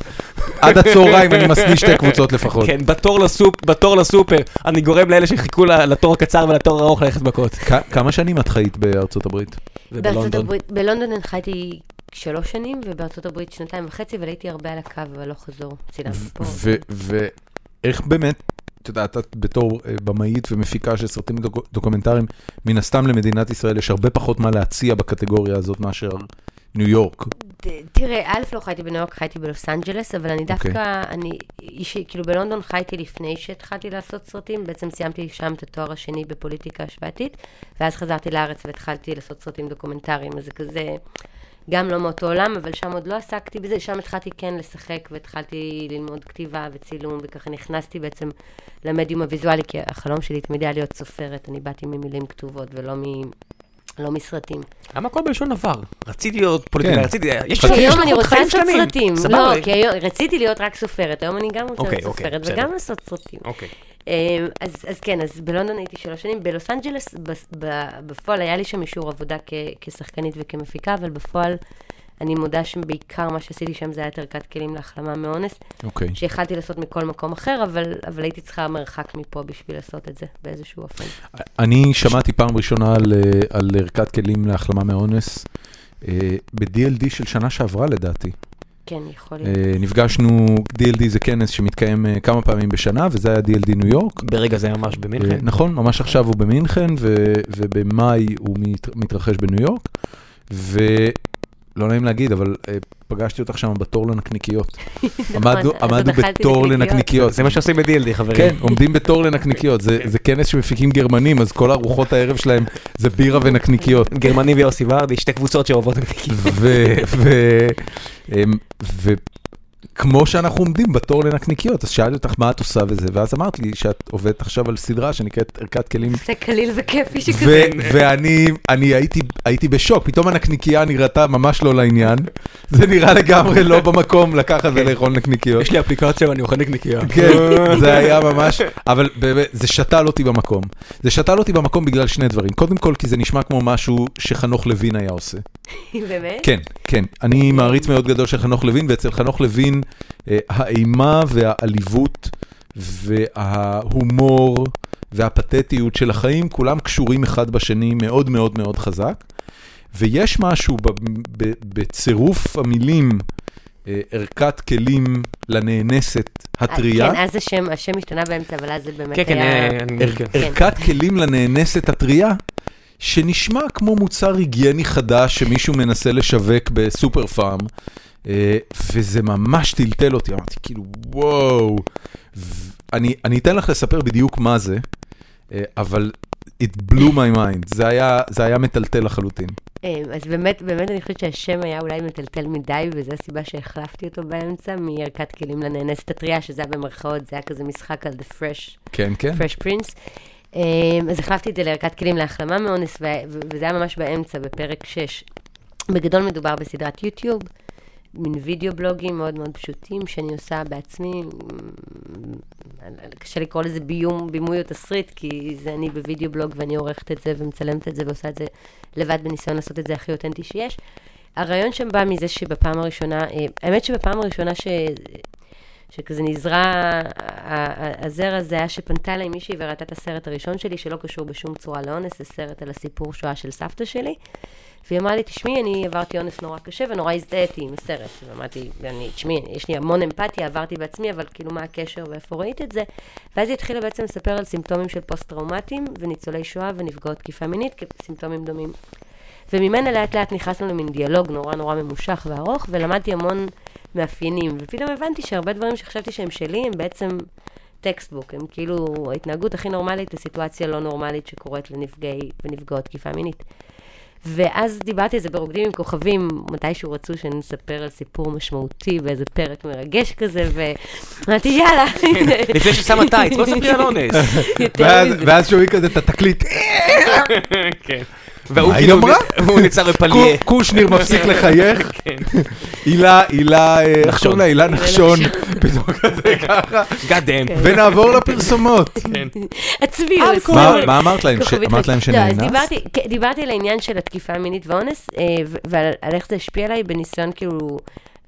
Speaker 1: עד הצהריים אני משניא שתי קבוצות לפחות.
Speaker 2: כן, בתור לסופ- בתור לסופר, אני גורם לאלה שחיכו ל- לתור הקצר ולתור הארוך ללכת מכות.
Speaker 1: כ- כמה שנים את חיית בארצות הברית?
Speaker 3: בארצות
Speaker 2: ובלונדון.
Speaker 3: הברית, בלונדון חייתי שלוש שנים, ובארצות הברית שנתיים וחצי, אבל הייתי הרבה על הקו, אבל לא חזור. צילמתי פה.
Speaker 1: ואיך באמת, את יודעת, את בתור אה, במאית ומפיקה של סרטים דוק- דוקומנטריים, מן הסתם למדינת ישראל יש הרבה פחות מה להציע בקטגוריה הזאת מאשר ניו יורק.
Speaker 3: ת- תראה, א', לא חייתי בניו יורק, חייתי בלוס אנג'לס, אבל אני דווקא, אני אישי, כאילו בלונדון חייתי לפני שהתחלתי לעשות סרטים, בעצם סיימתי שם את התואר השני בפוליטיקה השוואתית, ואז חזרתי לארץ והתחלתי לעשות סרטים דוקומנטריים, אז זה כזה, גם לא מאותו עולם, אבל שם עוד לא עסקתי בזה, שם התחלתי כן לשחק, והתחלתי ללמוד כתיבה וצילום, וככה נכנסתי בעצם למדיום הוויזואלי, כי החלום שלי תמיד היה להיות סופרת, אני באתי ממילים כתובות ולא מ... לא מסרטים.
Speaker 2: למה הכל בלשון עבר? רציתי להיות פוליטיקאי,
Speaker 1: כן.
Speaker 2: רציתי... יש
Speaker 3: כי
Speaker 2: לי
Speaker 3: היום אני רוצה
Speaker 2: חיים
Speaker 3: לעשות
Speaker 2: שלמים.
Speaker 3: סרטים.
Speaker 2: סבבה.
Speaker 3: לא, כי היום רציתי להיות רק סופרת, היום אני גם רוצה
Speaker 2: אוקיי,
Speaker 3: להיות
Speaker 2: אוקיי,
Speaker 3: סופרת
Speaker 2: בסדר.
Speaker 3: וגם לעשות סרטים.
Speaker 2: אוקיי.
Speaker 3: אמ, אז, אז כן, אז בלונדון הייתי שלוש שנים, בלוס אנג'לס בס- ב- בפועל היה לי שם אישור עבודה כ, כשחקנית וכמפיקה, אבל בפועל אני מודה שבעיקר מה שעשיתי שם זה היה את ערכת כלים להחלמה מאונס,
Speaker 1: אוקיי.
Speaker 3: שיכלתי לעשות מכל מקום אחר, אבל, אבל הייתי צריכה מרחק מפה בשביל לעשות את זה באיזשהו אופן.
Speaker 1: אני שמעתי פעם ראשונה על, אה, על ערכת כלים להחלמה מאונס. אה, ב-DLD של שנה שעברה לדעתי.
Speaker 3: כן, יכול להיות.
Speaker 1: אה, נפגשנו, DLD זה כנס שמתקיים אה, כמה פעמים בשנה, וזה היה DLD ניו יורק.
Speaker 2: ברגע זה ממש
Speaker 1: אה,
Speaker 2: במינכן.
Speaker 1: נכון, ממש עכשיו הוא במינכן, ו- ובמאי הוא מת- מתרחש בניו יורק, ולא נעים להגיד, אבל אה, פגשתי אותך שם בתור לנקניקיות.
Speaker 2: אה, נכון,
Speaker 1: עמדנו-
Speaker 3: נכון, אז עוד
Speaker 1: עמדנו
Speaker 3: אכלתי
Speaker 1: בתור
Speaker 3: נקניקיות.
Speaker 1: לנקניקיות.
Speaker 2: זה מה כן. שעושים ב-DLD,
Speaker 1: כן,
Speaker 2: חברים.
Speaker 1: עומדים בתור לנקניקיות, זה זה כנס שמפיקים גרמנים, אז כל ארוחות הערב שלהם זה בירה ונקניקיות.
Speaker 2: גרמני ויוסי ורדי, שתי קבוצות שאוהבות נקניקיות.
Speaker 1: ו- ו- אמ, וכמו שאנחנו עומדים בתור לנקניקיות, אז שאלתי אותך מה את עושה וזה, ואז אמרת לי שאת עובדת עכשיו על סדרה שנקראת ערכת כלים
Speaker 3: זה קליל וכיפי שכזה.
Speaker 1: ו- ואני אני הייתי, הייתי בשוק, פתאום הנקניקייה נראתה ממש לא לעניין, זה נראה לגמרי לא במקום לקחת ולאכול נקניקיות.
Speaker 2: לי אפליקציה ואני אוכל נקניקייה.
Speaker 1: כן, זה היה ממש, אבל באמת, זה שתל אותי במקום. זה שתל אותי במקום בגלל שני דברים. קודם כל, כי זה נשמע כמו משהו שחנוך לוין היה עושה.
Speaker 3: באמת?
Speaker 1: כן, כן. אני מעריץ מאוד גדול של חנוך לוין, ואצל חנוך לוין אה, האימה והעליבות וההומור והפתטיות של החיים, כולם קשורים אחד בשני מאוד מאוד מאוד חזק. ויש משהו ב- ב- בצירוף המילים אה, ערכת כלים לנאנסת הטריה.
Speaker 3: כן, אז השם, השם השתנה באמצע, אבל אז זה באמת
Speaker 2: כן, כן,
Speaker 3: היה...
Speaker 2: אה, אני-
Speaker 1: ער-
Speaker 2: כן.
Speaker 1: ערכת כלים לנאנסת הטריה, שנשמע כמו מוצר היגייני חדש שמישהו מנסה לשווק בסופר פארם, אה, וזה ממש טלטל אותי, אמרתי כאילו וואו. ו- אני, אני אתן לך לספר בדיוק מה זה, אה, אבל it blew my mind, זה היה, זה היה מטלטל לחלוטין.
Speaker 3: אה, אז באמת, באמת אני חושבת שהשם היה אולי מטלטל מדי, וזו הסיבה שהחלפתי אותו באמצע, מערכת כלים לנאנסת הטריה, שזה היה במרכאות, זה היה כזה משחק על The Fresh,
Speaker 1: כן, כן.
Speaker 3: Fresh Prince. אה, אז החלפתי את זה לערכת כלים להחלמה מאונס, ו- ו- וזה היה ממש באמצע, בפרק 6. בגדול מדובר בסדרת יוטיוב, מין וידאו בלוגים מאוד מאוד פשוטים, שאני עושה בעצמי, מ- קשה לקרוא לזה ביום, בימוי או תסריט, כי זה אני בוידאו בלוג ואני עורכת את זה ומצלמת את זה ועושה את זה לבד בניסיון לעשות את זה הכי אותנטי שיש. הרעיון שם בא מזה שבפעם הראשונה, אה, האמת שבפעם הראשונה ש... שכזה נזרע ה- ה- הזרע, זה היה שפנתה אליי מישהי וראתה את הסרט הראשון שלי, שלא קשור בשום צורה לאונס, זה סרט על הסיפור שואה של סבתא שלי. והיא אמרה לי, תשמעי, אני עברתי אונס נורא קשה ונורא הזדהיתי עם הסרט. ואמרתי, "אני- תשמעי, יש לי המון אמפתיה, עברתי בעצמי, אבל כאילו מה הקשר ואיפה ראית את זה? ואז היא התחילה בעצם לספר על סימפטומים של פוסט-טראומטיים וניצולי שואה ונפגעות תקיפה מינית כסימפטומים דומים. וממנה לאט לאט נכנסנו למין דיאלוג נורא נורא ממושך וארוך, ולמדתי המון מאפיינים, ופתאום הבנתי שהרבה דברים שחשבתי שהם שלי הם בעצם טקסטבוק, הם כאילו ההתנהגות הכי נורמלית לסיטואציה לא נורמלית שקורית לנפגעי ונפגעות תקיפה מינית. ואז דיברתי על זה ברוקדים עם כוכבים, מתישהו רצו שנספר על סיפור משמעותי באיזה פרק מרגש כזה, ואמרתי יאללה, הנה,
Speaker 2: לפני ששמה טייץ, בוא ספרי על אונס.
Speaker 3: יותר
Speaker 1: ואז,
Speaker 3: מזה.
Speaker 1: ואז שומעים כזה את התקליט,
Speaker 2: כן. והוא
Speaker 1: מה היא
Speaker 2: כאילו,
Speaker 1: אמרה?
Speaker 2: והוא נמצא בפליה.
Speaker 1: קו- קושניר מפסיק לחייך,
Speaker 2: כן.
Speaker 1: הילה, הילה, אה, איך
Speaker 2: נחשון.
Speaker 1: קוראים לה? הילה נחשון, פתאום כזה ככה,
Speaker 2: God damn.
Speaker 1: ונעבור לפרסומות.
Speaker 3: הצביעות.
Speaker 1: מה מה אמרת להם? ש-
Speaker 3: כוכבית
Speaker 1: אמרת להם
Speaker 3: חצי- לא, אז
Speaker 1: שנאנס?
Speaker 3: דיברתי- כן, דיברתי על העניין של התקיפה המינית והאונס, אה, ו- ועל על איך זה השפיע עליי בניסיון כאילו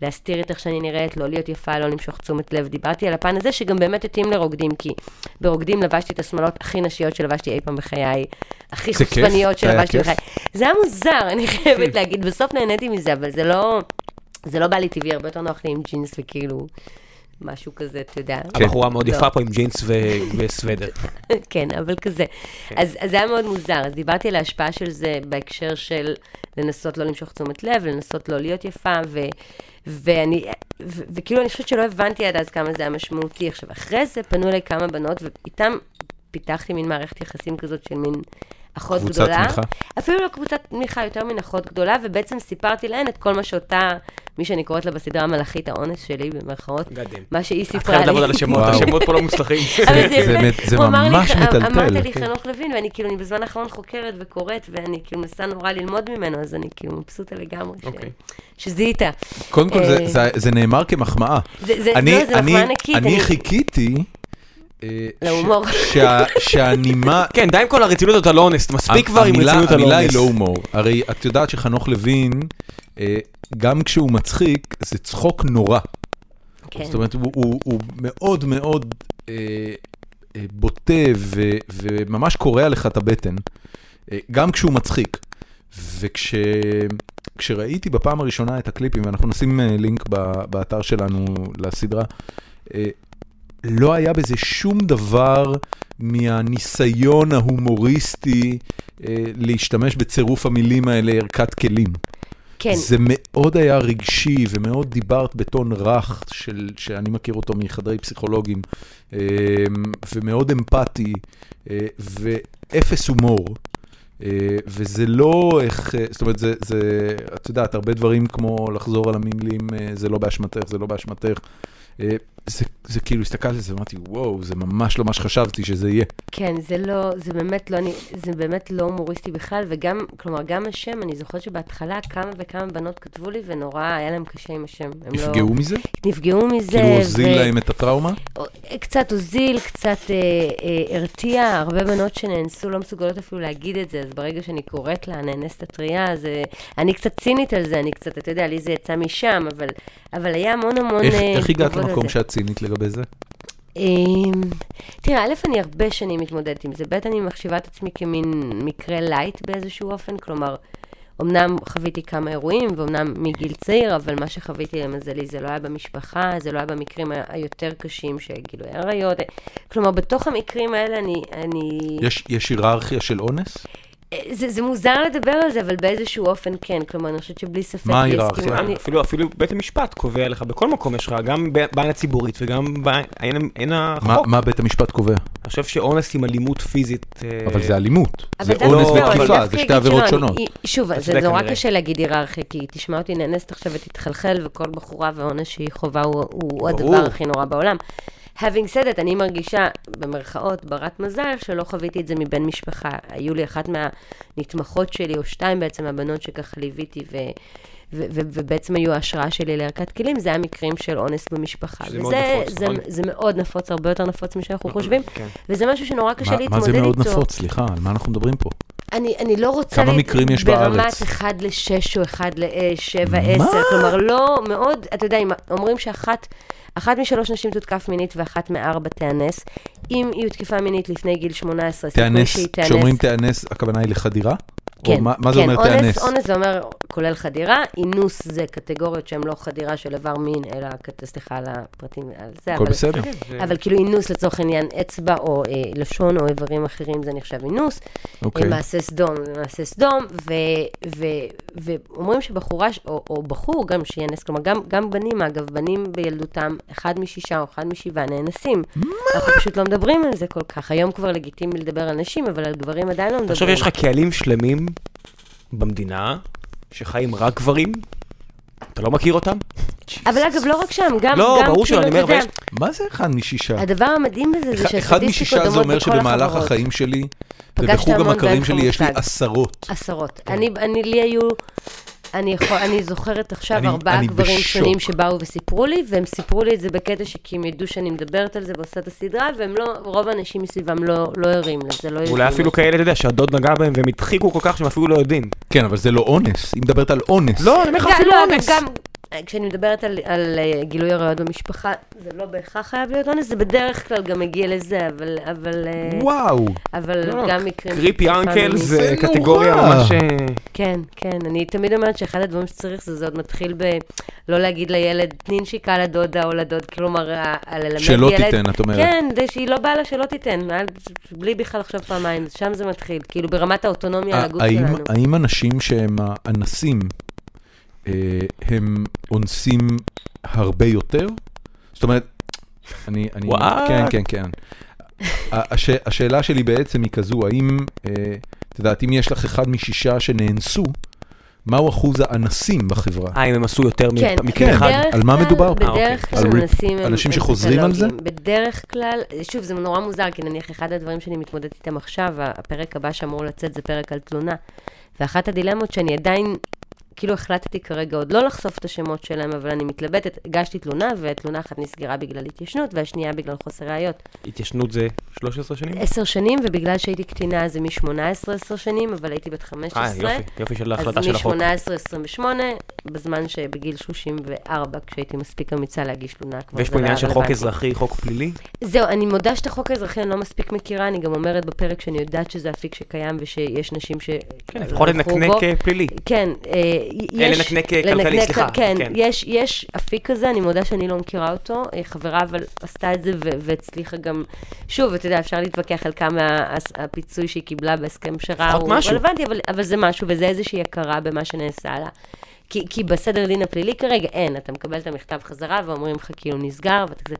Speaker 3: להסתיר את איך שאני נראית, לא להיות יפה, לא למשוך תשומת לב. דיברתי על הפן הזה, שגם באמת התאים לרוקדים, כי ברוקדים לבשתי את השמלות הכי נשיות שלבשתי אי פעם בחיי, הכי
Speaker 1: זה כיף?
Speaker 3: חוצפניות
Speaker 1: זה היה
Speaker 3: שלבשתי
Speaker 1: כיף?
Speaker 3: בחיי. זה היה מוזר, אני חייבת להגיד. בסוף נהניתי מזה, אבל זה לא... זה לא בא לי טבעי, הרבה יותר נוח לי עם ג'ינס וכאילו משהו כזה, אתה יודע.
Speaker 2: הבחורה מאוד
Speaker 3: לא.
Speaker 2: יפה פה עם ג'ינס ו- וסוודר.
Speaker 3: כן, אבל כזה.
Speaker 2: כן.
Speaker 3: אז אז זה היה מאוד מוזר. אז דיברתי על ההשפעה של זה בהקשר של לנסות לא למשוך תשומת לב, לנסות לא להיות יפה, ו... ואני, ו- ו- וכאילו אני חושבת שלא הבנתי עד אז כמה זה היה משמעותי. עכשיו, אחרי זה פנו אליי כמה בנות, ואיתן פיתחתי מין מערכת יחסים כזאת של מין אחות
Speaker 1: קבוצת
Speaker 3: גדולה.
Speaker 1: תמיכה?
Speaker 3: אפילו לא קבוצת תמיכה, יותר מן אחות גדולה, ובעצם סיפרתי להן את כל מה שאותה, מי שאני קוראת לה בסדרה מלאכית האונס שלי, במרכאות,
Speaker 2: גדל.
Speaker 3: מה שהיא
Speaker 2: את
Speaker 3: סיפרה לי.
Speaker 2: חייבת לעבוד על השמות,
Speaker 1: וואו.
Speaker 2: השמות פה לא מוצלחים.
Speaker 3: אבל זה
Speaker 1: כן, זה
Speaker 3: יפה.
Speaker 1: מת- זה
Speaker 3: הוא אמר לי,
Speaker 1: ממש
Speaker 3: "אמ-
Speaker 1: מטלטל,
Speaker 3: אמרת לי
Speaker 1: כן.
Speaker 3: חנוך לוין, ואני כאילו, אני בזמן האחרון חוקרת וקוראת, ואני כאילו מנסה נורא ללמוד ממנו, אז אני כאילו מבסוטה לגמרי ש-
Speaker 2: אוקיי.
Speaker 3: שזיהית.
Speaker 1: קודם כל, זה-
Speaker 3: אה,
Speaker 1: זה- זה נאמר כמחמאה.
Speaker 3: זה זה-
Speaker 1: אני-
Speaker 3: לא, זה
Speaker 1: אני-
Speaker 3: מחמאה לא ענקית.
Speaker 1: אני חיכיתי... אה, ש-
Speaker 3: להומור.
Speaker 1: שה- שהנימה...
Speaker 2: כן, די עם כל הרצינות הזאת הלא אונסט, מספיק כבר עם
Speaker 1: המילה-
Speaker 2: רצינות הלא
Speaker 1: המילה היא
Speaker 2: אונסט.
Speaker 1: לא הומור. הרי את יודעת שחנוך לוין, אה, גם כשהוא מצחיק, זה צחוק נורא.
Speaker 3: כן.
Speaker 1: זאת אומרת, הוא, הוא, הוא מאוד מאוד אה, אה, בוטה ו, וממש קורע לך את הבטן, אה, גם כשהוא מצחיק. וכשראיתי בפעם הראשונה את הקליפים, ואנחנו נשים אה, לינק ב, באתר שלנו לסדרה, אה, לא היה בזה שום דבר מהניסיון ההומוריסטי אה, להשתמש בצירוף המילים האלה ערכת כלים.
Speaker 3: כן,
Speaker 1: זה מאוד היה רגשי ומאוד דיברת בטון רך, של, שאני מכיר אותו מחדרי פסיכולוגים, אמ, ומאוד אמפתי, אה, ואפס הומור. אה, וזה לא איך, אה, זאת אומרת, זה, זה, את יודעת, הרבה דברים כמו לחזור על המילים, אה, זה לא באשמתך, זה לא באשמתך. אה, זה, זה כאילו, הסתכלתי על זה, אמרתי, וואו, זה ממש לא מה שחשבתי שזה יהיה.
Speaker 3: כן, זה לא, זה באמת לא, אני- זה באמת לא הומוריסטי בכלל, וגם, כלומר, גם השם, אני זוכרת שבהתחלה כמה וכמה בנות כתבו לי, ונורא היה להם קשה עם השם. הם לא-
Speaker 1: נפגעו מזה?
Speaker 3: נפגעו מזה.
Speaker 1: כאילו, הוזיל
Speaker 3: ו-
Speaker 1: להם את הטראומה?
Speaker 3: קצת הוזיל, קצת אה, אה, הרתיע, הרבה בנות שנאנסו לא מסוגלות אפילו להגיד את זה, אז ברגע שאני קוראת לה נאנסת הטריה, אז אה, אני קצת צינית על זה, אני קצת, אתה יודע, לי זה יצא משם, אבל, אבל היה המון המון...
Speaker 1: איך,
Speaker 3: אה,
Speaker 1: איך הגעת
Speaker 3: תגובות על
Speaker 1: למקום
Speaker 3: זה.
Speaker 1: שאת צינית לגבי זה?
Speaker 3: אמ, תראה, א', אני הרבה שנים מתמודדת עם זה, ב', אני מחשיבה את עצמי כמין מקרה לייט באיזשהו אופן, כלומר, אמנם חוויתי כמה אירועים, ואומנם מגיל צעיר, אבל מה שחוויתי למזלי זה לא היה במשפחה, זה לא היה במקרים ה- היותר קשים של גילוי עריות, כלומר, בתוך המקרים האלה אני... אני...
Speaker 1: יש, יש היררכיה של אונס?
Speaker 3: זה, זה מוזר לדבר על זה, אבל באיזשהו אופן כן, כלומר, אני חושבת שבלי ספק...
Speaker 1: מה
Speaker 3: יש-
Speaker 1: ההיררכיה?
Speaker 3: כאילו, אני-
Speaker 2: כן, אפילו, אפילו בית המשפט קובע לך בכל מקום יש לך, גם ב- בעין הציבורית וגם בעין עין- עין
Speaker 1: מה,
Speaker 2: החוק.
Speaker 1: מה בית המשפט קובע?
Speaker 2: אני חושב שאונס עם אלימות פיזית... אה,
Speaker 1: אבל זה אלימות, זה
Speaker 2: דווקא
Speaker 1: אונס
Speaker 2: לא, אבל
Speaker 1: ותקיפה,
Speaker 3: דווקא
Speaker 1: זה שתי
Speaker 3: אגיד
Speaker 1: עבירות
Speaker 3: שלא,
Speaker 1: שונות.
Speaker 3: אני- שוב,
Speaker 2: אז
Speaker 3: זה
Speaker 2: זה
Speaker 3: נורא
Speaker 2: כנראה.
Speaker 3: קשה להגיד היררכיה, כי תשמע אותי נאנסת עכשיו ותתחלחל, וכל בחורה והעונש שהיא חווה הוא- הוא
Speaker 2: ברור.
Speaker 3: הדבר הכי נורא בעולם. Having said it, אני מרגישה, במרכאות, ברת מזל, שלא חוויתי את זה מבן משפחה. היו לי אחת מהנתמכות שלי, או שתיים בעצם, הבנות שככה ליוויתי, ו... ו- ו- ובעצם היו ההשראה שלי לערכת כלים, זה המקרים של אונס במשפחה.
Speaker 2: שזה מאוד
Speaker 3: וזה-
Speaker 2: נפוץ,
Speaker 3: זה,
Speaker 2: נכון?
Speaker 3: זה מאוד נפוץ, הרבה יותר נפוץ משאנחנו חושבים,
Speaker 2: כן.
Speaker 3: וזה משהו שנורא קשה
Speaker 1: מה-
Speaker 3: להתמודד
Speaker 1: מה
Speaker 3: איתו.
Speaker 1: זה מאוד נפוץ? סליחה, על מה אנחנו מדברים פה?
Speaker 3: אני, אני לא רוצה...
Speaker 1: כמה
Speaker 3: להת-
Speaker 1: מקרים יש בארץ?
Speaker 3: ברמת 1 ל-6 או 1 ל-7,
Speaker 1: מה?
Speaker 3: 10, כלומר, לא מאוד, אתה יודע, אם אומרים שאחת... אחת משלוש נשים תותקף מינית ואחת מארבע תיאנס. אם היא הותקפה מינית לפני גיל 18, סיכוי
Speaker 1: תיאנס,
Speaker 3: שהיא תיאנס.
Speaker 1: כשאומרים תיאנס, הכוונה היא לחדירה? או מה- מה זה
Speaker 3: כן,
Speaker 1: אומר
Speaker 3: אונס-
Speaker 1: תיאנס?
Speaker 3: אונס זה אומר כולל חדירה, אינוס זה קטגוריות שהן לא חדירה של איבר מין, אלא, קט- סליחה על הפרטים, על זה,
Speaker 1: הכל
Speaker 3: אבל
Speaker 1: בסדר.
Speaker 2: כן.
Speaker 3: אבל כאילו אינוס לצורך העניין אצבע או אה, לשון או איברים אחרים זה נחשב אינוס.
Speaker 1: אוקיי.
Speaker 3: אה, מעשה סדום זה מעשה סדום, ו, ו, ואומרים שבחורה ש- או, או בחור גם שיאנס, כלומר גם, גם בנים אגב, בנים בילדותם, אחד משישה או אחד משבעה נאנסים. מה? אנחנו פשוט לא מדברים על זה כל כך, היום כבר לגיטימי לדבר על נשים, אבל על גברים עדיין לא מדברים.
Speaker 2: עכשיו יש לך קהלים שלמים במדינה שחיים רק גברים, אתה לא מכיר אותם?
Speaker 3: אבל אגב, לא רק שם, גם,
Speaker 2: לא,
Speaker 3: גם
Speaker 2: ברור
Speaker 3: כאילו,
Speaker 2: שלא, אני
Speaker 3: אתה
Speaker 2: אומר,
Speaker 3: יודע,
Speaker 2: אבל
Speaker 1: מה זה אחד משישה?
Speaker 3: הדבר המדהים בזה
Speaker 1: אחד-
Speaker 3: זה
Speaker 1: אחד
Speaker 3: שהסטטיסטיקות
Speaker 1: משישה זה
Speaker 3: דומות
Speaker 1: אומר
Speaker 3: בכל
Speaker 1: שבמהלך
Speaker 3: החברות.
Speaker 1: החיים שלי,
Speaker 3: פגשת
Speaker 1: ובחוג
Speaker 3: המון
Speaker 1: המכרים
Speaker 3: ואין
Speaker 1: שלי
Speaker 3: לך
Speaker 1: יש לי
Speaker 3: מושג.
Speaker 1: עשרות.
Speaker 3: עשרות.
Speaker 2: כן.
Speaker 3: אני, אני, לי היו, אני, יכול, אני זוכרת עכשיו
Speaker 1: אני-
Speaker 3: ארבעה
Speaker 1: אני
Speaker 3: גברים
Speaker 1: בשוק.
Speaker 3: שונים שבאו וסיפרו לי, והם סיפרו לי את זה בקטע שכי הם ידעו שאני מדברת על זה ועושה את הסדרה, והם לא, רוב האנשים מסביבם לא, לא ערים לזה, לא יודעים.
Speaker 2: אולי אפילו כאלה, אתה יודע, שהדוד נגע בהם והם הדחיקו כל כך שהם אפילו לא יודעים.
Speaker 1: כן, אבל זה לא אונס, היא מדברת על אונס.
Speaker 2: לא, אני אומר לך
Speaker 3: גם-
Speaker 2: אפילו
Speaker 3: לא,
Speaker 2: אונס.
Speaker 3: גם, כשאני מדברת על, על אה, גילוי עריות במשפחה, זה לא בהכרח חייב להיות אונס, זה בדרך כלל גם מגיע לזה, אבל, אבל, אה,
Speaker 1: וואו,
Speaker 3: אבל
Speaker 2: לא, לא,
Speaker 3: גם מקרים... של
Speaker 2: קריפי
Speaker 3: תקיפה
Speaker 2: אנקל
Speaker 3: מינית.
Speaker 2: זה
Speaker 1: זה
Speaker 2: קטגוריה
Speaker 1: נורא.
Speaker 2: ממש... אה,
Speaker 3: כן, כן, אני תמיד אומרת שאחד הדברים שצריך זה, זה עוד מתחיל ב... לא להגיד לילד, תני נשיקה לדודה או לדוד, כלומר, ה- ה- ללמד ילד...
Speaker 1: שלא תיתן, את אומרת.
Speaker 3: כן, זה שהיא לא באה לה שלא תיתן, אל- בלי בכלל לחשוב פעמיים, שם זה מתחיל, כאילו ברמת האוטונומיה על הגוף
Speaker 1: האם-
Speaker 3: שלנו.
Speaker 1: האם אנשים שהם האנסים, אה, הם אונסים הרבה יותר? זאת אומרת, אני... אני-
Speaker 2: וואט?
Speaker 1: כן, כן, כן. ה- הש- השאלה שלי בעצם היא כזו, האם, אה, את יודעת, אם יש לך אחד משישה שנאנסו, מהו אחוז האנסים בחברה?
Speaker 2: אה, אם הם עשו יותר
Speaker 3: כן,
Speaker 2: מפ-
Speaker 1: כן,
Speaker 2: מקרה אחד.
Speaker 3: בדרך
Speaker 1: על מה
Speaker 3: כלל-
Speaker 1: מדובר פה?
Speaker 3: בדרך
Speaker 1: אה,
Speaker 3: כלל
Speaker 1: אוקיי. על
Speaker 3: מנסים... הם-
Speaker 1: אנשים
Speaker 3: הם
Speaker 1: שחוזרים על זה?
Speaker 3: פסיכולוגים. בדרך כלל, שוב, זה נורא מוזר, כי נניח אחד הדברים שאני מתמודדת איתם עכשיו, הפרק הבא שאמור לצאת זה פרק על תלונה. ואחת הדילמות שאני עדיין, כאילו החלטתי כרגע עוד לא לחשוף את השמות שלהם, אבל אני מתלבטת, הגשתי תלונה, ותלונה אחת נסגרה בגלל התיישנות, והשנייה בגלל חוסר ראיות.
Speaker 2: התיישנות זה 13 שנים?
Speaker 3: עשר שנים, ובגלל שהייתי קטינה אז זה מ-18 עשר שנים, אבל הייתי בת 15.
Speaker 2: אה, יופי, יופי של
Speaker 3: אז
Speaker 2: ההחלטה של החוק.
Speaker 3: מ-18-28, בזמן שבגיל 34, כשהייתי מספיק אמיצה להגיש תלונה, כבר
Speaker 2: ויש
Speaker 3: זה
Speaker 2: פה
Speaker 3: לא
Speaker 2: עניין
Speaker 3: היה
Speaker 2: של חוק
Speaker 3: רלוונטי.
Speaker 2: אזרחי, חוק פלילי.
Speaker 3: זהו, אני מודה שאת החוק האזרחי אני לא מספיק מכירה, אני גם אומרת בפרק שאני יודעת שזה אפיק שקיים ושיש נשים ש...
Speaker 2: כן, לפחות לנקנק אה, פלילי.
Speaker 3: כן, אה,
Speaker 2: אה,
Speaker 3: יש...
Speaker 2: לנקנק, אה, כלכלי,
Speaker 3: לנקנק,
Speaker 2: סליחה,
Speaker 3: כן,
Speaker 2: כן.
Speaker 3: יש, יש אפיק כזה, אני מודה שאני לא מכירה אותו. אה, חברה אבל עשתה את זה ו- והצליחה גם... שוב, אתה יודע, אפשר להתווכח על כמה הס- הפיצוי שהיא קיבלה בהסכם פשרה
Speaker 2: לפחות
Speaker 3: הוא
Speaker 2: משהו.
Speaker 3: רלוונטי, אבל, אבל זה משהו, וזה איזושהי הכרה במה שנעשה לה. כי, כי בסדר דין הפלילי כרגע אין, אתה מקבל את המכתב חזרה ואומרים לך כאילו נסגר, ואתה כזה,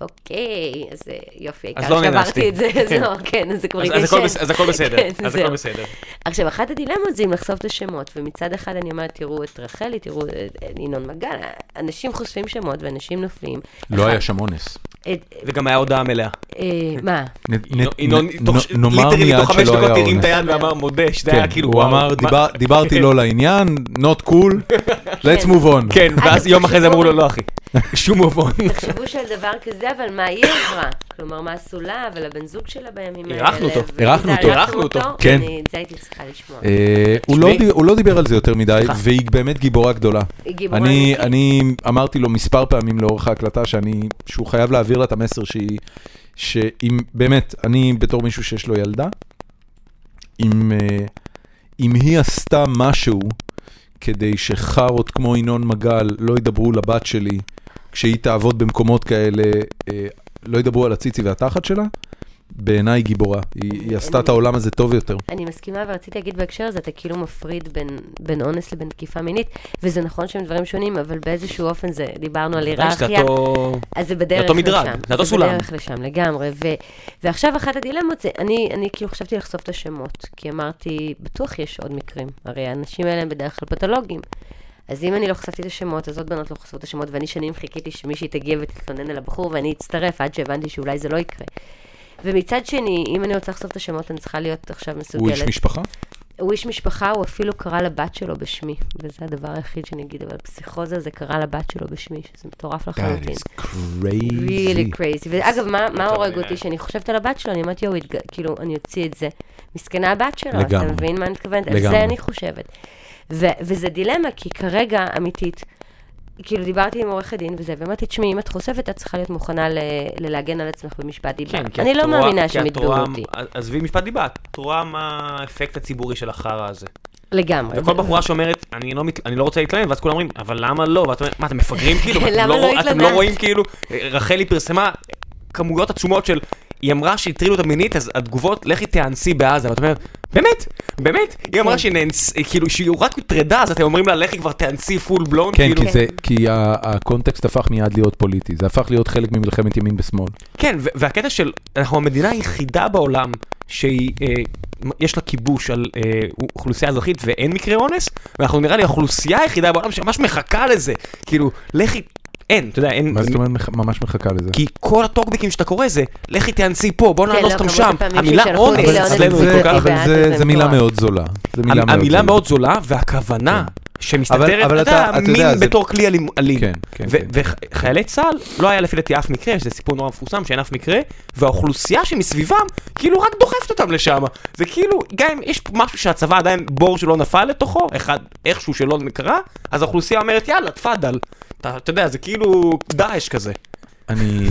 Speaker 3: אוקיי, אז אה, יופי,
Speaker 2: אז
Speaker 3: העיקר
Speaker 2: לא נאנסתי."
Speaker 3: שעברתי את זה, אז
Speaker 2: כן.
Speaker 3: לא, כן, אז זה כבר
Speaker 2: אז- אז הכל בס- אז הכל בסדר,
Speaker 3: כן,
Speaker 2: אז הכל
Speaker 3: זהו.
Speaker 2: בסדר.
Speaker 3: עכשיו, אחת הדילמות זה אם לחשוף את השמות, ומצד אחד אני אומרת, תראו את רחלי, תראו את ינון מגל, אנשים חושפים שמות ואנשים נופלים.
Speaker 1: לא היה שם אונס.
Speaker 3: את-
Speaker 2: וגם היה הודעה מלאה.
Speaker 3: אה, מה?
Speaker 1: נ- נ-
Speaker 2: ינון,
Speaker 1: נ-
Speaker 2: לא- תוך-
Speaker 1: נ- נאמר
Speaker 2: ליטרלי
Speaker 1: מיד
Speaker 2: תוך חמש
Speaker 1: שלא
Speaker 2: דקות
Speaker 1: היה
Speaker 2: הרים
Speaker 1: אונס.
Speaker 2: את היד ואמר מודה, שזה
Speaker 1: כן,
Speaker 2: היה כאילו,
Speaker 1: הוא
Speaker 2: וואו,
Speaker 1: אמר,
Speaker 2: מה-
Speaker 1: "דיבר- דיברתי לא לעניין, not cool, let's move on.
Speaker 2: כן, ואז יום אחרי זה אמרו לו, לא אחי, שום עוון.
Speaker 3: תחשבו שעל דבר כזה, אבל מה היא עברה? כלומר, מה עשו לה ולבן זוג שלה בימים האלה?
Speaker 2: אירחנו אותו,
Speaker 3: וזה,
Speaker 1: אירחנו אותו.
Speaker 3: אירחתם
Speaker 2: אירחנו אותו,
Speaker 1: כן.
Speaker 3: אני- את זה הייתי צריכה לשמוע.
Speaker 1: אה, הוא לא
Speaker 2: תשמעי.
Speaker 1: דיב- הוא לא דיבר על זה יותר מדי, והיא באמת גיבורה גדולה.
Speaker 3: היא גיבורה
Speaker 1: אני,
Speaker 3: אמיתית.
Speaker 1: אני אמרתי לו מספר פעמים לאורך ההקלטה שאני, שהוא חייב להעביר לה את המסר שהיא, שאם, באמת, אני בתור מישהו שיש לו ילדה, אם, אה, אם היא עשתה משהו כדי שחארות כמו ינון מגל לא ידברו לבת שלי כשהיא תעבוד במקומות כאלה, אה, לא ידברו על הציצי והתחת שלה, בעיניי היא גיבורה. היא, היא עשתה את העולם הזה טוב יותר.
Speaker 3: אני מסכימה, ורציתי להגיד בהקשר הזה, אתה כאילו מפריד בין, בין אונס לבין תקיפה מינית, וזה נכון שהם דברים שונים, אבל באיזשהו אופן זה, דיברנו על היררכיה. אז זה בדרך
Speaker 2: זה אותו מדרג,
Speaker 3: לשם.
Speaker 2: זה אותו סולם.
Speaker 3: זה בדרך לשם לגמרי. ו... ועכשיו אחת הדילמות זה, אני, אני כאילו חשבתי לחשוף את השמות, כי אמרתי, בטוח יש עוד מקרים. הרי האנשים האלה הם בדרך כלל פתולוגים. אז אם אני לא חשפתי את השמות, אז עוד בנות לא חשפו את השמות, ואני שנים חיכיתי שמישהי תגיע ותתלונן על הבחור, ואני אצטרף עד שהבנתי שאולי זה לא יקרה. ומצד שני, אם אני רוצה לחשוף את השמות, אני צריכה להיות עכשיו
Speaker 1: הוא איש
Speaker 3: מסוגלת.
Speaker 1: משפחה?
Speaker 3: הוא איש משפחה, הוא אפילו קרא לבת שלו בשמי, וזה הדבר היחיד שאני אגיד, אבל פסיכוזה זה קרא לבת שלו בשמי, שזה מטורף
Speaker 1: That
Speaker 3: לחלוטין.
Speaker 1: is crazy.
Speaker 3: really crazy. ואגב, מה, מה
Speaker 2: יותר
Speaker 3: הורג
Speaker 2: מדי.
Speaker 3: אותי? שאני חושבת על הבת שלו, אני אומרת, יואו, התג... כאילו, אני אוציא את זה. מסכנה הבת שלו,
Speaker 1: לגמרי.
Speaker 3: אתה מבין מה אני מתכוונת? על
Speaker 1: לגמרי.
Speaker 3: זה אני חושבת. ו- וזה דילמה, כי כרגע, אמיתית, כאילו, דיברתי עם עורכת דין וזה, ואמרתי, תשמעי, אם את חושפת, את צריכה להיות מוכנה ל- ללהגן על עצמך במשפט דיבה.
Speaker 2: כן, כי
Speaker 3: אני
Speaker 2: את
Speaker 3: לא
Speaker 2: רואה-
Speaker 3: מאמינה
Speaker 2: כי
Speaker 3: שהם
Speaker 2: את
Speaker 3: יתבעו
Speaker 2: רואה-
Speaker 3: אותי.
Speaker 2: עזבי משפט דיבה, את רואה מה האפקט הציבורי של החרא הזה.
Speaker 3: לגמרי.
Speaker 2: וכל בחורה שאומרת, אני לא מת- אני לא רוצה להתלהם, ואז כולם אומרים, אבל למה לא? ואת אומרת, מה, אתם מפגרים כאילו?
Speaker 3: למה
Speaker 2: אתם
Speaker 3: לא
Speaker 2: רוא- אתם לא
Speaker 3: התלוננת?"
Speaker 2: רואים כאילו, רחלי פרסמה כמויות עצומות של... היא אמרה שהטרידו אותה מינית, אז התגובות, לכי תאנסי בעזה. ואת אומרת, באמת, באמת? היא
Speaker 3: כן.
Speaker 2: אמרה שהיא נאנס, כאילו, שהיא רק הוטרדה, אז אתם אומרים לה, לכי כבר תאנסי פול בלון,
Speaker 1: כן,
Speaker 2: כאילו.
Speaker 1: כי, זה, כי ה- הקונטקסט הפך מיד להיות פוליטי, זה הפך להיות חלק ממלחמת ימין בשמאל.
Speaker 2: כן, ו- והקטע של, אנחנו המדינה היחידה בעולם שהיא, אה, מ- יש לה כיבוש על אה, אוכלוסייה אזרחית ואין מקרה אונס, ואנחנו נראה לי האוכלוסייה היחידה בעולם שממש מחכה לזה, כאילו, לכי, אין, אתה יודע, אין,
Speaker 1: מה זאת אומרת מח- ממש מחכה לזה?
Speaker 2: כי כל הטוקבקים שאתה קורא זה, לכי תאנסי פה, בוא
Speaker 3: כן,
Speaker 2: נאנוס
Speaker 3: לא,
Speaker 2: אותם
Speaker 3: כמות
Speaker 2: שם,
Speaker 3: הפעמים
Speaker 2: המילה
Speaker 3: ששלחו אותי
Speaker 2: אונס
Speaker 3: לאונס
Speaker 2: אצלנו היא
Speaker 3: זה-
Speaker 2: לא כל כך,
Speaker 3: בעד,
Speaker 1: זה,
Speaker 3: זה
Speaker 1: זה מילה
Speaker 3: מטורף.
Speaker 1: מאוד זולה. זה מילה
Speaker 2: המ- המילה
Speaker 1: זולה.
Speaker 2: מאוד זולה, והכוונה
Speaker 4: אבל-
Speaker 2: שמסתתרת,
Speaker 4: אבל
Speaker 2: אתה יודע,
Speaker 4: אתה- אתה יודע,
Speaker 2: מין
Speaker 4: זה-
Speaker 2: בתור כלי אלים- אלים.
Speaker 4: כן, כן,
Speaker 2: ו-
Speaker 4: כן.
Speaker 2: וחיילי צה"ל, לא היה לפי דעתי אף מקרה, שזה סיפור נורא מפורסם שאין אף מקרה, והאוכלוסייה שמסביבם, כאילו רק דוחפת אותם לשם. זה כאילו, גם אם יש פה משהו שהצבא עדיין בור שלא נפל לתוכו, אחד, איכשהו שלא קרה, אז האוכלוסייה אומרת, יאללה, תפאדל. אתה אתה יודע, זה כאילו דאעש כזה.
Speaker 4: אני...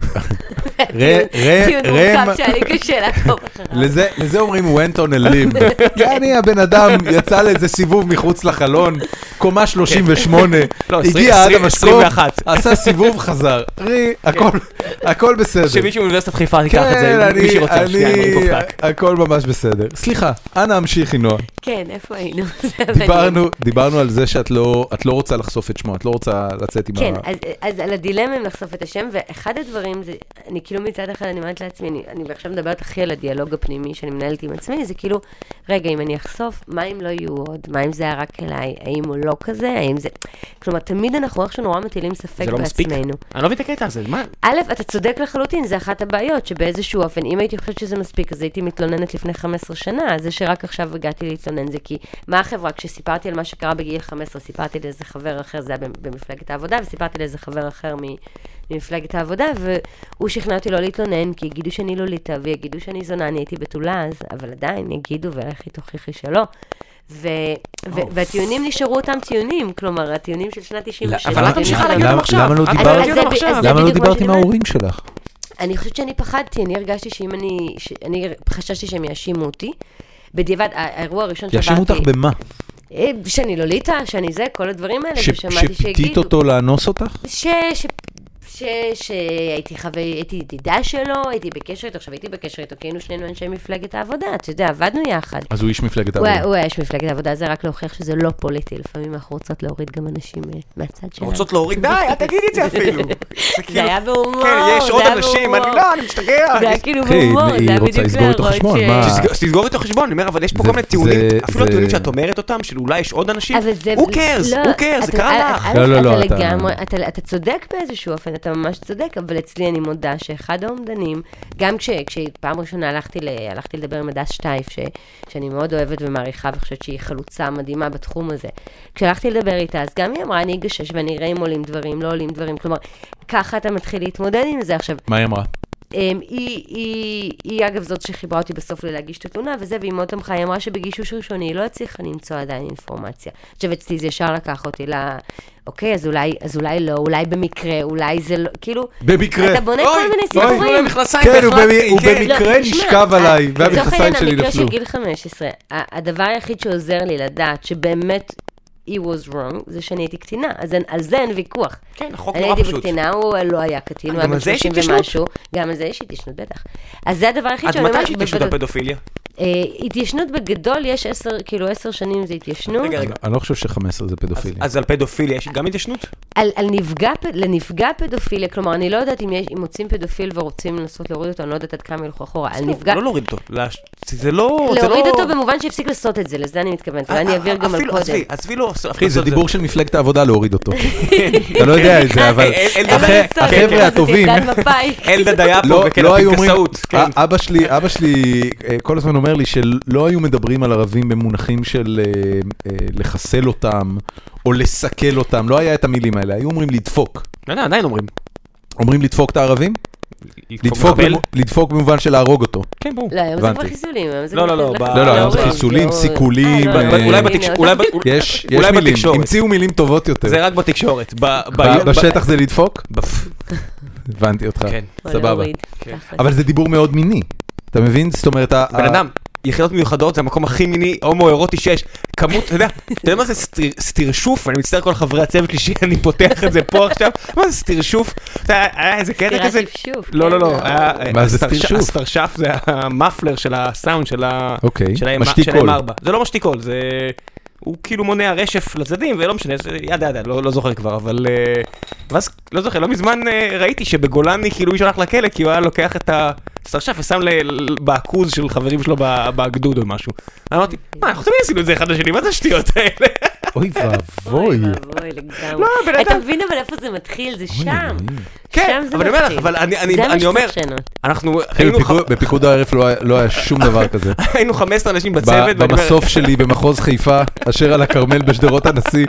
Speaker 1: ראה- ראה-
Speaker 3: טיעון
Speaker 1: ראה
Speaker 3: מורכב
Speaker 1: מה-
Speaker 3: שהיה לי קשה לעקוב אחריו.
Speaker 1: לזה, לזה אומרים went on a limb. יעני הבן אדם יצא לאיזה סיבוב מחוץ לחלון, קומה 38,
Speaker 2: לא,
Speaker 1: הגיע עד
Speaker 2: 20,
Speaker 1: המשקוף,
Speaker 2: 21.
Speaker 1: עשה סיבוב, חזר. ראי, הכל- הכל בסדר. כן,
Speaker 2: שמישהו מאוניברסיטת חיפה ייקח את זה,
Speaker 1: אני-
Speaker 2: מי שרוצה,
Speaker 1: אני-
Speaker 2: שנייה, עם היפופטק.
Speaker 1: הכל ממש בסדר. סליחה, אנא המשיכי נועה.
Speaker 3: כן, איפה היינו? זה היה מעניין.
Speaker 1: דיברנו, דיברנו על זה שאת לא, את לא רוצה לחשוף את שמו, את לא רוצה לצאת עם
Speaker 3: כן,
Speaker 1: ה...
Speaker 3: אז, אז על הדילמה אם לחשוף את השם, ואחד הדברים זה, אני כאילו מצד אחד, אני אומרת לעצמי, אני, אני עכשיו מדברת הכי על הדיאלוג הפנימי שאני מנהלת עם עצמי, זה כאילו, רגע, אם אני אחשוף, מה אם לא יהיו עוד? מה אם זה היה רק אליי? האם הוא לא כזה? האם זה... כלומר, תמיד אנחנו איכשהו נורא מטילים ספק
Speaker 2: זה לא מספיק?
Speaker 3: בעצמנו.
Speaker 2: אני לא מבין את הקטע הזה, מה?
Speaker 3: א', אתה צודק לחלוטין, זה אחת הבעיות, שבאיזשהו אופן, אם הייתי חושבת שזה מספיק, אז הייתי מתלוננת לפני 15 שנה, אז זה שרק עכשיו הגעתי להתלונן זה כי, מה החברה, כשסיפרתי על מה שקרה בגיל 15, סיפרתי לאיזה חבר אחר, זה היה במ- במפלגת העבודה, וסיפרתי לאיזה חבר אחר מ- ממפלגת העבודה, והוא שכנע אותי לא להתלונן, כי יגידו שאני לוליטה, ויגידו שאני זונה, אני הייתי בתולה אז, אבל עדיין יגידו, ולכי תוכיחי שלא. ו- ו- והטיעונים נשארו אותם טיעונים, כלומר, הטיעונים של שנת לא 97.
Speaker 2: אבל את
Speaker 3: הטיעונים
Speaker 2: ממשיכה
Speaker 3: של
Speaker 2: להגיד אותם
Speaker 1: למה-
Speaker 2: עכשיו.
Speaker 1: למה לא
Speaker 2: את
Speaker 1: דיברת?
Speaker 2: להגיד
Speaker 3: אבל זה
Speaker 2: אותם
Speaker 3: ב-
Speaker 2: עכשיו.
Speaker 3: אז זה
Speaker 1: למה לא
Speaker 3: בדיוק מה
Speaker 1: דיברת עם
Speaker 3: שאני אומרת.
Speaker 1: ההורים שלך?
Speaker 3: אני חושבת שאני פחדתי, אני הרגשתי שאם אני... ש... אני חששתי שהם יאשימו אותי. בדיעבד, ה- האירוע הראשון שעברתי...
Speaker 1: יאשימו אותך במה?
Speaker 3: אה, שאני לוליטה, שאני זה, כל הדברים האלה,
Speaker 1: ש-
Speaker 3: ושמעתי
Speaker 1: שפיתית
Speaker 3: שהגידו...
Speaker 1: אותו לאנוס אותך?
Speaker 3: ש... ש... ש... שהייתי חבר... הייתי ידידה שלו, הייתי בקשר איתו, עכשיו הייתי בקשר איתו, כי היינו שנינו אנשי מפלגת העבודה, אתה יודע, עבדנו יחד.
Speaker 1: אז הוא איש מפלגת
Speaker 3: הוא
Speaker 1: העבודה.
Speaker 3: היה- הוא היה איש מפלגת העבודה, זה רק להוכיח שזה לא פוליטי, לפעמים אנחנו רוצות להוריד גם אנשים אה, מהצד שלנו.
Speaker 2: רוצות להוריד, די, אל תגידי את זה אפילו. זה
Speaker 3: זה
Speaker 2: כאילו,
Speaker 3: היה בהומור,
Speaker 2: כן, יש
Speaker 3: זה
Speaker 2: עוד
Speaker 3: היה
Speaker 2: אנשים,
Speaker 3: בהומור.
Speaker 2: אני לא, אני משתגע.
Speaker 3: זה היה כאילו
Speaker 1: אחי,
Speaker 3: בהומור,
Speaker 1: כן, היא
Speaker 3: זה היה
Speaker 1: רוצה
Speaker 3: בדיוק
Speaker 1: לסגור את
Speaker 3: להראות
Speaker 1: החשבון,
Speaker 3: ש-
Speaker 1: מה?
Speaker 2: שתסגור- שתסגור איתו חשבון, אני אומר, אבל יש פה
Speaker 1: אה. זה-
Speaker 2: כל מיני טיעונים,
Speaker 1: זה-
Speaker 2: אפילו
Speaker 1: זה-
Speaker 2: הטיעונים שאת אומרת אותם, של אולי יש עוד אנשים,
Speaker 3: אבל זה...
Speaker 2: הוא קרס,
Speaker 3: לא,
Speaker 2: הוא קרס, זה
Speaker 3: אתה-
Speaker 2: קרה
Speaker 3: א',
Speaker 2: לך.
Speaker 3: א',
Speaker 1: לא, לא, לא,
Speaker 3: אתה
Speaker 1: אתה-
Speaker 3: לגמרי, אתה- אתה צודק באיזשהו אופן, אתה ממש צודק, אבל אצלי אני מודה שאחד האומדנים, גם כש- כשפעם ראשונה הלכתי ל- הלכתי לדבר עם הדס שטייף, ש- שאני מאוד אוהבת ומעריכה, וחושבת שהיא חלוצה מדהימה בתחום הזה. כשהלכתי לדבר איתה, אז גם היא אמרה, אני אגשש ואני אראה אם עולים דברים, לא עולים דברים, כלומר, ככה אתה מתחיל להתמודד עם זה. עכשיו,
Speaker 1: מה היא אמרה?
Speaker 3: אמ, היא, היא, היא אגב זאת שחיברה אותי בסוף ללהגיש את התלונה וזה, והיא מאוד תמכה, היא אמרה שבגישוש ראשוני היא לא הצליחה למצוא עדיין אינפורמציה. עכשיו אצלי זה ישר לקח אותי ל... אוקיי, אז אולי, אז אולי לא, אולי במקרה, אולי זה לא, כאילו...
Speaker 1: במקרה.
Speaker 3: אתה בונה כל מיני
Speaker 2: אוי,
Speaker 3: סיפורים.
Speaker 2: תנו להם מכנסיים,
Speaker 1: כן, הוא
Speaker 2: והחלטתי,
Speaker 1: במ- הוא
Speaker 2: כן.
Speaker 1: במ- במקרה
Speaker 3: לא, תשמע,
Speaker 1: נשכב
Speaker 3: ה-
Speaker 1: עליי, והמכנסיים
Speaker 3: לצורך העניין,
Speaker 1: שלי
Speaker 3: המקרה של
Speaker 1: נפלו.
Speaker 3: גיל 15, ה- הדבר היחיד שעוזר לי לדעת שבאמת he was wrong, זה שאני הייתי קטינה, אז אין- על זה אין ויכוח.
Speaker 2: כן, החוק
Speaker 3: אני
Speaker 2: נורא
Speaker 3: הייתי
Speaker 2: פשוט.
Speaker 3: בקטינה, הוא לא היה קטין, הוא היה
Speaker 2: גם
Speaker 3: בן
Speaker 2: על זה יש
Speaker 3: 30
Speaker 2: התיישנות.
Speaker 3: ומשהו. גם על זה יש התיישנות, בטח. אז זה הדבר היחיד
Speaker 2: עד
Speaker 3: שאני
Speaker 2: מתי
Speaker 3: אומרת...
Speaker 2: יש התיישנות על
Speaker 3: בוודאות-
Speaker 2: פדופיליה?
Speaker 3: אה, התיישנות בגדול יש עשר, כאילו עשר שנים זה התיישנות.
Speaker 2: רגע, רגע.
Speaker 1: אני לא חושב ש-15 זה פדופיליה.
Speaker 2: אז על פדופיליה יש גם התיישנות?
Speaker 3: על, על נפגע, פ- לנפגע פדופיליה, כלומר, אני לא יודעת אם, יש, אם מוצאים פדופיל ורוצים לנסות להוריד אותו, אני לא יודעת עד כמה ילכו אחורה. על נפגע...
Speaker 2: לא להוריד אותו. לש- זה לא... זה
Speaker 3: להוריד
Speaker 2: לא- אה,
Speaker 3: אותו במובן שהפסיק לעשות את זה, לזה אני מתכוונת, ואני אעביר גם על
Speaker 2: אפילו-
Speaker 3: קודם.
Speaker 2: עזבי, עזבי לא...
Speaker 1: אחי, זה דיבור של מפלגת העבודה להוריד אותו. אתה לא יודע את זה, אבל
Speaker 2: כן. אל- אל-
Speaker 1: הח-
Speaker 2: אל- כן,
Speaker 1: החבר'ה הטובים...
Speaker 2: אלדד היה פה
Speaker 1: לא,
Speaker 2: וכן
Speaker 1: לא היו אומרים,
Speaker 2: הפנקסאות. כן.
Speaker 1: אה, אבא שלי, אבא שלי אה, כל הזמן אומר לי שלא היו מדברים על ערבים במונחים של אה, אה, לחסל אותם או לסכל אותם, לא היה את המילים האלה, היו אומרים לדפוק.
Speaker 2: לא יודע, עדיין אומרים.
Speaker 1: אומרים לדפוק את הערבים? לדפוק,
Speaker 2: מחבל?
Speaker 1: במו- לדפוק במובן של להרוג אותו.
Speaker 2: כן, ברור.
Speaker 3: לא, היום זה כבר
Speaker 1: הבנתי.
Speaker 3: חיסולים. היום זה
Speaker 2: לא,
Speaker 3: כבר
Speaker 2: לא, לא,
Speaker 3: לחסל-
Speaker 2: ב- לא, לא, היום זה
Speaker 3: להוריד,
Speaker 1: חיסולים,
Speaker 3: להוריד.
Speaker 1: סיכולים,
Speaker 3: אה, לא,
Speaker 1: אה,
Speaker 3: לא,
Speaker 2: אולי
Speaker 3: הנה,
Speaker 2: בתקשורת,
Speaker 1: יש, יש
Speaker 2: אולי
Speaker 1: מילים,
Speaker 2: בתקשורת.
Speaker 1: המציאו מילים טובות יותר.
Speaker 2: זה רק בתקשורת. ב-
Speaker 1: ב-
Speaker 2: ב-
Speaker 1: אה, בשטח זה אה. לדפוק? הבנתי אותך,
Speaker 2: כן.
Speaker 3: או
Speaker 1: סבבה.
Speaker 3: להוריד,
Speaker 2: כן.
Speaker 3: תחת.
Speaker 1: אבל זה דיבור מאוד מיני, אתה מבין? זאת אומרת, ה-
Speaker 2: בן
Speaker 1: ה-
Speaker 2: אדם, יחידות מיוחדות זה המקום הכי מיני הומואירוטי שיש. כמות, אתה יודע, אתה יודע מה זה סטיר- סטירשוף? אני מצטער כל חברי הצוות שלי שאני פותח את זה פה עכשיו. מה זה סטירשוף? אתה יודע, היה איזה קטע
Speaker 3: סטירת
Speaker 2: כזה.
Speaker 3: שפשוף,
Speaker 2: לא, לא,
Speaker 3: כן,
Speaker 2: לא.
Speaker 3: לא.
Speaker 2: היה-
Speaker 1: מה זה
Speaker 2: הסטרש-
Speaker 1: סטירשוף?
Speaker 2: הסטרשף זה המאפלר של הסאונד של ה...
Speaker 1: אוקיי,
Speaker 2: של ה-
Speaker 1: משתיק
Speaker 2: של
Speaker 1: קול.
Speaker 2: ה-M4. זה לא משתיק קול, זה... הוא כאילו מונע רשף לצדדים, ולא משנה, זה ידה ידה, לא, לא זוכר כבר, אבל... אה, ואז, לא זוכר, לא מזמן אה, ראיתי שבגולני כאילו מישהו הלך לכלא, כי הוא היה לוקח את סרשף ושם ל- ל- בעכוז של חברים שלו ב- בגדוד או משהו. אמרתי, מה, אנחנו תמיד עשינו את זה אחד לשני, מה זה השטויות האלה?
Speaker 1: אוי
Speaker 3: אוי
Speaker 1: ואבוי.
Speaker 3: ואבוי לגמרי.
Speaker 2: לא, בן
Speaker 3: אתה
Speaker 2: אדם-
Speaker 3: מבין אבל איפה זה מתחיל, זה שם.
Speaker 2: כן,
Speaker 3: שם זה
Speaker 2: אבל אני אומר לך,
Speaker 3: מתחיל.
Speaker 2: אבל אני- אני
Speaker 3: זה מה
Speaker 2: אני אומר,
Speaker 3: שצריך לשנות.
Speaker 2: אנחנו
Speaker 1: אחי,
Speaker 2: היינו
Speaker 1: בפיקוד-
Speaker 2: ח-
Speaker 1: בפיקוד העורף לא היה- לא היה שום דבר כזה.
Speaker 2: היינו 15 אנשים
Speaker 1: ב-
Speaker 2: בצוות, ואני אומר,
Speaker 1: במסוף שלי במחוז חיפה, אשר על הכרמל בשדרות הנשיא,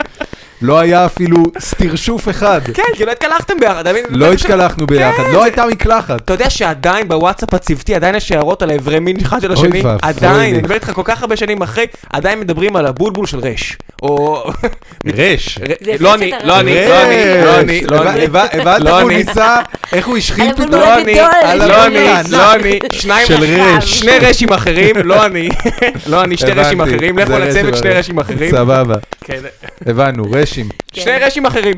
Speaker 1: לא היה אפילו סטרשוף אחד.
Speaker 2: כן, כי לא התקלחתם ביחד, אתה מבין?
Speaker 1: לא התקלחנו ביחד, לא הייתה מקלחת.
Speaker 2: אתה יודע שעדיין בוואטסאפ הצוותי, עדיין יש הערות על האיברי מין אחד של השני,
Speaker 1: ואבוי
Speaker 2: עדיין,
Speaker 1: לי.
Speaker 2: אני מדבר איתך כל כך הרבה שנים אחרי, עדיין מדברים על הבולבול של רש. או...
Speaker 1: רש.
Speaker 2: לא אני, לא אני, לא אני, לא אני, לא אני.
Speaker 1: הבנת
Speaker 2: לא
Speaker 1: איך הוא
Speaker 2: אני.
Speaker 1: ניסה, איך הוא השחיל
Speaker 3: על
Speaker 1: פתאום?
Speaker 3: הבולבול
Speaker 2: לא אני,
Speaker 3: הגדול,
Speaker 2: לא אני,
Speaker 1: הגדול.
Speaker 2: לא אני, שניים,
Speaker 1: של
Speaker 3: רש.
Speaker 2: שני רשים אחרים, לא אני, לא אני, שני רשים
Speaker 1: הבנתי,
Speaker 2: אחרים,
Speaker 1: זה
Speaker 2: לכו
Speaker 1: רש
Speaker 2: לצוות
Speaker 1: אבל-
Speaker 2: שני רשים אחרים,
Speaker 1: סבבה,
Speaker 2: כן,
Speaker 1: הבנו, רשים.
Speaker 3: כן.
Speaker 2: שני רשים אחרים,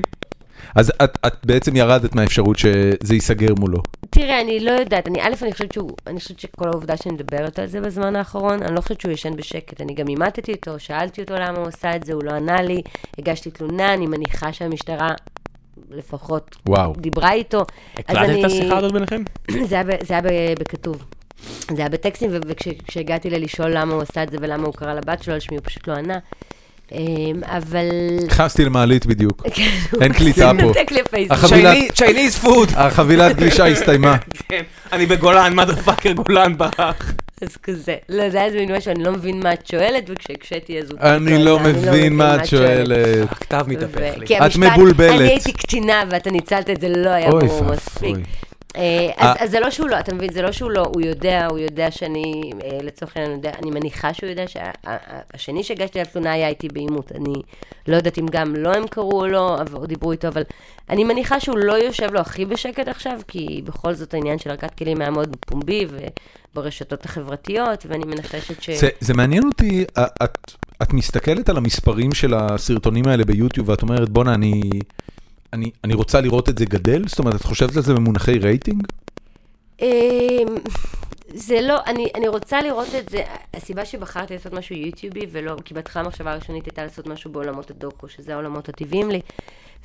Speaker 1: אז את, את בעצם ירדת מהאפשרות שזה ייסגר מולו.
Speaker 2: כן.
Speaker 3: תראה, אני לא יודעת, אני, א', אני חושבת שהוא, אני חושבת שכל העובדה שאני מדברת על זה בזמן האחרון, אני לא חושבת שהוא ישן בשקט. אני גם עימתתי אותו, שאלתי אותו למה הוא עשה את זה, הוא לא ענה לי, הגשתי תלונה, אני מניחה שהמשטרה לפחות
Speaker 1: וואו.
Speaker 3: דיברה איתו. אז אני-
Speaker 2: ביניכם?
Speaker 3: זה היה, ב- זה היה ב- בכתוב. זה היה בטקסטים, ו- וכשהגעתי ללשאול למה הוא עשה את זה ולמה הוא קרא לבת שלו על שמי, הוא פשוט לא ענה. אמ, אבל...
Speaker 1: נכנסתי למעלית בדיוק.
Speaker 3: כן, הוא
Speaker 1: אין קליטה פה.
Speaker 3: מנתק לי פייסבוק.
Speaker 1: החבילה-
Speaker 2: צ'ייניז פוד, כן.
Speaker 1: החבילת גלישה הסתיימה.
Speaker 2: אוקיי, אני בגולן, מה פאקר גולן
Speaker 1: אוקיי.
Speaker 2: באח,
Speaker 3: אז כזה. לא, זה היה איזה מין משהו, אני לא מבין מה את שואלת, וכשהקשיתי אז הוא...
Speaker 1: אני לא מבין מה את שואלת.
Speaker 2: הכתב מתהפך
Speaker 3: ו-
Speaker 2: לי.
Speaker 3: כי
Speaker 1: את
Speaker 3: המשפט,
Speaker 1: מבולבלת.
Speaker 3: אני הייתי קטינה ואתה ניצלת את זה, לא היה
Speaker 1: אוי
Speaker 3: ברור מספיק.
Speaker 1: ואבוי.
Speaker 3: אה, אז,
Speaker 1: אה.
Speaker 3: אז זה לא שהוא לא, אתה מבין, זה לא שהוא לא, הוא יודע, הוא יודע שאני, אה, לצורך העניין, יודע- אני מניחה שהוא יודע שהשני שהגשתי עליו תלונה היה איתי בעימות. אני לא יודעת אם גם לו הם קראו או לא, אבל- או דיברו איתו, אבל אני מניחה שהוא לא יושב לו הכי בשקט עכשיו, כי בכל זאת העניין של ערכת כלים היה מאוד פומבי וברשתות החברתיות, ואני מנחשת ש...
Speaker 1: זה, זה מעניין אותי, א- את, את מסתכלת על המספרים של הסרטונים האלה ביוטיוב ואת אומרת, בואנה, אני, אני, אני רוצה לראות את זה גדל? זאת אומרת, את חושבת על זה במונחי רייטינג?
Speaker 3: אמ, זה לא, אני, אני רוצה לראות את זה, הסיבה שבחרתי לעשות משהו יוטיובי ולא, כי בהתחלה המחשבה הראשונית הייתה לעשות משהו בעולמות הדוקו, שזה העולמות הטבעיים לי,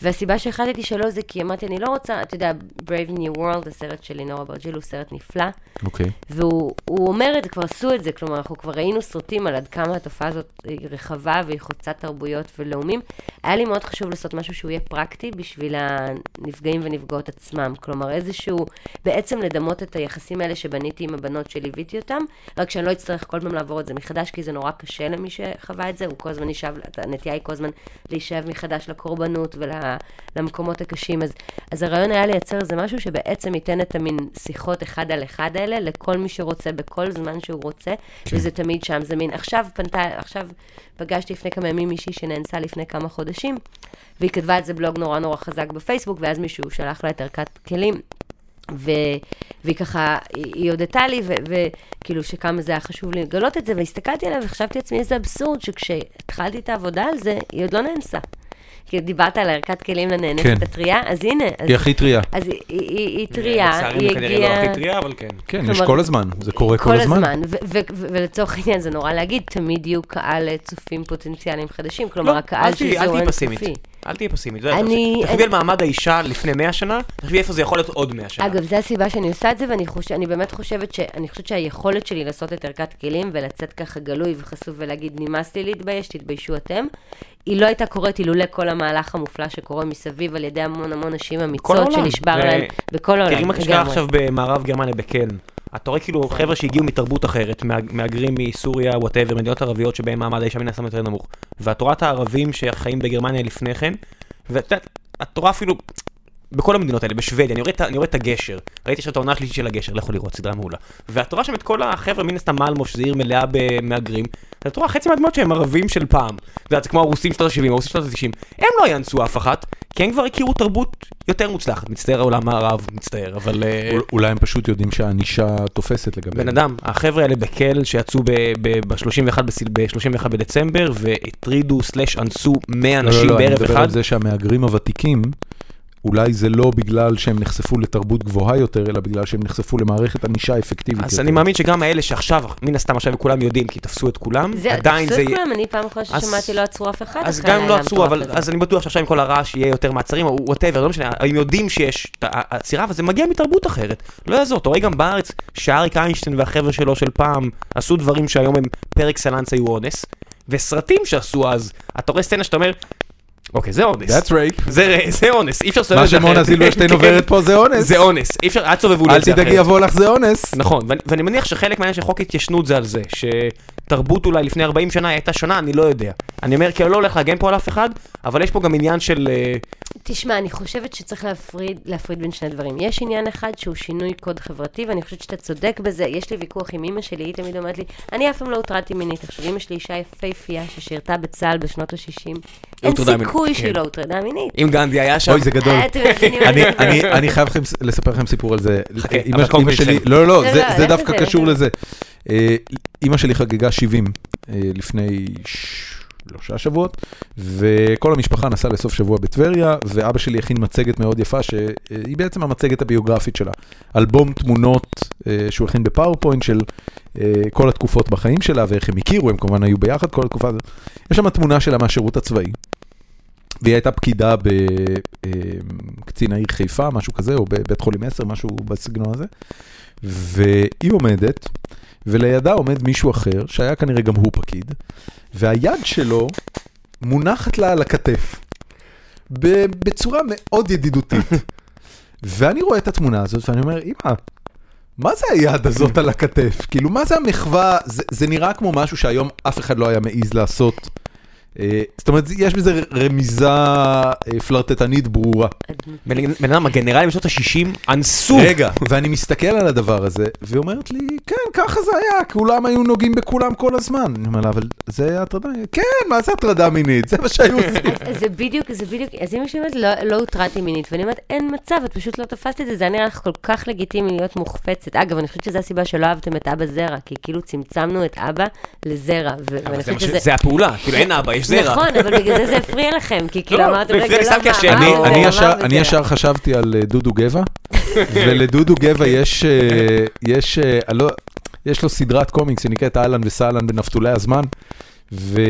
Speaker 3: והסיבה שהחלטתי שלא זה כי אמרתי, אני לא רוצה, אתה יודע, Brave New World, הסרט של לינור אברג'יל הוא סרט נפלא,
Speaker 1: אוקיי.
Speaker 3: והוא הוא אומר את זה, כבר עשו את זה, כלומר, אנחנו כבר ראינו סרטים על עד כמה התופעה הזאת אה, היא רחבה והיא חוצה תרבויות ולאומים. היה לי מאוד חשוב לעשות משהו שהוא יהיה פרקטי בשביל הנפגעים ונפגעות עצמם. כלומר, איזשהו, בעצם לדמות את היחסים האלה שבניתי עם הבנות שליוויתי אותם, רק שאני לא אצטרך כל פעם לעבור את זה מחדש, כי זה נורא קשה למי שחווה את זה, הוא כל הזמן יישב, הנטייה היא כל הזמן להישאב מחדש לקורבנות ולמקומות הקשים. אז, אז הרעיון היה לייצר איזה משהו שבעצם ייתן את המין שיחות אחד על אחד האלה לכל מי שרוצה, בכל זמן שהוא רוצה, כן. וזה תמיד שם. זה מין, עכשיו פנתה, עכשיו פגשתי לפני כמה ימים מישהי שנאנסה לפני כמה חודשים, והיא כתבה על זה בלוג נורא נורא חזק בפייסבוק, ואז מישהו שלח לה את ערכת כלים, ו... והיא ככה, היא היא הודתה לי, ו- וכאילו שכמה זה היה חשוב לי לגלות את זה, והסתכלתי עליה וחשבתי לעצמי איזה אבסורד, שכשהתחלתי את העבודה על זה, היא עוד לא נאנסה. כי דיברת על ערכת כלים לנאנסת
Speaker 1: כן.
Speaker 3: הטריה, אז הנה. אז,
Speaker 1: היא הכי טריה.
Speaker 3: אז היא, היא, היא,
Speaker 2: אה,
Speaker 3: היא טריה, היא הגיעה...
Speaker 2: לא טריה, אבל כן.
Speaker 1: כן,
Speaker 3: כלומר,
Speaker 1: יש כל הזמן, זה קורה כל
Speaker 3: כל
Speaker 1: הזמן.
Speaker 3: הזמן, ו- ו- ו- ולצורך העניין זה נורא להגיד, תמיד יהיו קהל אה, צופים פוטנציאליים חדשים,
Speaker 2: לא,
Speaker 3: כלומר הקהל שזה הוא אין צופי.
Speaker 2: אל תהיי פסימית.
Speaker 3: אני-
Speaker 2: אני...
Speaker 3: אני-
Speaker 2: תחשבי על מעמד האישה לפני 100 שנה, תחשבי איפה זה יכול להיות עוד 100 שנה.
Speaker 3: אגב, זו הסיבה שאני עושה את זה, ואני חוש... אני באמת חושבת ש... אני חושבת שהיכולת שלי לעשות את ערכת כלים ולצאת ככה גלוי וחשוף ולהגיד, נמאס לי להתבייש, תתביישו אתם, היא לא הייתה קורית אילולא כל המהלך המופלא שקורה מסביב על ידי המון המון נשים אמיצות
Speaker 2: העולם.
Speaker 3: שנשבר
Speaker 2: זה-
Speaker 3: להן בכל העולם.
Speaker 2: תראי מה שקרה
Speaker 3: לגמרי.
Speaker 2: עכשיו במערב גרמניה, בקן. אתה רואה כאילו חבר'ה שהגיעו מתרבות אחרת, מה- מהגרים מסוריה, וואטאבר, מדינות ערביות שבהן מעמד האישה מן הסתם יותר נמוך. ואת רואה את הערבים שחיים בגרמניה לפני כן, ואת יודעת, את רואה אפילו... בכל המדינות האלה, בשוודיה, אני רואה את ה- אני רואה את הגשר, ראיתי עכשיו את העונה השלישית של הגשר, לכו לראות, סדרה מעולה. ואת רואה שם את כל החבר'ה, מן הסתם מלמו, שזו עיר מלאה במהגרים, ואת רואה חצי מהדמות שהם ערבים של פעם. את יודעת, זה כמו הרוסים שנות ה-70, הרוסים שנות ה-90. הם לא יאנסו אף אחת, כי הם כבר הכירו תרבות יותר מוצלחת. מצטער העולם הערב, מצטער, אבל... אה,
Speaker 1: אול- אולי הם פשוט יודעים שהענישה תופסת לגבי
Speaker 2: בן אדם, החבר'ה האלה בקל שיצאו ב-31 ב- בדצמבר והטרידו סלאש אנסו 100
Speaker 1: לא, לא,
Speaker 2: נשים
Speaker 1: לא, אני
Speaker 2: בערב
Speaker 1: מדבר
Speaker 2: אחד.
Speaker 1: על זה שהמהגרים הוותיקים אולי זה לא בגלל שהם נחשפו לתרבות גבוהה יותר, אלא בגלל שהם נחשפו למערכת ענישה אפקטיבית יותר.
Speaker 2: אז אני מאמין שגם האלה שעכשיו, מן הסתם עכשיו כולם יודעים, כי תפסו את כולם,
Speaker 3: זה,
Speaker 2: עדיין
Speaker 3: תפסו
Speaker 2: זה...
Speaker 3: את כולם, אני פעם אחרונה
Speaker 2: אז-
Speaker 3: ששמעתי לא עצרו אף אחד.
Speaker 2: אז
Speaker 3: אחרי
Speaker 2: גם אם לא
Speaker 3: הלילה
Speaker 2: עצרו, אבל
Speaker 3: המטורפת
Speaker 2: אז אני בטוח שעכשיו עם כל הרעש יהיה יותר מעצרים, או וואטאבר, לא משנה, הם יודעים שיש את ה- העצירה, אבל זה מגיע מתרבות אחרת. לא יעזור, אתה רואה גם בארץ שאריק איינשטיין והחבר'ה שלו של פעם עשו דברים שהיום הם פר אקסלנס היו אונס, וסרטים שעשו אז, אתה רואה סצנה שאתה אומר, אוקיי, זה אונס.
Speaker 1: That's rape.
Speaker 2: זה, זה אונס, אי אפשר לסובב
Speaker 1: מה
Speaker 2: את זה אחרת.
Speaker 1: שמונה זילברשטיין
Speaker 2: כן,
Speaker 1: עוברת פה זה אונס.
Speaker 2: זה אונס, אי אפשר, אל תסובבו לי
Speaker 1: אל
Speaker 2: את זה אחרת.
Speaker 1: תדאגי, יבוא לך זה אונס.
Speaker 2: נכון, ואני, ואני מניח שחלק מהעניין של חוק התיישנות זה על זה, שתרבות אולי לפני 40 שנה הייתה שונה, אני לא יודע. אני אומר, כי אני לא הולך להגן פה על אף אחד, אבל יש פה גם עניין של... אה,
Speaker 3: תשמע, אני חושבת שצריך להפריד, להפריד בין שני דברים. יש עניין אחד שהוא שינוי קוד חברתי, ואני חושבת שאתה צודק בזה. יש לי ויכוח עם אימא שלי, היא תמיד אומרת לי, אני אף פעם לא הוטרדתי מינית. עכשיו, אימא שלי אישה יפהפייה ששירתה בצה"ל בשנות ה-60. אין
Speaker 2: לא הוטרדה מינית,
Speaker 3: סיכוי שהיא
Speaker 2: כן.
Speaker 3: לא הוטרדה מינית. אה,
Speaker 2: אם גנדי היה שם...
Speaker 1: אוי, זה גדול.
Speaker 3: אתם מבינים מה
Speaker 1: אני,
Speaker 3: אני
Speaker 1: אני, אני חייב לכם, לספר לכם סיפור על זה.
Speaker 2: חכה,
Speaker 1: אמא-
Speaker 2: אבל קודם
Speaker 1: אמא
Speaker 2: כל
Speaker 1: שלי,
Speaker 2: איתכם.
Speaker 1: לא, לא,
Speaker 3: לא,
Speaker 1: זה,
Speaker 3: לא,
Speaker 1: זה
Speaker 3: לך
Speaker 1: דווקא
Speaker 3: לזה,
Speaker 1: קשור
Speaker 3: לך
Speaker 1: לזה. אה, אימא שלי חגגה 70 אה, לפני שלושה שבועות, וכל המשפחה נסעה לסוף שבוע בטבריה, ואבא שלי הכין מצגת מאוד יפה, שהיא בעצם המצגת הביוגרפית שלה. אלבום תמונות אה, שהוא הכין בפאורפוינט של אה, כל התקופות בחיים שלה, ואיך הם הכירו, הם כמובן היו ביחד כל התקופה הזאת. יש שם תמונה שלה מהשירות הצבאי. והיא הייתה פקידה בקצין העיר חיפה, משהו כזה, או בבית חולים 10, משהו בסגנון הזה. והיא עומדת, ולידה עומד מישהו אחר, שהיה כנראה גם הוא פקיד, והיד שלו מונחת לה על הכתף, ב- בצורה מאוד ידידותית. ואני רואה את התמונה הזאת, ואני אומר, אמא, מה זה היד הזאת על הכתף? כאילו, מה זה המחווה? זה, זה נראה כמו משהו שהיום אף אחד לא היה מעז לעשות. אה, זאת אומרת, יש בזה רמיזה אה, פלרטטנית ברורה.
Speaker 2: בן בן אדם, הגנרלים בשנות ה-60 אנסו.
Speaker 1: רגע, ואני מסתכל על הדבר הזה, והיא אומרת לי, כן, ככה זה היה, כולם היו נוגעים בכולם כל הזמן. אני אומר לה, אבל זה היה הטרדה מינית. כן, מה זה הטרדה מינית? זה מה שהיו עושים.
Speaker 3: אז זה בדיוק, זה בדיוק, אז אמא שלי אומרת, לא, לא הוטרדתי מינית, ואני אומרת, אין מצב, את פשוט לא תפסת את זה, זה היה נראה לך כל כך לגיטימי להיות מוחפצת. אגב, אני חושבת שזו הסיבה שלא אהבתם את אבא זרע, כי כאילו צמצמנו את אבא לזרע, ו- ואני
Speaker 2: זה
Speaker 3: חושבת
Speaker 2: מה ש-
Speaker 3: שזה...
Speaker 2: זה הפעולה, כאילו אין אבא, יש זרע.
Speaker 3: נכון, אבל בגלל זה זה הפריע לכם, כי כאילו
Speaker 2: לא,
Speaker 3: אמרתם,
Speaker 2: זה הפריע
Speaker 3: רגע,
Speaker 2: לי סתם
Speaker 3: למה?
Speaker 2: כי השאלה-
Speaker 3: מה
Speaker 1: אני-
Speaker 3: הוא-
Speaker 1: אני
Speaker 3: מה
Speaker 1: ישר-
Speaker 3: הוא
Speaker 1: אני
Speaker 3: זה?
Speaker 1: ישר חשבתי על אה, דודו גבע, ולדודו גבע יש, אה, יש, אה, אני לא- יש לו סדרת קומיקס שנקראת אהלן וסהלן בנפתולי הזמן. ו...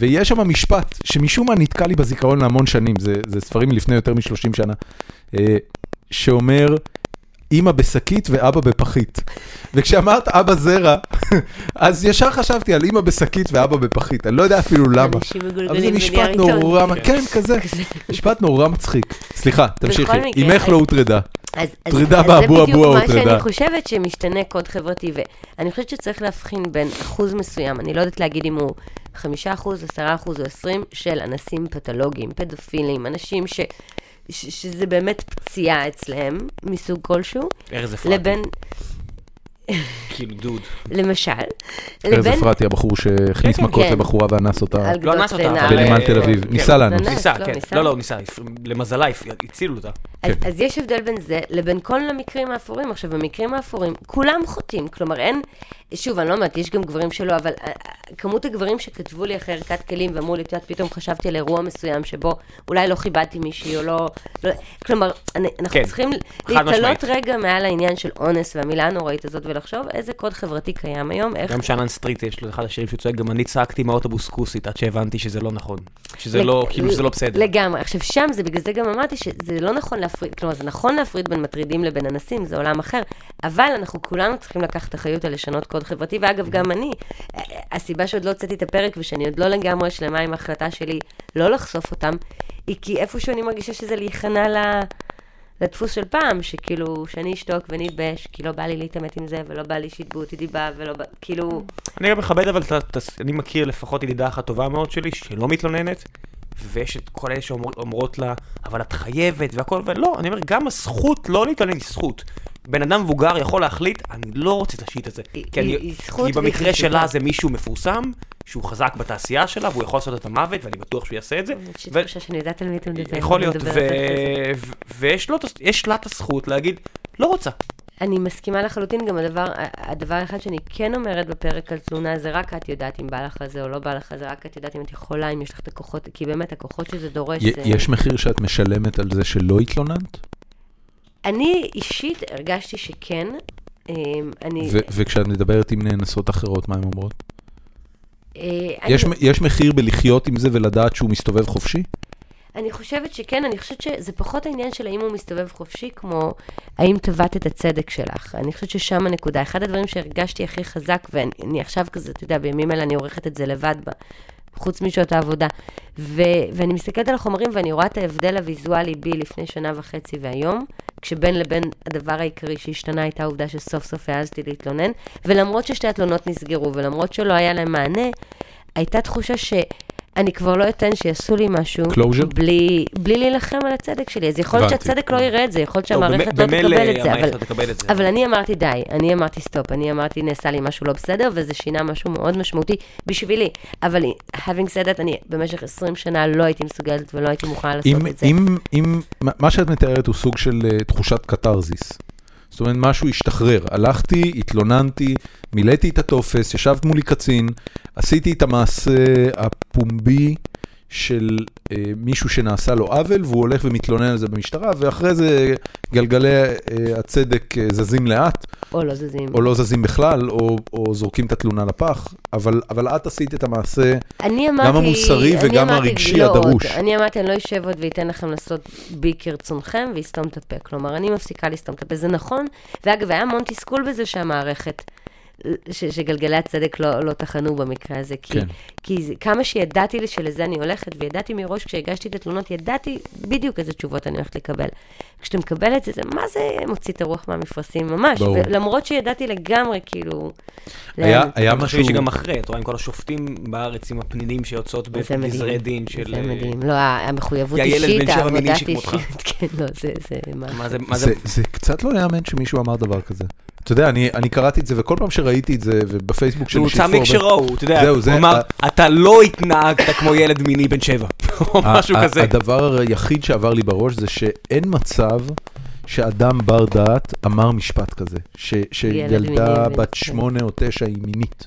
Speaker 1: ויש שם משפט שמשום מה נתקע לי בזיכרון להמון שנים, זה, זה ספרים מלפני יותר מ-30 שנה, אה, שאומר, אימא בשקית ואבא בפחית. וכשאמרת אבא זרע, אז ישר חשבתי על אימא בשקית ואבא בפחית, אני לא יודע אפילו למה.
Speaker 3: אנשים
Speaker 1: אבל זה
Speaker 3: מגולגלים
Speaker 1: משפט
Speaker 3: בנייר עיתון.
Speaker 1: נורא, כן, כזה, משפט נורא מצחיק. סליחה, תמשיכי,
Speaker 3: מקרה,
Speaker 1: אמך
Speaker 3: אז-
Speaker 1: לא הוטרדה.
Speaker 3: אז, אז,
Speaker 1: טרידה
Speaker 3: אז
Speaker 1: באבו
Speaker 3: זה בדיוק
Speaker 1: אבו
Speaker 3: מה
Speaker 1: הוטרדה.
Speaker 3: שאני חושבת שמשתנה קוד חברתי, ואני חושבת שצריך להבחין בין אחוז מסוים, אני לא יודעת להגיד אם הוא חמישה אחוז, עשרה אחוז או עשרים, של אנסים פתולוגיים, פדופילים, אנשים ש, ש, שזה באמת פציעה אצלהם, מסוג כלשהו,
Speaker 2: ארז אפרתי,
Speaker 3: לבין,
Speaker 2: כאילו דוד.
Speaker 3: למשל,
Speaker 1: ארז
Speaker 3: לבין...
Speaker 1: אפרתי, הבחור שהכניס
Speaker 2: כן, כן,
Speaker 1: מכות
Speaker 3: כן.
Speaker 1: לבחורה ואנס אותה
Speaker 3: על
Speaker 2: לא
Speaker 3: גדות
Speaker 2: אנס אותה,
Speaker 3: ונער.
Speaker 2: אבל-
Speaker 1: בנמל
Speaker 2: אה,
Speaker 1: תל אביב.
Speaker 2: כן.
Speaker 1: ניסה לאנוס.
Speaker 3: אנס,
Speaker 2: ניסה,
Speaker 3: לא,
Speaker 2: כן.
Speaker 3: ניסה.
Speaker 2: לא, לא, ניסה, למזלה הצילו אותה.
Speaker 3: אז,
Speaker 1: כן.
Speaker 3: אז יש הבדל בין זה לבין כל המקרים האפורים. עכשיו, במקרים האפורים, כולם חוטאים. כלומר, אין... שוב, אני לא אומרת, יש גם גברים שלא, אבל אה, אה, כמות הגברים שכתבו לי אחרי ערכת כלים ואמרו לי, את יודעת, פתאום חשבתי על אירוע מסוים שבו אולי לא כיבדתי מישהי או לא... לא כלומר, אני, אנחנו
Speaker 2: כן,
Speaker 3: צריכים
Speaker 2: חד משמעית.
Speaker 3: להתעלות רגע מעל העניין של אונס והמילה הנוראית הזאת ולחשוב איזה קוד חברתי קיים היום, איך...
Speaker 2: גם שאנן סטריט יש לו אחד השירים שהוא צועק, גם אני צעקתי מהאוטובוס כוסית עד שהבנתי שזה לא נכון. שזה
Speaker 3: לג-
Speaker 2: לא, כאילו שזה לא בסדר.
Speaker 3: לגמרי. עכשיו, שם זה, בגלל זה גם אמרתי שזה לא נכון להפריד, כלומר, זה נכון להפריד בין מטרידים לבין אנסים, זה עולם אחר, אבל אנחנו כולנו צריכים לקחת אחריות על לשנות קוד חברתי, ואגב, גם אני, אה, אה, הסיבה שעוד לא הוצאתי את הפרק ושאני עוד לא לגמרי שלמה עם ההחלטה שלי לא לחשוף אותם, היא כי איפשהו אני מרגישה שזה להיכנע ל... לדפוס של פעם, שכאילו, שאני אשתוק ואני אתבייש, כי לא בא לי להתעמת עם זה, ולא בא לי שיתבעו אותי דיבה, ולא בא, כאילו...
Speaker 2: אני גם מכבד אבל, את ה- את ה- אני מכיר לפחות ידידה אחת טובה מאוד שלי, שלא מתלוננת, ויש את כל אלה שאומרות לה, אבל את חייבת והכל, ולא, אני אומר, גם הזכות לא להתלונן היא זכות. בן אדם מבוגר יכול להחליט, אני לא רוצה את השיט הזה.
Speaker 3: היא-
Speaker 2: כי, אני,
Speaker 3: היא- היא זכות
Speaker 2: כי במקרה
Speaker 3: והיא
Speaker 2: שלה
Speaker 3: חשובה.
Speaker 2: זה מישהו מפורסם, שהוא חזק בתעשייה שלה, והוא יכול לעשות את המוות, ואני בטוח שהוא יעשה את זה.
Speaker 3: יש לי
Speaker 2: ו-
Speaker 3: תחושה שאני יודעת על מי אתה מדבר.
Speaker 2: יכול להיות,
Speaker 3: אני
Speaker 2: ו-
Speaker 3: מדברת על זה.
Speaker 2: ו- ויש לו את הס- יש לה את הזכות להגיד, לא רוצה.
Speaker 3: אני מסכימה לחלוטין, גם הדבר, הדבר האחד שאני כן אומרת בפרק על תלונה, זה רק את יודעת אם בא לך זה או לא בא לך זה, רק את יודעת אם את יכולה, אם יש לך את הכוחות, כי באמת הכוחות שזה דורש
Speaker 1: י-
Speaker 3: זה...
Speaker 1: יש מחיר שאת משלמת על זה שלא התלוננת?
Speaker 3: אני אישית הרגשתי שכן, אמ, אני...
Speaker 1: ו- וכשאת מדברת עם נאנסות אחרות, מה הן אומרות?
Speaker 3: אה, אני-
Speaker 1: יש, מ- יש מחיר בלחיות עם זה ולדעת שהוא מסתובב חופשי?
Speaker 3: אני חושבת שכן, אני חושבת שזה פחות העניין של האם הוא מסתובב חופשי, כמו האם תבעת את הצדק שלך. אני חושבת ששם הנקודה. אחד הדברים שהרגשתי הכי חזק, ואני אני עכשיו כזה, אתה יודע, בימים אלה אני עורכת את זה לבד, ב- חוץ משעות העבודה. ו, ואני מסתכלת על החומרים ואני רואה את ההבדל הוויזואלי בי לפני שנה וחצי והיום, כשבין לבין הדבר העיקרי שהשתנה הייתה העובדה שסוף סוף העזתי להתלונן, ולמרות ששתי התלונות נסגרו, ולמרות שלא היה להם מענה, הייתה תחושה ש... אני כבר לא אתן שיעשו לי משהו,
Speaker 1: Closure?
Speaker 3: בלי, בלי להילחם על הצדק שלי. אז יכול להיות
Speaker 1: הבנתי.
Speaker 3: שהצדק לא יראה את זה, יכול להיות
Speaker 2: לא,
Speaker 3: שהמערכת
Speaker 2: במ-
Speaker 3: לא
Speaker 2: במילא
Speaker 3: תקבל את זה, אבל,
Speaker 2: המערכת לא תקבל את זה.
Speaker 3: אבל אני אמרתי די, אני אמרתי סטופ, אני אמרתי נעשה לי משהו לא בסדר, וזה שינה משהו מאוד משמעותי בשבילי. אבל having said that, אני במשך 20 שנה לא הייתי מסוגלת ולא הייתי מוכנה לעשות
Speaker 1: אם,
Speaker 3: את זה.
Speaker 1: אם, אם, מה- מה שאת מתארת הוא סוג של אה, תחושת קתרזיס. זאת אומרת, משהו השתחרר. הלכתי, התלוננתי, מילאתי את הטופס, ישבת מולי קצין, עשיתי את המעשה הפומבי של אה, מישהו שנעשה לו עוול, והוא הולך ומתלונן על זה במשטרה, ואחרי זה גלגלי אה, הצדק אה, זזים לאט,
Speaker 3: או לא זזים.
Speaker 1: או לא זזים בכלל, או, או זורקים את התלונה לפח, אבל, אבל את עשית את המעשה
Speaker 3: אני אמרתי...
Speaker 1: גם המוסרי
Speaker 3: אני
Speaker 1: וגם
Speaker 3: אמרתי,
Speaker 1: הרגשי
Speaker 3: לא עוד.
Speaker 1: הדרוש.
Speaker 3: אני אמרתי, אני לא אשב עוד ואתן לכם לעשות בי כרצונכם ויסתום את הפה. כלומר, אני מפסיקה לסתום את הפה, זה נכון. ואגב, היה המון תסכול בזה שהמערכת... ש, שגלגלי הצדק לא, לא טחנו במקרה הזה, כי,
Speaker 1: כן.
Speaker 3: כן. כי זה, כמה שידעתי לי שלזה אני הולכת, וידעתי מראש כשהגשתי את התלונות, ידעתי בדיוק איזה תשובות אני הולכת לקבל. כשאתה מקבל את זה, זה מה זה מוציא את הרוח מהמפרשים ממש,
Speaker 1: ברור.
Speaker 3: למרות שידעתי לגמרי, כאילו...
Speaker 1: היה,
Speaker 3: לאן-
Speaker 1: היה
Speaker 2: אני חושב
Speaker 1: משהו...
Speaker 2: שגם אחרי, את רואה עם כל השופטים בארץ עם הפנינים שיוצאות
Speaker 3: זה מדהים.
Speaker 2: בגזרי דין של...
Speaker 3: זה
Speaker 2: אה,
Speaker 3: מדהים. לא, המחויבות
Speaker 2: יא ילד בן
Speaker 3: אישית,
Speaker 2: שבע מיני
Speaker 3: העבודה
Speaker 2: שכמותך.
Speaker 3: אישית. כן, לא, זה, זה, מה.
Speaker 2: מה זה, מה
Speaker 1: זה,
Speaker 2: זה,
Speaker 1: זה קצת לא יאמן שמישהו אמר דבר כזה. אתה יודע, אני, אני קראתי את זה, וכל פעם שראיתי את זה, ובפייסבוק שלי
Speaker 2: הוא צמיק שראו, אתה יודע,
Speaker 1: זהו,
Speaker 2: הוא
Speaker 1: זה-
Speaker 2: אמר, אתה לא התנהגת כמו ילד מיני בן שבע, או משהו
Speaker 1: ה-
Speaker 2: כזה.
Speaker 1: הדבר היחיד שעבר לי בראש זה שאין מצב שאדם בר דעת אמר משפט כזה, ש, שילדה
Speaker 3: מיני,
Speaker 1: בת
Speaker 3: כן.
Speaker 1: שמונה או תשע היא מינית.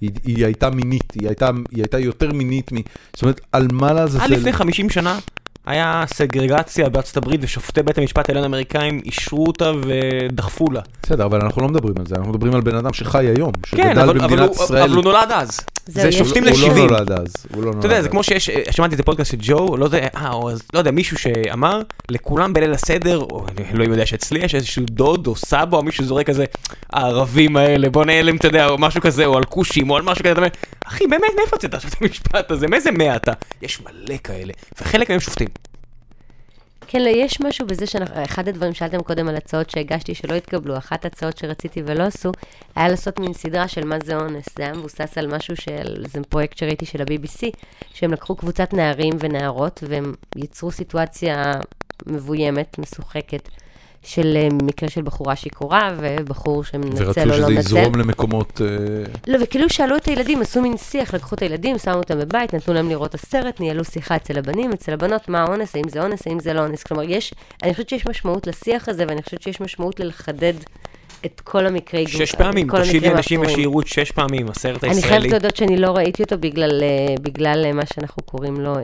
Speaker 1: היא, היא הייתה מינית, היא הייתה, היא הייתה יותר מינית מ... זאת אומרת, על מה
Speaker 2: עד
Speaker 1: לעזאזל?
Speaker 2: אה, לפני 50 שנה היה סגרגציה בארצות הברית ושופטי בית המשפט העליון האמריקאים אישרו אותה ודחפו לה.
Speaker 1: בסדר, אבל אנחנו לא מדברים על זה, אנחנו מדברים על בן אדם שחי היום,
Speaker 2: כן,
Speaker 1: שגדל
Speaker 2: אבל, אבל,
Speaker 1: במדינת
Speaker 2: הוא,
Speaker 1: ישראל.
Speaker 2: אבל הוא נולד אז.
Speaker 3: זהו,
Speaker 2: זה
Speaker 3: יש-
Speaker 2: שופטים
Speaker 1: הוא לא
Speaker 2: ל-70.
Speaker 1: נולד אז, הוא לא נולד אז.
Speaker 2: אתה יודע, זה כמו שיש, אה, שמעתי את הפודקאסט של ג'ו, לא יודע, אה, או אז, לא יודע, מישהו שאמר, לכולם בליל הסדר, או אני לא יודע שאצלי יש איזשהו דוד או סבא או מישהו זורק כזה, הערבים האלה, בוא נעלם, אתה יודע, או משהו כזה, או על כושים, או על משהו כזה, אתה אומר, אחי, באמת, מאיפה יצאת עכשיו את המשפט הזה? מאיזה מאה אתה? יש מלא כאלה, וחלק מהם שופטים.
Speaker 3: כן, לא, יש משהו בזה שאנחנו, אחד הדברים שאלתם קודם על הצעות שהגשתי שלא התקבלו, אחת ההצעות שרציתי ולא עשו, היה לעשות מין סדרה של מה זה אונס. זה היה מבוסס על משהו של, זה פרויקט שראיתי של ה-BBC, שהם לקחו קבוצת נערים ונערות, והם יצרו סיטואציה מבוימת, משוחקת, של אה, מקרה של בחורה שיכורה, ובחור שמנצל או
Speaker 1: ורצו
Speaker 3: לא מנצל.
Speaker 1: שזה יזרום למקומות... אה,
Speaker 3: לא, וכאילו שאלו את הילדים, עשו מין שיח, לקחו את הילדים, שמו אותם בבית, נתנו להם לראות את הסרט, ניהלו שיחה אצל הבנים, אצל הבנות, מה האונס, האם זה אונס, האם זה לא אונס. כלומר, יש, אני חושבת שיש משמעות לשיח הזה, ואני חושבת שיש משמעות ללחדד את כל המקרי גוף,
Speaker 2: שש
Speaker 3: את
Speaker 2: פעמים,
Speaker 3: כל
Speaker 2: תושיבי
Speaker 3: המקרים
Speaker 2: אנשים
Speaker 3: האפורים.
Speaker 2: בשהירות שש פעמים, הסרט
Speaker 3: אני חייבת
Speaker 2: הישראלי,
Speaker 3: להודות שאני לא ראיתי אותו בגלל, אה, בגלל אה, מה שאנחנו קוראים לו אה,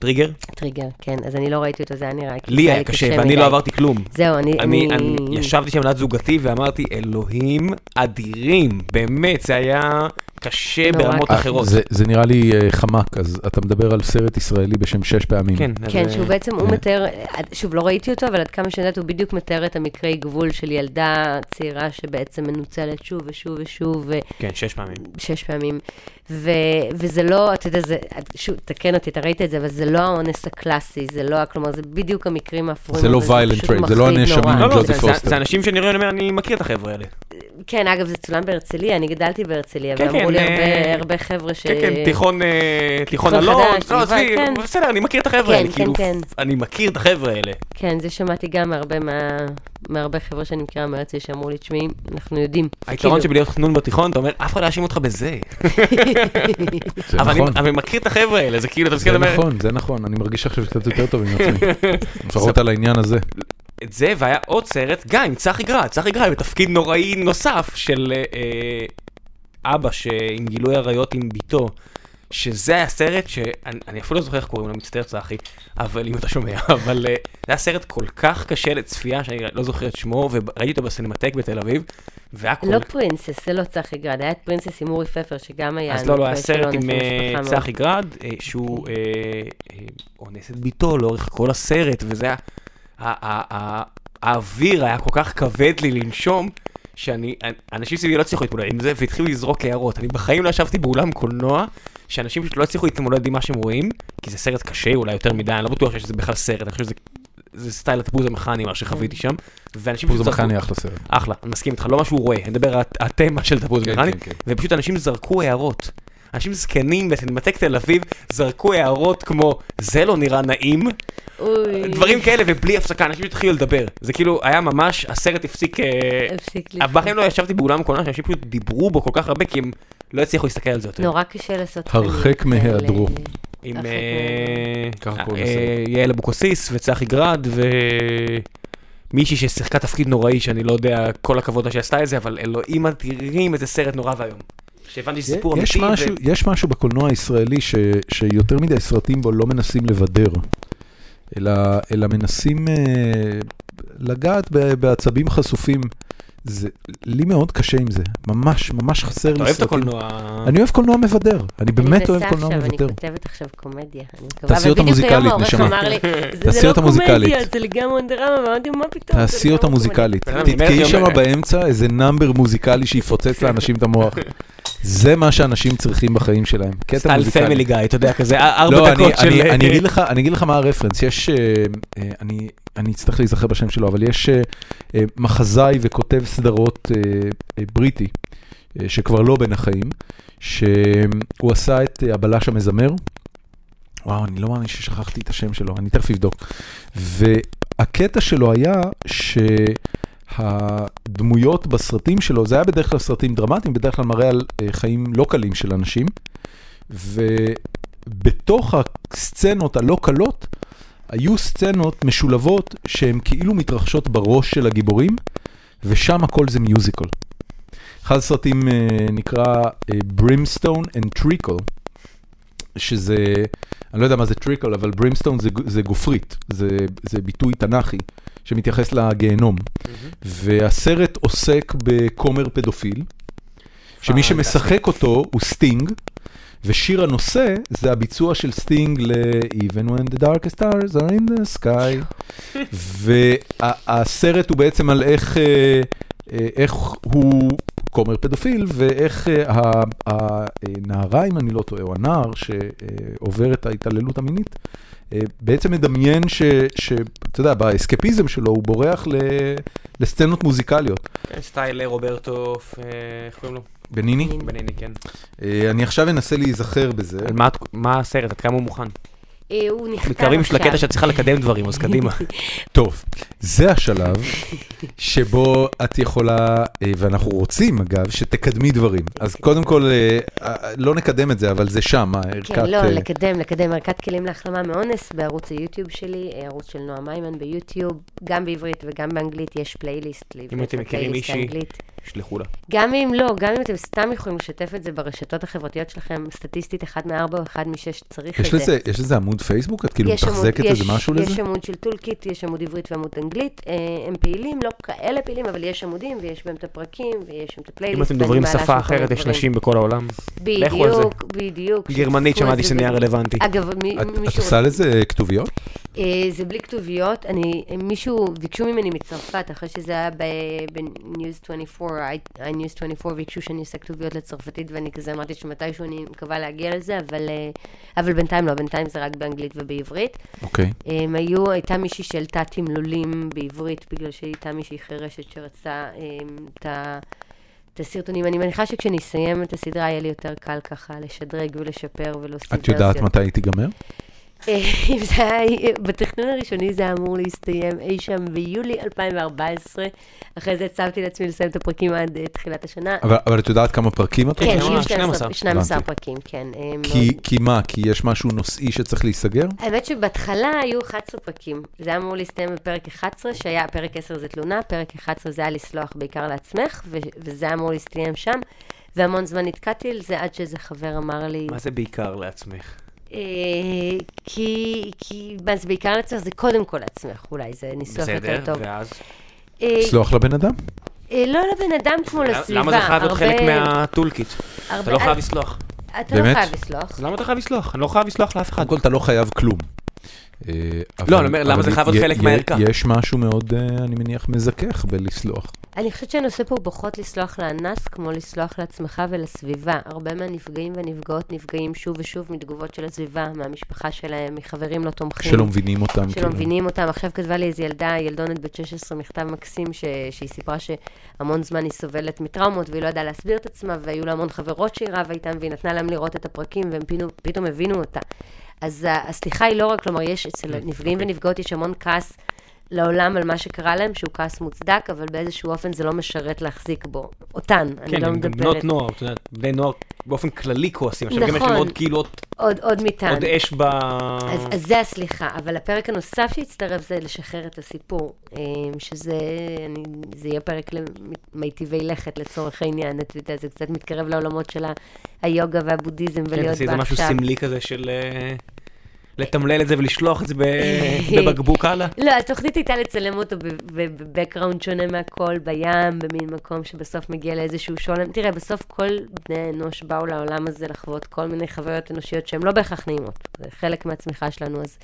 Speaker 2: טריגר,
Speaker 3: טריגר, כן, אז אני לא ראיתי אותו, זה היה נראה כאילו
Speaker 2: לי היה קשה, ואני
Speaker 3: מדי.
Speaker 2: לא עברתי כלום.
Speaker 3: זהו, אני...
Speaker 2: אני,
Speaker 3: כאילו-
Speaker 2: אני ישבתי שם ליד זוגתי ואמרתי, אלוהים אדירים, באמת, זה היה קשה
Speaker 3: נורא
Speaker 2: ברמות
Speaker 1: אה,
Speaker 2: אחרות.
Speaker 1: זה, זה נראה לי אה, חמק, אז אתה מדבר על סרט ישראלי בשם שש פעמים.
Speaker 2: כן, אז,
Speaker 3: כן,
Speaker 2: אה,
Speaker 3: שהוא בעצם, הוא
Speaker 1: כן.
Speaker 3: מתאר, עד- שוב, לא ראיתי אותו, אבל עד כמה שאני יודעת, הוא בדיוק מתאר את המקרי גבול של ילדה צעירה שבעצם מנוצלת שוב ושוב ושוב,
Speaker 2: כן, שש פעמים.
Speaker 3: ושש פעמים. ו, וזה לא, אתה יודע, זה, שוב, תקן אותי, אתה ראית את זה, אבל זה לא האונס הקלאסי, זה לא, ה- כלומר, זה בדיוק המקרים האפורים.
Speaker 1: זה לא
Speaker 3: אבל
Speaker 1: violent
Speaker 3: פשוט
Speaker 1: rape, זה לא
Speaker 3: מחריד
Speaker 1: הנאשמים
Speaker 3: נורא.
Speaker 1: עם
Speaker 2: לא, לא,
Speaker 1: ג'ודי
Speaker 2: זה- זה-
Speaker 1: פוסטר.
Speaker 2: זה אנשים שאני רואה, אני אומר, אני מכיר את החבר'ה האלה.
Speaker 3: כן, אגב, זה צולם בהרצליה, אני גדלתי בהרצליה,
Speaker 2: כן,
Speaker 3: ואמרו
Speaker 2: כן,
Speaker 3: לי
Speaker 2: אה,
Speaker 3: הרבה- הרבה חבר'ה ש...
Speaker 2: כן, כן, תיכון אה, תיכון
Speaker 3: תיכון
Speaker 2: אלון,
Speaker 3: חדש,
Speaker 2: לא,
Speaker 3: ליבה,
Speaker 2: עזבי,
Speaker 3: כן.
Speaker 2: בסדר, אני מכיר את החבר'ה
Speaker 3: כן,
Speaker 2: האלה,
Speaker 3: כן,
Speaker 2: כאילו,
Speaker 3: כן.
Speaker 2: אני מכיר את החבר'ה האלה.
Speaker 1: אה,
Speaker 3: כן, זה שמעתי גם מהרבה מה- מהרבה חבר'ה שאני מכירה מהרצליה, שאמרו לי, תשמעי, אנחנו יודעים.
Speaker 2: היתרון
Speaker 3: כאילו-
Speaker 2: שבלהיות חנון בתיכון, אתה אומר, אף אחד לא יאשים אותך בזה.
Speaker 1: זה
Speaker 2: אבל אני-
Speaker 1: נכון,
Speaker 2: אבל אני מכיר את החבר'ה האלה, זה כאילו, אתה מסתכל
Speaker 1: זה
Speaker 2: ואומר,
Speaker 1: נכון, זה נכון, אני מרגיש עכשיו קצת יותר טוב עם עצמי. לפחות על העניין הזה.
Speaker 2: את זה, והיה עוד סרט, גם עם צחי גרע, צחי גרע בתפקיד נוראי נוסף של אה, אה, אבא ש- עם גילוי עריות עם בתו, שזה היה סרט שאני אני אפילו לא זוכר איך קוראים לו, מצטער צחי, אבל אם אתה שומע, אבל אה, זה היה סרט כל כך קשה לצפייה, שאני לא זוכר את שמו, וראיתי אותו בסינמטק בתל אביב, והיה כל...
Speaker 3: לא פרינסס, זה לא צחי גרד, היה את פרינסס עם אורי פפר, שגם היה...
Speaker 2: אז לא,
Speaker 3: אני
Speaker 2: לא, היה
Speaker 3: מקווה
Speaker 2: סרט
Speaker 3: שלא
Speaker 2: עם
Speaker 3: נפגע
Speaker 2: אה,
Speaker 3: משפחה מאוד.
Speaker 2: צחי גרד, אה, שהוא אה,
Speaker 1: אוקיי.
Speaker 2: אה, אונס את ביתו לאורך כל הסרט, וזה היה... ה- ה- ה- האוויר היה כל כך כבד לי לנשום, שאני... אנ- אנשים סביבי לא הצליחו להתמודד עם זה, והתחילו לזרוק לי הערות. אני בחיים לא ישבתי באולם קולנוע, שאנשים פשוט לא הצליחו להתמודד עם מה שהם רואים, כי זה סרט קשה אולי יותר מדי, אני לא בטוח שזה בכלל סרט, אני חושב שזה... זה סטייל הטיפוס המכני, מה שחוויתי שם. ואנשים
Speaker 1: פוז
Speaker 2: פשוט זרקו-
Speaker 1: המחני כן. אחלה סרט.
Speaker 2: אחלה, אני מסכים איתך, לא מה שהוא רואה, אני מדבר על התמה של תפוז
Speaker 1: כן,
Speaker 2: מכני,
Speaker 1: כן, כן.
Speaker 2: ופשוט אנשים זרקו הערות. אנשים זקנים בסינמטק תל אביב זרקו הערות כמו זה לא נראה נעים,
Speaker 3: אוי,
Speaker 2: דברים כאלה ובלי הפסקה, אנשים התחילו לדבר. זה כאילו היה ממש, הסרט הפסיק, אה,
Speaker 3: הפסיק לי.
Speaker 2: אבל בחיים לא ישבתי באולם קולנוע שאנשים פשוט דיברו בו כל כך הרבה כי הם לא הצליחו להסתכל על זה יותר.
Speaker 3: נורא קשה לעשות...
Speaker 5: הרחק
Speaker 3: כאלה.
Speaker 5: מהיעדרו.
Speaker 2: עם
Speaker 3: הרחק
Speaker 2: אה,
Speaker 1: ככה קוראים
Speaker 2: אה,
Speaker 1: לסרט.
Speaker 2: יעל אבוקסיס וצחי גרד ומישהי ששיחקה תפקיד נוראי שאני לא יודע כל הכבוד לה שעשתה את זה אבל אלוהים אדירים איזה סרט נורא ואיום. שהבנתי שזה סיפור
Speaker 1: יש
Speaker 2: אמיתי. ו-
Speaker 1: משהו- יש משהו בקולנוע הישראלי ש- שיותר מדי סרטים בו לא מנסים לבדר, אלא אלא מנסים אה, לגעת ב- בעצבים חשופים. זה- לי מאוד קשה עם זה, ממש ממש חסר לי סרטים.
Speaker 2: אתה אוהב את הקולנוע.
Speaker 1: אני אוהב קולנוע מבדר, אני באמת אוהב קולנוע
Speaker 3: אני מנסה עכשיו,
Speaker 1: מבדר.
Speaker 3: אני כותבת עכשיו קומדיה. אני מקווה-
Speaker 1: תעשי
Speaker 3: אבל
Speaker 1: אותה
Speaker 3: בדיוק היום
Speaker 1: מוזיקלית,
Speaker 3: העורך
Speaker 1: נשמה.
Speaker 3: אמר לי, "זה- זה
Speaker 1: תעשי
Speaker 3: לא
Speaker 1: אותה מוזיקלית.
Speaker 3: קומדיה, זה לגמרי דרמה, ואמרתי, מה פתאום? זה לא
Speaker 1: תעשי אותה
Speaker 3: לגמרי קומדיה."
Speaker 1: מוזיקלית,
Speaker 2: בן אדם,
Speaker 1: תתקעי
Speaker 2: אומרת,
Speaker 1: שם
Speaker 2: אומרת.
Speaker 1: באמצע איזה נאמבר מוזיקלי שיפוצץ לאנשים את המוח. זה מה שאנשים צריכים בחיים שלהם, קטע
Speaker 2: סטייל
Speaker 1: מוזיקלי.
Speaker 2: פמילי גיא, אתה יודע, כזה אה,
Speaker 1: לא,
Speaker 2: ארבע
Speaker 1: אני,
Speaker 2: דקות של... אה,
Speaker 1: אני, אני, אגיד לך, אני אגיד לך מה הרפרנס, יש, אה, אה, אני, אני אצטרך להיזכר בשם שלו, אבל יש אה, אה, מחזאי וכותב סדרות אה, אה, בריטי, אה, שכבר לא בין החיים, שהוא עשה את אה, הבלש המזמר, וואו, אני לא מאמין ששכחתי את השם שלו, אני תכף אבדוק. והקטע שלו היה שהדמויות בסרטים שלו, זה היה בדרך כלל סרטים דרמטיים, בדרך כלל מראה על אה, חיים לא קלים של אנשים, ובתוך הסצנות הלא קלות, היו סצנות משולבות שהן כאילו מתרחשות בראש של הגיבורים, ושם הכל זה מיוזיקל. אחד הסרטים אה, נקרא ברימסטון אנד טריקל, שזה, אני לא יודע מה זה טריקל, אבל ברימסטון זה, גו- זה גופרית, זה, זה ביטוי תנ"כי שמתייחס לגיהנום. והסרט עוסק בכומר פדופיל, שמי שמשחק אותו הוא סטינג, ושיר הנושא זה הביצוע של סטינג ל-Even when the darkest stars are in the sky. והסרט הוא בעצם על איך, אה, אה, איך הוא כומר פדופיל, ואיך אה, ה- ה- הנערה, אם אני לא טועה, או הנער שעובר את ההתעללות המינית, אה, בעצם מדמיין ש... ש- אתה יודע, באסקפיזם שלו הוא בורח ל, לסצנות מוזיקליות.
Speaker 2: כן, סטייל רוברטו, אה, איך קוראים לו?
Speaker 1: בניני,
Speaker 2: בניני, כן.
Speaker 1: אה, אני עכשיו אנסה להיזכר בזה.
Speaker 2: על מה את- מה הסרט? עד כמה הוא מוכן?
Speaker 3: אה, הוא נכתב עכשיו.
Speaker 2: מתקרבים של הקטע שאת צריכה לקדם דברים, אז קדימה.
Speaker 1: טוב, זה השלב שבו את יכולה, אה, ואנחנו רוצים אגב, שתקדמי דברים. אז קודם כל, אה, אה, לא נקדם את זה, אבל זה שם, הערכת...
Speaker 3: כן, לא,
Speaker 1: אה,
Speaker 3: לקדם, לקדם ערכת כלים להחלמה מאונס בערוץ היוטיוב שלי, אה, ערוץ של נועה מימן ביוטיוב, גם בעברית וגם באנגלית יש פלייליסט לעברית.
Speaker 2: אם אתם מכירים
Speaker 3: ופלייליסט
Speaker 2: מישהי-
Speaker 3: לאנגלית.
Speaker 2: שלחו לה.
Speaker 3: גם אם לא, גם אם אתם סתם יכולים לשתף את זה ברשתות החברתיות שלכם, סטטיסטית אחד מארבע או אחד משש צריך את
Speaker 1: יש
Speaker 3: זה.
Speaker 1: לזה, יש לזה עמוד פייסבוק? את כאילו
Speaker 3: יש עמוד-
Speaker 1: מתחזקת
Speaker 3: יש-
Speaker 1: איזה משהו לזה?
Speaker 3: יש עמוד של טולקיט, יש עמוד עברית ועמוד אנגלית, אה, הם פעילים, לא כאלה פעילים, אבל יש עמודים ויש בהם את הפרקים ויש שם את הפלייליסט.
Speaker 2: אם אתם
Speaker 3: ואני
Speaker 2: דוברים
Speaker 3: מעלה
Speaker 2: שפה
Speaker 3: שם כל מיני
Speaker 2: אחרת, יש
Speaker 3: דברים.
Speaker 2: נשים בכל העולם. לכו על זה.
Speaker 3: בדיוק, בדיוק.
Speaker 2: גרמנית
Speaker 3: שתפו את
Speaker 2: שמעתי
Speaker 3: זה
Speaker 2: שנהיה
Speaker 3: בדיוק.
Speaker 2: רלוונטי.
Speaker 3: אגב, מי-
Speaker 1: את- את
Speaker 3: מישהו...
Speaker 1: עושה לזה כתוביות?
Speaker 3: אה, זה בלי כתוביות. אני, מישהו, ביקשו ממני מצרפת, אחרי שזה היה ב- בניוז 24, I- I News 24, ביקשו שאני אעשה כתוביות לצרפתית, ואני כזה אמרתי שמתישהו אני מקווה להגיע לזה, אבל, אה, אבל בינתיים לא, בינתיים זה רק באנגלית ובעברית. אה,
Speaker 1: אוקיי.
Speaker 3: הם היו, הייתה מישהי שהעלתה תמלולים בעברית, בגלל שהייתה מישהי חירשת שרצה אמ, את ה... את הסרטונים. אני מניחה שכשנסיים את הסדרה יהיה לי יותר קל ככה לשדרג ולשפר ולהוסיף
Speaker 1: את יודעת
Speaker 3: ורסיות.
Speaker 1: מתי היא תיגמר?
Speaker 3: אה, אם זה היה, בתכנון הראשוני זה היה אמור להסתיים אי שם ביולי 2014. אחרי זה הצבתי לעצמי לסיים את הפרקים עד אה, תחילת השנה.
Speaker 1: אבל, אבל את יודעת כמה פרקים את
Speaker 3: כן,
Speaker 1: רוצה?
Speaker 3: יהיו
Speaker 2: 12.
Speaker 3: 12 12
Speaker 1: הבנתי.
Speaker 3: פרקים, כן. אה,
Speaker 1: כי,
Speaker 3: מאוד-
Speaker 1: כי מה? כי יש משהו נושאי שצריך להיסגר?
Speaker 3: האמת שבהתחלה היו 11 פרקים. זה היה אמור להסתיים בפרק 11, שהיה, פרק 10 זה תלונה, פרק 11 זה היה לסלוח בעיקר לעצמך, ו- וזה היה אמור להסתיים שם. והמון זמן נתקעתי על זה עד שאיזה חבר אמר לי,
Speaker 2: מה זה בעיקר לעצמך?
Speaker 3: אה, כי, כי, מה זה בעיקר לעצמך, זה קודם כל לעצמך, אולי, זה ניסוח יותר
Speaker 2: בסדר,
Speaker 3: טוב.
Speaker 2: ואז?
Speaker 3: אה,
Speaker 1: לסלוח לבן אדם?
Speaker 3: אה, לא לבן אדם כמו לסביבה.
Speaker 2: למה זה חייב להיות
Speaker 3: הרבה-
Speaker 2: חלק מהטולקיט? אתה
Speaker 3: הרבה- אה,
Speaker 2: לא חייב לסלוח.
Speaker 3: אתה לא
Speaker 1: באמת?
Speaker 3: חייב לסלוח.
Speaker 2: אז למה אתה חייב לסלוח? אני לא חייב לסלוח לאף אחד.
Speaker 1: קודם כל, אתה לא חייב כלום. אה, אבל-
Speaker 2: לא, אני אומר, למה
Speaker 1: אבל
Speaker 2: זה חייב
Speaker 1: י-
Speaker 2: להיות חלק
Speaker 1: י-
Speaker 2: מהערכה?
Speaker 1: יש משהו מאוד, אה, אני מניח, מזכך בלסלוח.
Speaker 3: אני חושבת שהנושא פה הוא פחות לסלוח לאנס, כמו לסלוח לעצמך ולסביבה. הרבה מהנפגעים והנפגעות נפגעים שוב ושוב מתגובות של הסביבה, מהמשפחה שלהם, מחברים לא תומכים.
Speaker 1: שלא מבינים אותם.
Speaker 3: שלא
Speaker 2: כן.
Speaker 1: כאילו.
Speaker 3: מבינים אותם. עכשיו כתבה לי איזו ילדה, ילדונת בת 16, מכתב מקסים, ש... שהיא סיפרה שהמון זמן היא סובלת מטראומות, והיא לא ידעה להסביר את עצמה, והיו לה המון חברות שהיא רבה איתן, והיא נתנה להם לראות את הפרקים, והם פינו, פתאום הבינו אותה. אז ה- הסליחה היא לא רק, כלומר, יש
Speaker 2: כן,
Speaker 3: אצל נפגעים
Speaker 2: אוקיי.
Speaker 3: ונפגעות, יש המון כעס לעולם על מה שקרה להם, שהוא כעס מוצדק, אבל באיזשהו אופן זה לא משרת להחזיק בו. אותן, אני
Speaker 2: כן,
Speaker 3: לא
Speaker 2: הם גם בנות
Speaker 3: מדברת.
Speaker 2: נוער, אתה יודע, בני נוער באופן כללי כועסים. עכשיו גם יש להם
Speaker 3: נכון.
Speaker 2: עוד כאילו עוד-
Speaker 3: עוד, עוד מטען.
Speaker 2: עוד אש ב... אה.
Speaker 3: אז, אז זה הסליחה, אבל הפרק הנוסף שהצטרף זה לשחרר את הסיפור, אמ, שזה אני, זה יהיה פרק למיטיבי לכת לצורך העניין, אתה יודע, זה קצת מתקרב לעולמות של ה- היוגה והבודהיזם
Speaker 2: כן,
Speaker 3: ולהיות
Speaker 2: תעשי איזה משהו
Speaker 3: בעכשיו.
Speaker 2: סמלי כזה של... אה, לתמלל את זה ולשלוח את זה ב- בבקבוק הלאה.
Speaker 3: לא, התוכנית הייתה לצלם אותו בבקראונד שונה מהכל, בים, במין מקום שבסוף מגיע לאיזשהו שולם. תראה, בסוף כל בני האנוש באו לעולם הזה לחוות כל מיני חוויות אנושיות שהן לא בהכרח נעימות. זה חלק מהצמיחה שלנו, אז...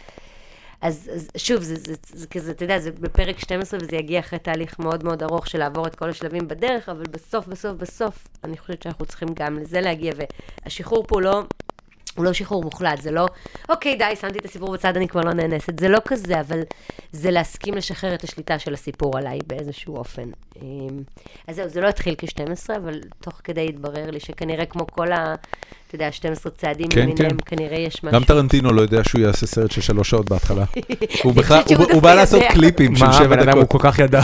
Speaker 3: אז, אז שוב, זה, זה, זה כזה, אתה יודע, זה בפרק 12 וזה יגיע אחרי תהליך מאוד מאוד ארוך של לעבור את כל השלבים בדרך, אבל בסוף, בסוף, בסוף, אני חושבת שאנחנו צריכים גם לזה להגיע, והשחרור פה הוא לא, הוא לא שחרור מוחלט, זה לא, אוקיי, די, שמתי את הסיפור בצד, אני כבר לא נאנסת, זה לא כזה, אבל זה להסכים לשחרר את השליטה של הסיפור עליי באיזשהו אופן. אמ, אז זהו, זה לא התחיל כ-12, אבל תוך כדי התברר לי שכנראה כמו כל ה... אתה יודע, 12 צעדים
Speaker 1: כן,
Speaker 3: למיניהם,
Speaker 1: כן.
Speaker 3: כנראה יש משהו.
Speaker 1: גם טרנטינו לא יודע שהוא יעשה סרט של שלוש שעות בהתחלה. הוא בכלל, הוא-
Speaker 3: חושבת שהוא
Speaker 1: הוא
Speaker 3: דווקא
Speaker 1: בא לעשות
Speaker 3: יודע.
Speaker 1: קליפים של שבע דקות.
Speaker 2: כל כך ידע.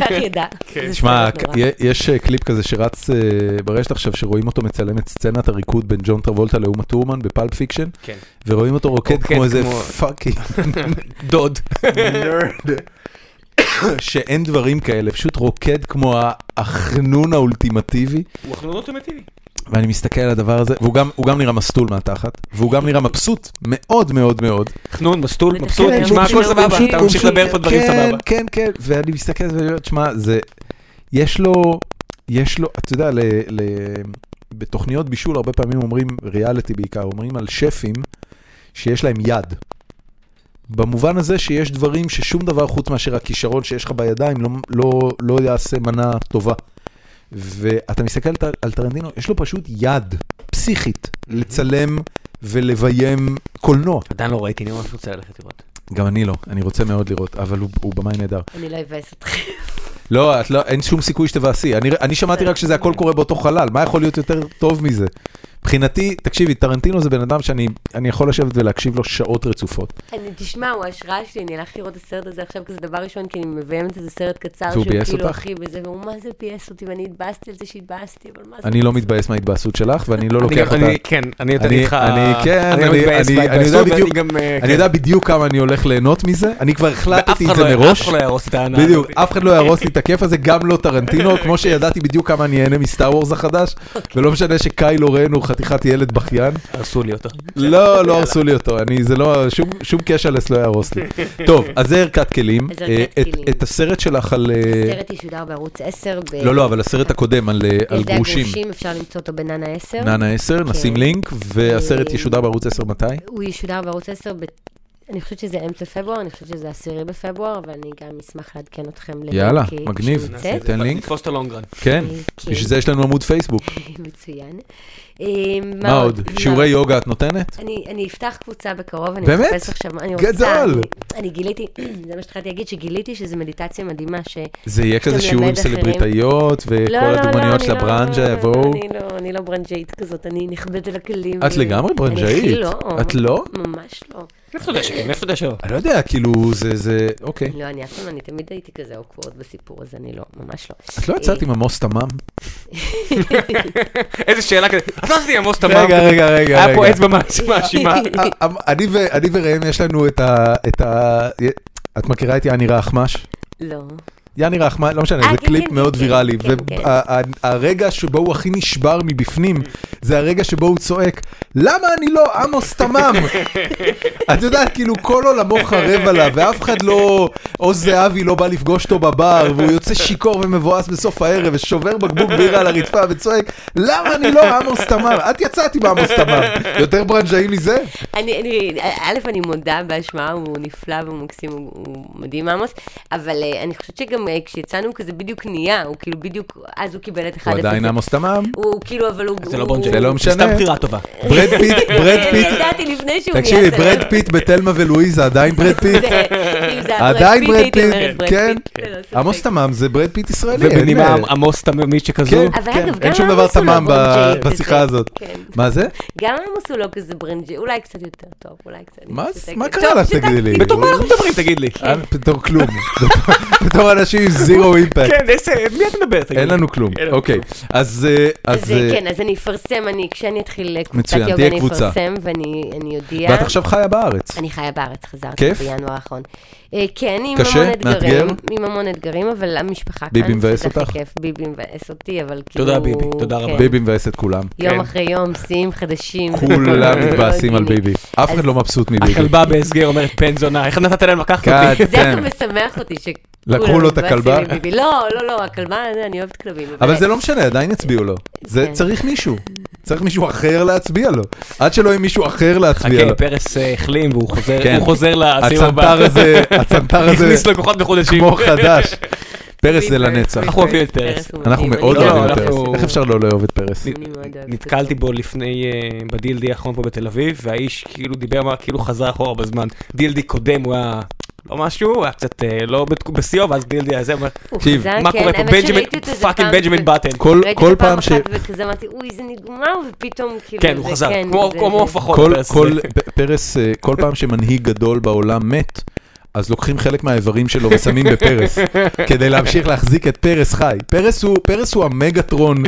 Speaker 3: כך ידע. זה
Speaker 1: תשמע,
Speaker 3: סרט נורא.
Speaker 1: י- יש אה, קליפ כזה שרץ אה, ברשת עכשיו, שרואים אותו מצלם את סצנת הריקוד בין ג'ון טרבולטה לאומה טורמן בפלפ פיקשן,
Speaker 2: כן.
Speaker 1: ורואים אותו רוקד
Speaker 2: רוקד
Speaker 1: כמו איזה
Speaker 2: כמו-
Speaker 1: פאקינג
Speaker 2: דוד.
Speaker 1: נרד. שאין דברים כאלה, פשוט רוקד כמו החנון האולטימטיבי,
Speaker 2: הוא החלון אוטומטיבי.
Speaker 1: ואני מסתכל על הדבר הזה, והוא גם, הוא גם נראה מסטול מהתחת, והוא גם נראה מבסוט מאוד מאוד מאוד.
Speaker 2: חנון, מסטול,
Speaker 3: בטח.
Speaker 2: מבסוט,
Speaker 3: כן,
Speaker 2: נשמע
Speaker 3: הוא
Speaker 2: הכל
Speaker 3: פשוט-
Speaker 2: סבבה,
Speaker 3: הוא
Speaker 2: אתה
Speaker 3: פשוט-
Speaker 2: ממשיך
Speaker 1: הוא
Speaker 2: לדבר פה
Speaker 1: פשוט-
Speaker 2: דברים
Speaker 1: כן,
Speaker 2: סבבה.
Speaker 1: כן, כן, ואני מסתכל על זה ואומר, תשמע, זה, יש לו, יש לו, אתה יודע, ל, ל, בתוכניות בישול הרבה פעמים אומרים, ריאליטי בעיקר, אומרים על שפים שיש להם יד. במובן הזה שיש דברים ששום דבר חוץ מאשר הכישרון שיש לך בידיים לא, לא, לא יעשה מנה טובה. ואתה מסתכל על טר- על טרנטינו, יש לו פשוט יד פסיכית לצלם ולביים קולנוע.
Speaker 2: עדיין לא ראיתי, אני ממש רוצה ללכת לראות.
Speaker 1: גם אני לא, אני רוצה מאוד לראות, אבל הוא, הוא במאי נהדר.
Speaker 3: אני לא אבאס אתכם.
Speaker 1: לא, את לא, אין שום סיכוי שתבאסי. אני, אני שמעתי רק שזה הכל קורה באותו חלל, מה יכול להיות יותר טוב מזה? מבחינתי, תקשיבי, טרנטינו זה בן אדם שאני אני יכול לשבת ולהקשיב לו שעות רצופות.
Speaker 3: אני, תשמע, הוא ההשראה שלי, אני הלכתי לראות את הסרט הזה עכשיו, כי זה דבר ראשון, כי אני מביימת איזה סרט קצר,
Speaker 1: והוא ביאס
Speaker 3: כאילו
Speaker 1: אותך?
Speaker 3: הכי בזה, והוא מה זה ביאס אותי, ואני התבאסתי על זה שהתבאסתי, אבל מה זה...
Speaker 1: אני לא מתבאס מההתבאסות שלך, ואני לא לוקח אותה.
Speaker 2: אני, כן, אני יותר
Speaker 1: אני-
Speaker 2: איתך.
Speaker 1: אני- כן,
Speaker 2: לא
Speaker 1: אני-
Speaker 2: מתבאס
Speaker 1: אני-
Speaker 2: בהתבאסות,
Speaker 1: אני יודע
Speaker 2: ואני
Speaker 1: בדיוק-
Speaker 2: גם, אה,
Speaker 1: אני
Speaker 2: כן.
Speaker 1: יודע בדיוק כמה אני הולך ליהנות מזה, אני כבר
Speaker 2: ואף
Speaker 1: החלטתי
Speaker 2: אחד
Speaker 1: את זה
Speaker 2: לא- אף
Speaker 1: מראש.
Speaker 2: אחד לא יהרוס את הענן.
Speaker 1: בדיוק, אף אחד לא יהרוס לי את הכיף הזה, גם לא טרנטינו, כמו שידעתי בדיוק כמה אני אהנה מסטאר וורס החדש, ולא משנה שקיילו רן הוא חתיכת ילד בכיין.
Speaker 2: הרסו לי אותו.
Speaker 1: לא, לא הרסו לי אותו, אני, זה לא, שום, שום קשלס לא יהרוס לי. טוב, אז זה ערכת כלים.
Speaker 3: אז ערכת
Speaker 1: אה, את,
Speaker 3: כלים.
Speaker 1: את הסרט שלך על... אה,
Speaker 3: הסרט ישודר בערוץ 10, ב...
Speaker 1: לא, לא, אבל הסרט הקודם על, אה, על
Speaker 3: ילדי
Speaker 1: גרושים.
Speaker 3: הגרושים, אפשר למצוא אותו בננה 10.
Speaker 1: נאנה 10, נשים לינק, והסרט
Speaker 3: אה, אוקיי.
Speaker 1: ישודר בערוץ 10 מתי?
Speaker 3: הוא ישודר בערוץ 10, ב... אני חושבת שזה אמצע פברואר, אני חושבת שזה עשירי בפברואר, ואני גם אשמח לעדכן אתכם ללינק.
Speaker 1: יאללה,
Speaker 3: כי-
Speaker 1: מגניב.
Speaker 3: כשהוא
Speaker 1: נעשה
Speaker 3: יוצא.
Speaker 1: את תן לינק.
Speaker 2: נתפוס את הלונגרן.
Speaker 1: כן,
Speaker 3: כן.
Speaker 1: בשביל זה יש לנו עמוד פייסבוק.
Speaker 3: מצוין. אה,
Speaker 1: מה עוד? שיעורי יוגה את נותנת?
Speaker 3: אני, אני אפתח קבוצה בקרוב, אני
Speaker 1: באמת?
Speaker 3: מחפש עכשיו, אני רוצה,
Speaker 1: גדול.
Speaker 3: אני, אני גיליתי, זה מה שהתחלתי להגיד, שגיליתי שזו מדיטציה מדהימה, ש...
Speaker 1: זה יהיה כזה
Speaker 3: שאתה
Speaker 1: שיעור עם
Speaker 3: מלמד אחרים.
Speaker 1: סלבריטאיות,
Speaker 3: לא,
Speaker 1: וכל
Speaker 3: לא, לא,
Speaker 1: הדוגמניות
Speaker 3: אני
Speaker 1: של
Speaker 3: לא-
Speaker 1: הברנז'ה יבואו.
Speaker 3: אני לא, אני לא ברנז'אית כזאת, אני נכבדת על הכלים.
Speaker 1: את לגמרי ברנז'אית.
Speaker 3: אני הכי לא.
Speaker 1: את לא?
Speaker 3: ממש לא.
Speaker 2: איפה אתה יודע שכן? איפה אתה יודע שלא?
Speaker 1: אני לא יודע, כאילו, זה, זה, אוקיי.
Speaker 3: לא, אני אף פעם, אני תמיד הייתי כזה אוקוורד בסיפור הזה, אני לא, ממש לא.
Speaker 1: את לא יצאת עם עמוס תמם?
Speaker 2: איזה שאלה כזה. את לא עשיתי עמוס תמם.
Speaker 1: רגע, רגע, רגע.
Speaker 2: היה פה
Speaker 1: רגע.
Speaker 2: אצבע מאשימה.
Speaker 1: אה, אה, אני ו- אני וראם יש לנו את ה... את ה- את מכירה את יאני רחמש?
Speaker 3: לא.
Speaker 1: יאני רחמש, לא משנה,
Speaker 3: אה,
Speaker 1: זה
Speaker 3: כן,
Speaker 1: קליפ
Speaker 3: כן,
Speaker 1: מאוד
Speaker 3: כן,
Speaker 1: ויראלי.
Speaker 3: כן, כן.
Speaker 1: והרגע שבו הוא הכי נשבר מבפנים, זה הרגע שבו הוא צועק, למה אני לא עמוס תמם? את יודעת, כאילו, כל עולמו חרב עליו, ואף אחד לא... עוז זהבי לא בא לפגוש אותו בבר, והוא יוצא שיכור ומבואס בסוף הערב, ושובר בקבוק בירה על הרצפה וצועק, למה אני לא עמוס תמם? את יצאת עם עמוס תמם. יותר ברנג'אי מזה?
Speaker 3: אני, אני, א', אני מודה באשמה, הוא נפלא והוא מקסים, הוא, הוא מדהים עמוס, אבל אה, אני חושבת שגם אה, כשיצאנו הוא כזה בדיוק נהיה, הוא כאילו בדיוק, אז הוא קיבל את 1-0.
Speaker 1: הוא עדיין עמוס תמם?
Speaker 3: הוא כאילו, אבל הוא...
Speaker 2: זה לא
Speaker 3: הוא-
Speaker 2: ברנג'י.
Speaker 1: זה לא משנה.
Speaker 2: סתם בחירה טובה.
Speaker 1: ברד פיט, ברד
Speaker 3: אני
Speaker 1: פיט,
Speaker 3: ידעתי לפני שהוא נהיה...
Speaker 1: תקשיבי,
Speaker 3: זה-
Speaker 1: ברד פיט בתלמה ולואיזה עדיין ברד פיט?
Speaker 3: זה- אם זה היה
Speaker 1: עדיין
Speaker 3: ברד
Speaker 1: ברד
Speaker 3: פיט, הייתי אומרת
Speaker 1: פיט,
Speaker 3: ברד
Speaker 1: כן.
Speaker 3: פיט, ללא לא ספק.
Speaker 1: עמוס תמם זה ברד פיט ישראלי. אין,
Speaker 2: ובנימה
Speaker 1: אה,
Speaker 2: עמוס תממית שכזו.
Speaker 1: כן,
Speaker 3: אבל
Speaker 1: כן,
Speaker 3: אגב, גם
Speaker 1: אין שום דבר
Speaker 3: עמוס הוא לא
Speaker 1: תמם ב-
Speaker 3: ברנג'אי כזה.
Speaker 1: בשיחה הזאת.
Speaker 3: כן.
Speaker 1: מה זה?
Speaker 3: גם עמוס הוא לא כזה ברנג'י, אולי קצת יותר טוב, אולי קצת... אני
Speaker 1: מה-
Speaker 3: משתתקת.
Speaker 1: מה
Speaker 3: טוב,
Speaker 1: קרה לך, תגידי לי?
Speaker 2: בתור מה אנחנו מדברים, תגיד לי?
Speaker 1: אה, בתור כלום. בתור אנשים עם זירו אימפקט.
Speaker 2: כן, איזה- מי את מדברת? תגיד
Speaker 1: אין
Speaker 2: לי?
Speaker 1: לנו כלום.
Speaker 2: אין לנו
Speaker 1: אוקיי, אז... אה, אז
Speaker 3: אז
Speaker 1: אה,
Speaker 3: כן, אז אני אפרסם, אני, כשאני אתחיל קבוצת
Speaker 1: מצוין,
Speaker 3: יוגה,
Speaker 1: תהיה
Speaker 3: אני
Speaker 1: קבוצה.
Speaker 3: אפרסם ואני אני אודיע.
Speaker 1: ואת עכשיו חיה בארץ.
Speaker 3: אני חיה בארץ, חזרתי
Speaker 1: כיף?
Speaker 3: בינואר האחרון. אה, כן, עם
Speaker 1: קשה?
Speaker 3: המון
Speaker 1: מאתגר?
Speaker 3: אתגרים. עם המון אתגרים, אבל המשפחה כאן.
Speaker 1: ביבי
Speaker 3: שזה
Speaker 1: מבאס
Speaker 3: הכי
Speaker 1: אותך?
Speaker 3: כיף. ביבי מבאס אותי, אבל כאילו...
Speaker 2: תודה, ביבי, תודה רבה.
Speaker 3: כן.
Speaker 1: ביבי מבאס את כולם.
Speaker 2: כן.
Speaker 3: יום אחרי יום, שיאים חדשים. לא
Speaker 1: כולם
Speaker 3: מאוד
Speaker 1: מתבאסים על
Speaker 3: מיני.
Speaker 1: ביבי. אף אחד
Speaker 3: אז-
Speaker 1: לא מבסוט מביבי.
Speaker 2: הכלבה בהסגר אומרת בן זונה, איך נתת להם לקחת
Speaker 1: כן,
Speaker 2: אותי?
Speaker 3: זה
Speaker 1: כן.
Speaker 3: גם משמח אותי ש...
Speaker 1: לקחו לו את הכלבה?
Speaker 3: לא, לא, לא, הכלבה, זה, אני אוהבת כלבים.
Speaker 1: אבל זה לא משנה, עדיין יצביעו לו. זה
Speaker 3: כן.
Speaker 1: צריך מישהו. צריך מישהו אחר להצביע לו. עד שלא יהיה מישהו אחר להצביע לו.
Speaker 2: חכה, פרס אה, החלים והוא חוזר-
Speaker 1: כן.
Speaker 2: הוא חוזר לסיום הבא.
Speaker 1: הצנתר הזה, הצנתר הזה,
Speaker 2: הכניס לו כוחות מחודשים.
Speaker 1: כמו חדש. פרס זה
Speaker 3: אוקיי.
Speaker 1: לנצח.
Speaker 2: אנחנו אוהבים את פרס.
Speaker 1: אנחנו מאוד
Speaker 2: לא,
Speaker 1: אוהבים את
Speaker 2: אנחנו-
Speaker 1: פרס. איך אפשר לא לאהוב את פרס?
Speaker 3: אני מאוד אוהבת
Speaker 2: נתקלתי
Speaker 3: אותו.
Speaker 2: בו לפני, אה, ב-DLD האחרון פה בתל אביב, והאיש כאילו דיבר, מה, כאילו חזר אחורה בזמן. DLD קודם הוא היה לא משהו, הוא היה קצת אה, לא בתק- בשיאו, ואז DLD הזה, אבל
Speaker 3: הוא
Speaker 1: תקשיב,
Speaker 3: חזר,
Speaker 2: מה
Speaker 3: כן,
Speaker 2: קורה פה?
Speaker 3: האמת
Speaker 2: בנג'מין,
Speaker 3: שראיתי אותו איזה
Speaker 2: פאקינג
Speaker 3: פעם
Speaker 2: בנג'מין
Speaker 3: ב-
Speaker 2: באטן.
Speaker 1: כל-
Speaker 3: ראיתי
Speaker 1: כל
Speaker 3: אותו
Speaker 1: פעם ש...
Speaker 3: אחת וכזה אמרתי, אוי, זה נגמר, ופתאום כאילו...
Speaker 2: כן, הוא
Speaker 3: זה
Speaker 2: חזר,
Speaker 3: כן,
Speaker 2: כמו
Speaker 3: זה-
Speaker 2: כמו
Speaker 3: זה-
Speaker 2: עוף החול.
Speaker 1: כל-
Speaker 2: פרס.
Speaker 1: כל פ- פרס, אה, כל פעם שמנהיג גדול בעולם מת, אז לוקחים חלק מהאיברים שלו ושמים בפרס, כדי להמשיך להחזיק את פרס חי. פרס הוא- פרס הוא המגטרון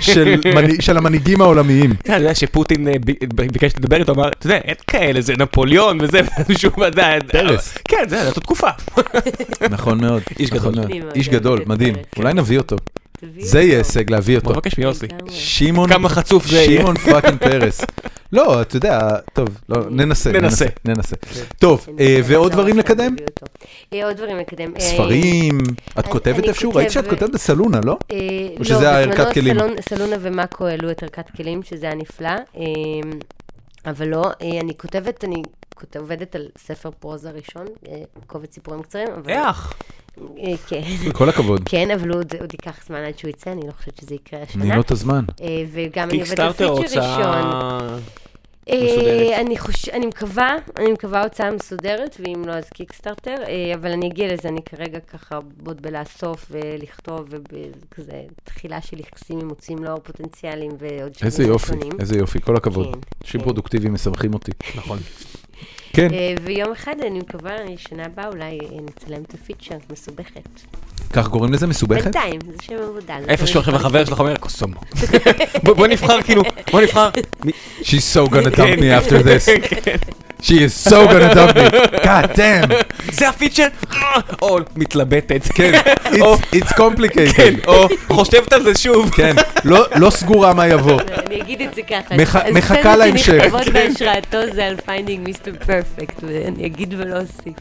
Speaker 1: של מנהיג- של המנהיגים העולמיים.
Speaker 2: אתה יודע שפוטין אה, ב- ב- ביקש לדבר איתו, אמר, אתה יודע, אין כאלה, זה נפוליאון וזה, שהוא עדיין...
Speaker 1: פרס.
Speaker 2: כן, זה, זאת תקופה.
Speaker 1: נכון מאוד.
Speaker 2: איש
Speaker 1: נכון
Speaker 2: גדול.
Speaker 1: מאוד.
Speaker 3: אני מאוד
Speaker 1: איש
Speaker 3: אוהבת
Speaker 1: גדול,
Speaker 3: את
Speaker 1: מדהים.
Speaker 3: פרס.
Speaker 1: אולי נביא אותו.
Speaker 3: תביאו
Speaker 1: זה יהיה
Speaker 3: כן. אותו. נכון.
Speaker 1: הישג, להביא אותו.
Speaker 2: בוא נבקש מיוסי.
Speaker 3: לגמרי.
Speaker 1: שמעון,
Speaker 2: כמה חצוף זה יהיה.
Speaker 1: שמעון פאקינג פרס. לא, אתה יודע, טוב, לא, ננסה,
Speaker 2: ננסה.
Speaker 1: ננסה, ננסה.
Speaker 3: כן.
Speaker 1: טוב,
Speaker 3: אני
Speaker 1: אה,
Speaker 3: חושבת
Speaker 1: ועוד
Speaker 3: שלא
Speaker 1: דברים
Speaker 3: רק
Speaker 1: לקדם?
Speaker 3: להביא אותו. אה, עוד דברים לקדם. אה,
Speaker 1: ספרים, את
Speaker 3: אני-
Speaker 1: כותבת
Speaker 3: אני
Speaker 1: איפשהו? ראיתי
Speaker 3: כותבת-
Speaker 1: שאת כותבת בסלונה, לא?
Speaker 3: אה,
Speaker 1: או שזה היה ערכת כלים?
Speaker 3: לא, בזמנו סלון- סלונה ומאקו העלו את ערכת כלים, שזה היה נפלא. אה, אבל לא, אה, אני כותבת, אני כות- עובדת על ספר פרוזה ראשון, אה, קובץ סיפורים קצרים, אבל...
Speaker 2: איך?
Speaker 3: אה, כן.
Speaker 1: כל הכבוד.
Speaker 3: כן, אבל עוד עוד ייקח זמן עד שהוא יצא, אני לא חושבת שזה יקרה השנה.
Speaker 1: תני לו את הזמן.
Speaker 3: אה, וגם אני עובדת על
Speaker 2: קיקסטארטר
Speaker 3: פיצ'ר ראשון.
Speaker 2: הוצאה...
Speaker 3: אה,
Speaker 2: מסודרת.
Speaker 3: אני, חוש... אני מקווה, אני מקווה הוצאה מסודרת, ואם לא אז קיקסטארטר, אה, אבל אני אגיע לזה, אני כרגע ככה עוד בלאסוף ולכתוב, וכזה תחילה של יחסים אימוצים לאור פוטנציאליים ועוד שנים
Speaker 1: איזה יופי, איזה יופי, כל הכבוד.
Speaker 3: כן,
Speaker 1: אנשים
Speaker 3: כן.
Speaker 1: פרודוקטיביים משמחים אותי.
Speaker 2: נכון.
Speaker 1: כן,
Speaker 3: אה, ויום אחד, אני מקווה, אני שנה הבאה אולי אה, נצלם את הפיצ'ר, מסובכת.
Speaker 1: כך קוראים לזה מסובכת?
Speaker 3: בינתיים, זה שם עבודה. אני
Speaker 2: איפשהו
Speaker 3: לא
Speaker 2: עכשיו
Speaker 3: יודעת.
Speaker 2: החבר שלך אומר, קוסומו. בוא בוא נבחר כאילו, בוא נבחר. מי-
Speaker 1: She's so gonna dump me
Speaker 2: כן.
Speaker 1: after this. She is so gonna dump me. God damn.
Speaker 2: זה הפיצ'ר? אה, או מתלבטת.
Speaker 1: כן, it's-
Speaker 2: או-
Speaker 1: it's complicated.
Speaker 2: כן, או חושבת על זה שוב.
Speaker 1: כן, לא- לא סגורה מה יבוא.
Speaker 3: אני אגיד את זה ככה.
Speaker 1: מח- מחכה להמשך. כן.
Speaker 3: הסצנות שנכתבות בהשראתו זה על Finding Mr. Perfect, ואני אגיד ולא אוסיף.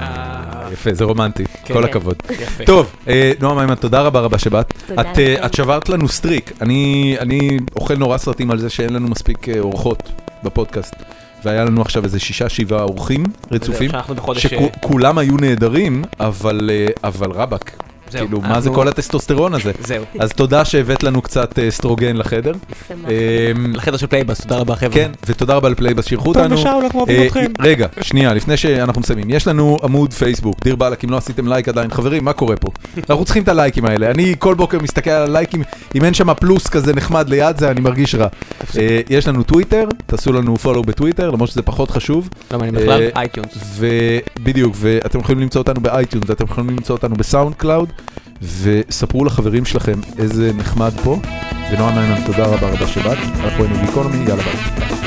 Speaker 1: אה, יפה, זה רומנטי, כל
Speaker 2: כן.
Speaker 3: כן.
Speaker 1: הכבוד.
Speaker 2: יפה.
Speaker 1: טוב, אה, נועה מימון, תודה רבה רבה שבאת.
Speaker 3: תודה
Speaker 1: את, אה,
Speaker 3: לכם.
Speaker 1: את שברת לנו סטריק. אני אני אוכל נורא סרטים על זה שאין לנו מספיק אה, אורחות בפודקאסט. והיה לנו עכשיו איזה שישה, שבעה אורחים רצופים,
Speaker 2: אנחנו בחודש... אה,
Speaker 1: שכולם היו נהדרים, אבל אה, אבל רבאק,
Speaker 2: זהו,
Speaker 1: כאילו, מה זה
Speaker 2: אנחנו-
Speaker 1: כל הטסטוסטרון הזה?
Speaker 2: זהו.
Speaker 1: אז תודה שהבאת לנו קצת אה, אסטרוגן לחדר.
Speaker 3: שמחתי.
Speaker 1: אמ,
Speaker 2: לחדר של פלייבאס, תודה רבה חבר'ה.
Speaker 1: כן, ותודה רבה לפלייבאס שאירחו
Speaker 2: פעם
Speaker 1: אותנו.
Speaker 2: בשעה, לא כמו
Speaker 1: אה,
Speaker 2: אבינותכם.
Speaker 1: רגע, שנייה, לפני שאנחנו מסיימים. יש לנו עמוד פייסבוק, דיר באלק, אם לא עשיתם לייק עדיין, חברים, מה קורה פה? אנחנו צריכים את הלייקים האלה. אני כל בוקר מסתכל על הלייקים, אם אין שם פלוס כזה נחמד ליד זה, אני מרגיש רע. אה, יש לנו טוויטר, תעשו לנו פולו בטוויטר, למרות שזה פחות חשוב.
Speaker 2: לא מעניין בכלל,
Speaker 1: אה,
Speaker 2: אייטיונס.
Speaker 1: ובדיוק, ואתם יכולים למצוא אותנו באייטיונס, אתם יכולים למצוא אותנו בסאונד קלאוד, וספרו לחברים שלכם איזה נחמד פה. ונועם מיינן, תודה רבה רבה שבאת, אנחנו היינו גיקונומי, יאללה ביי.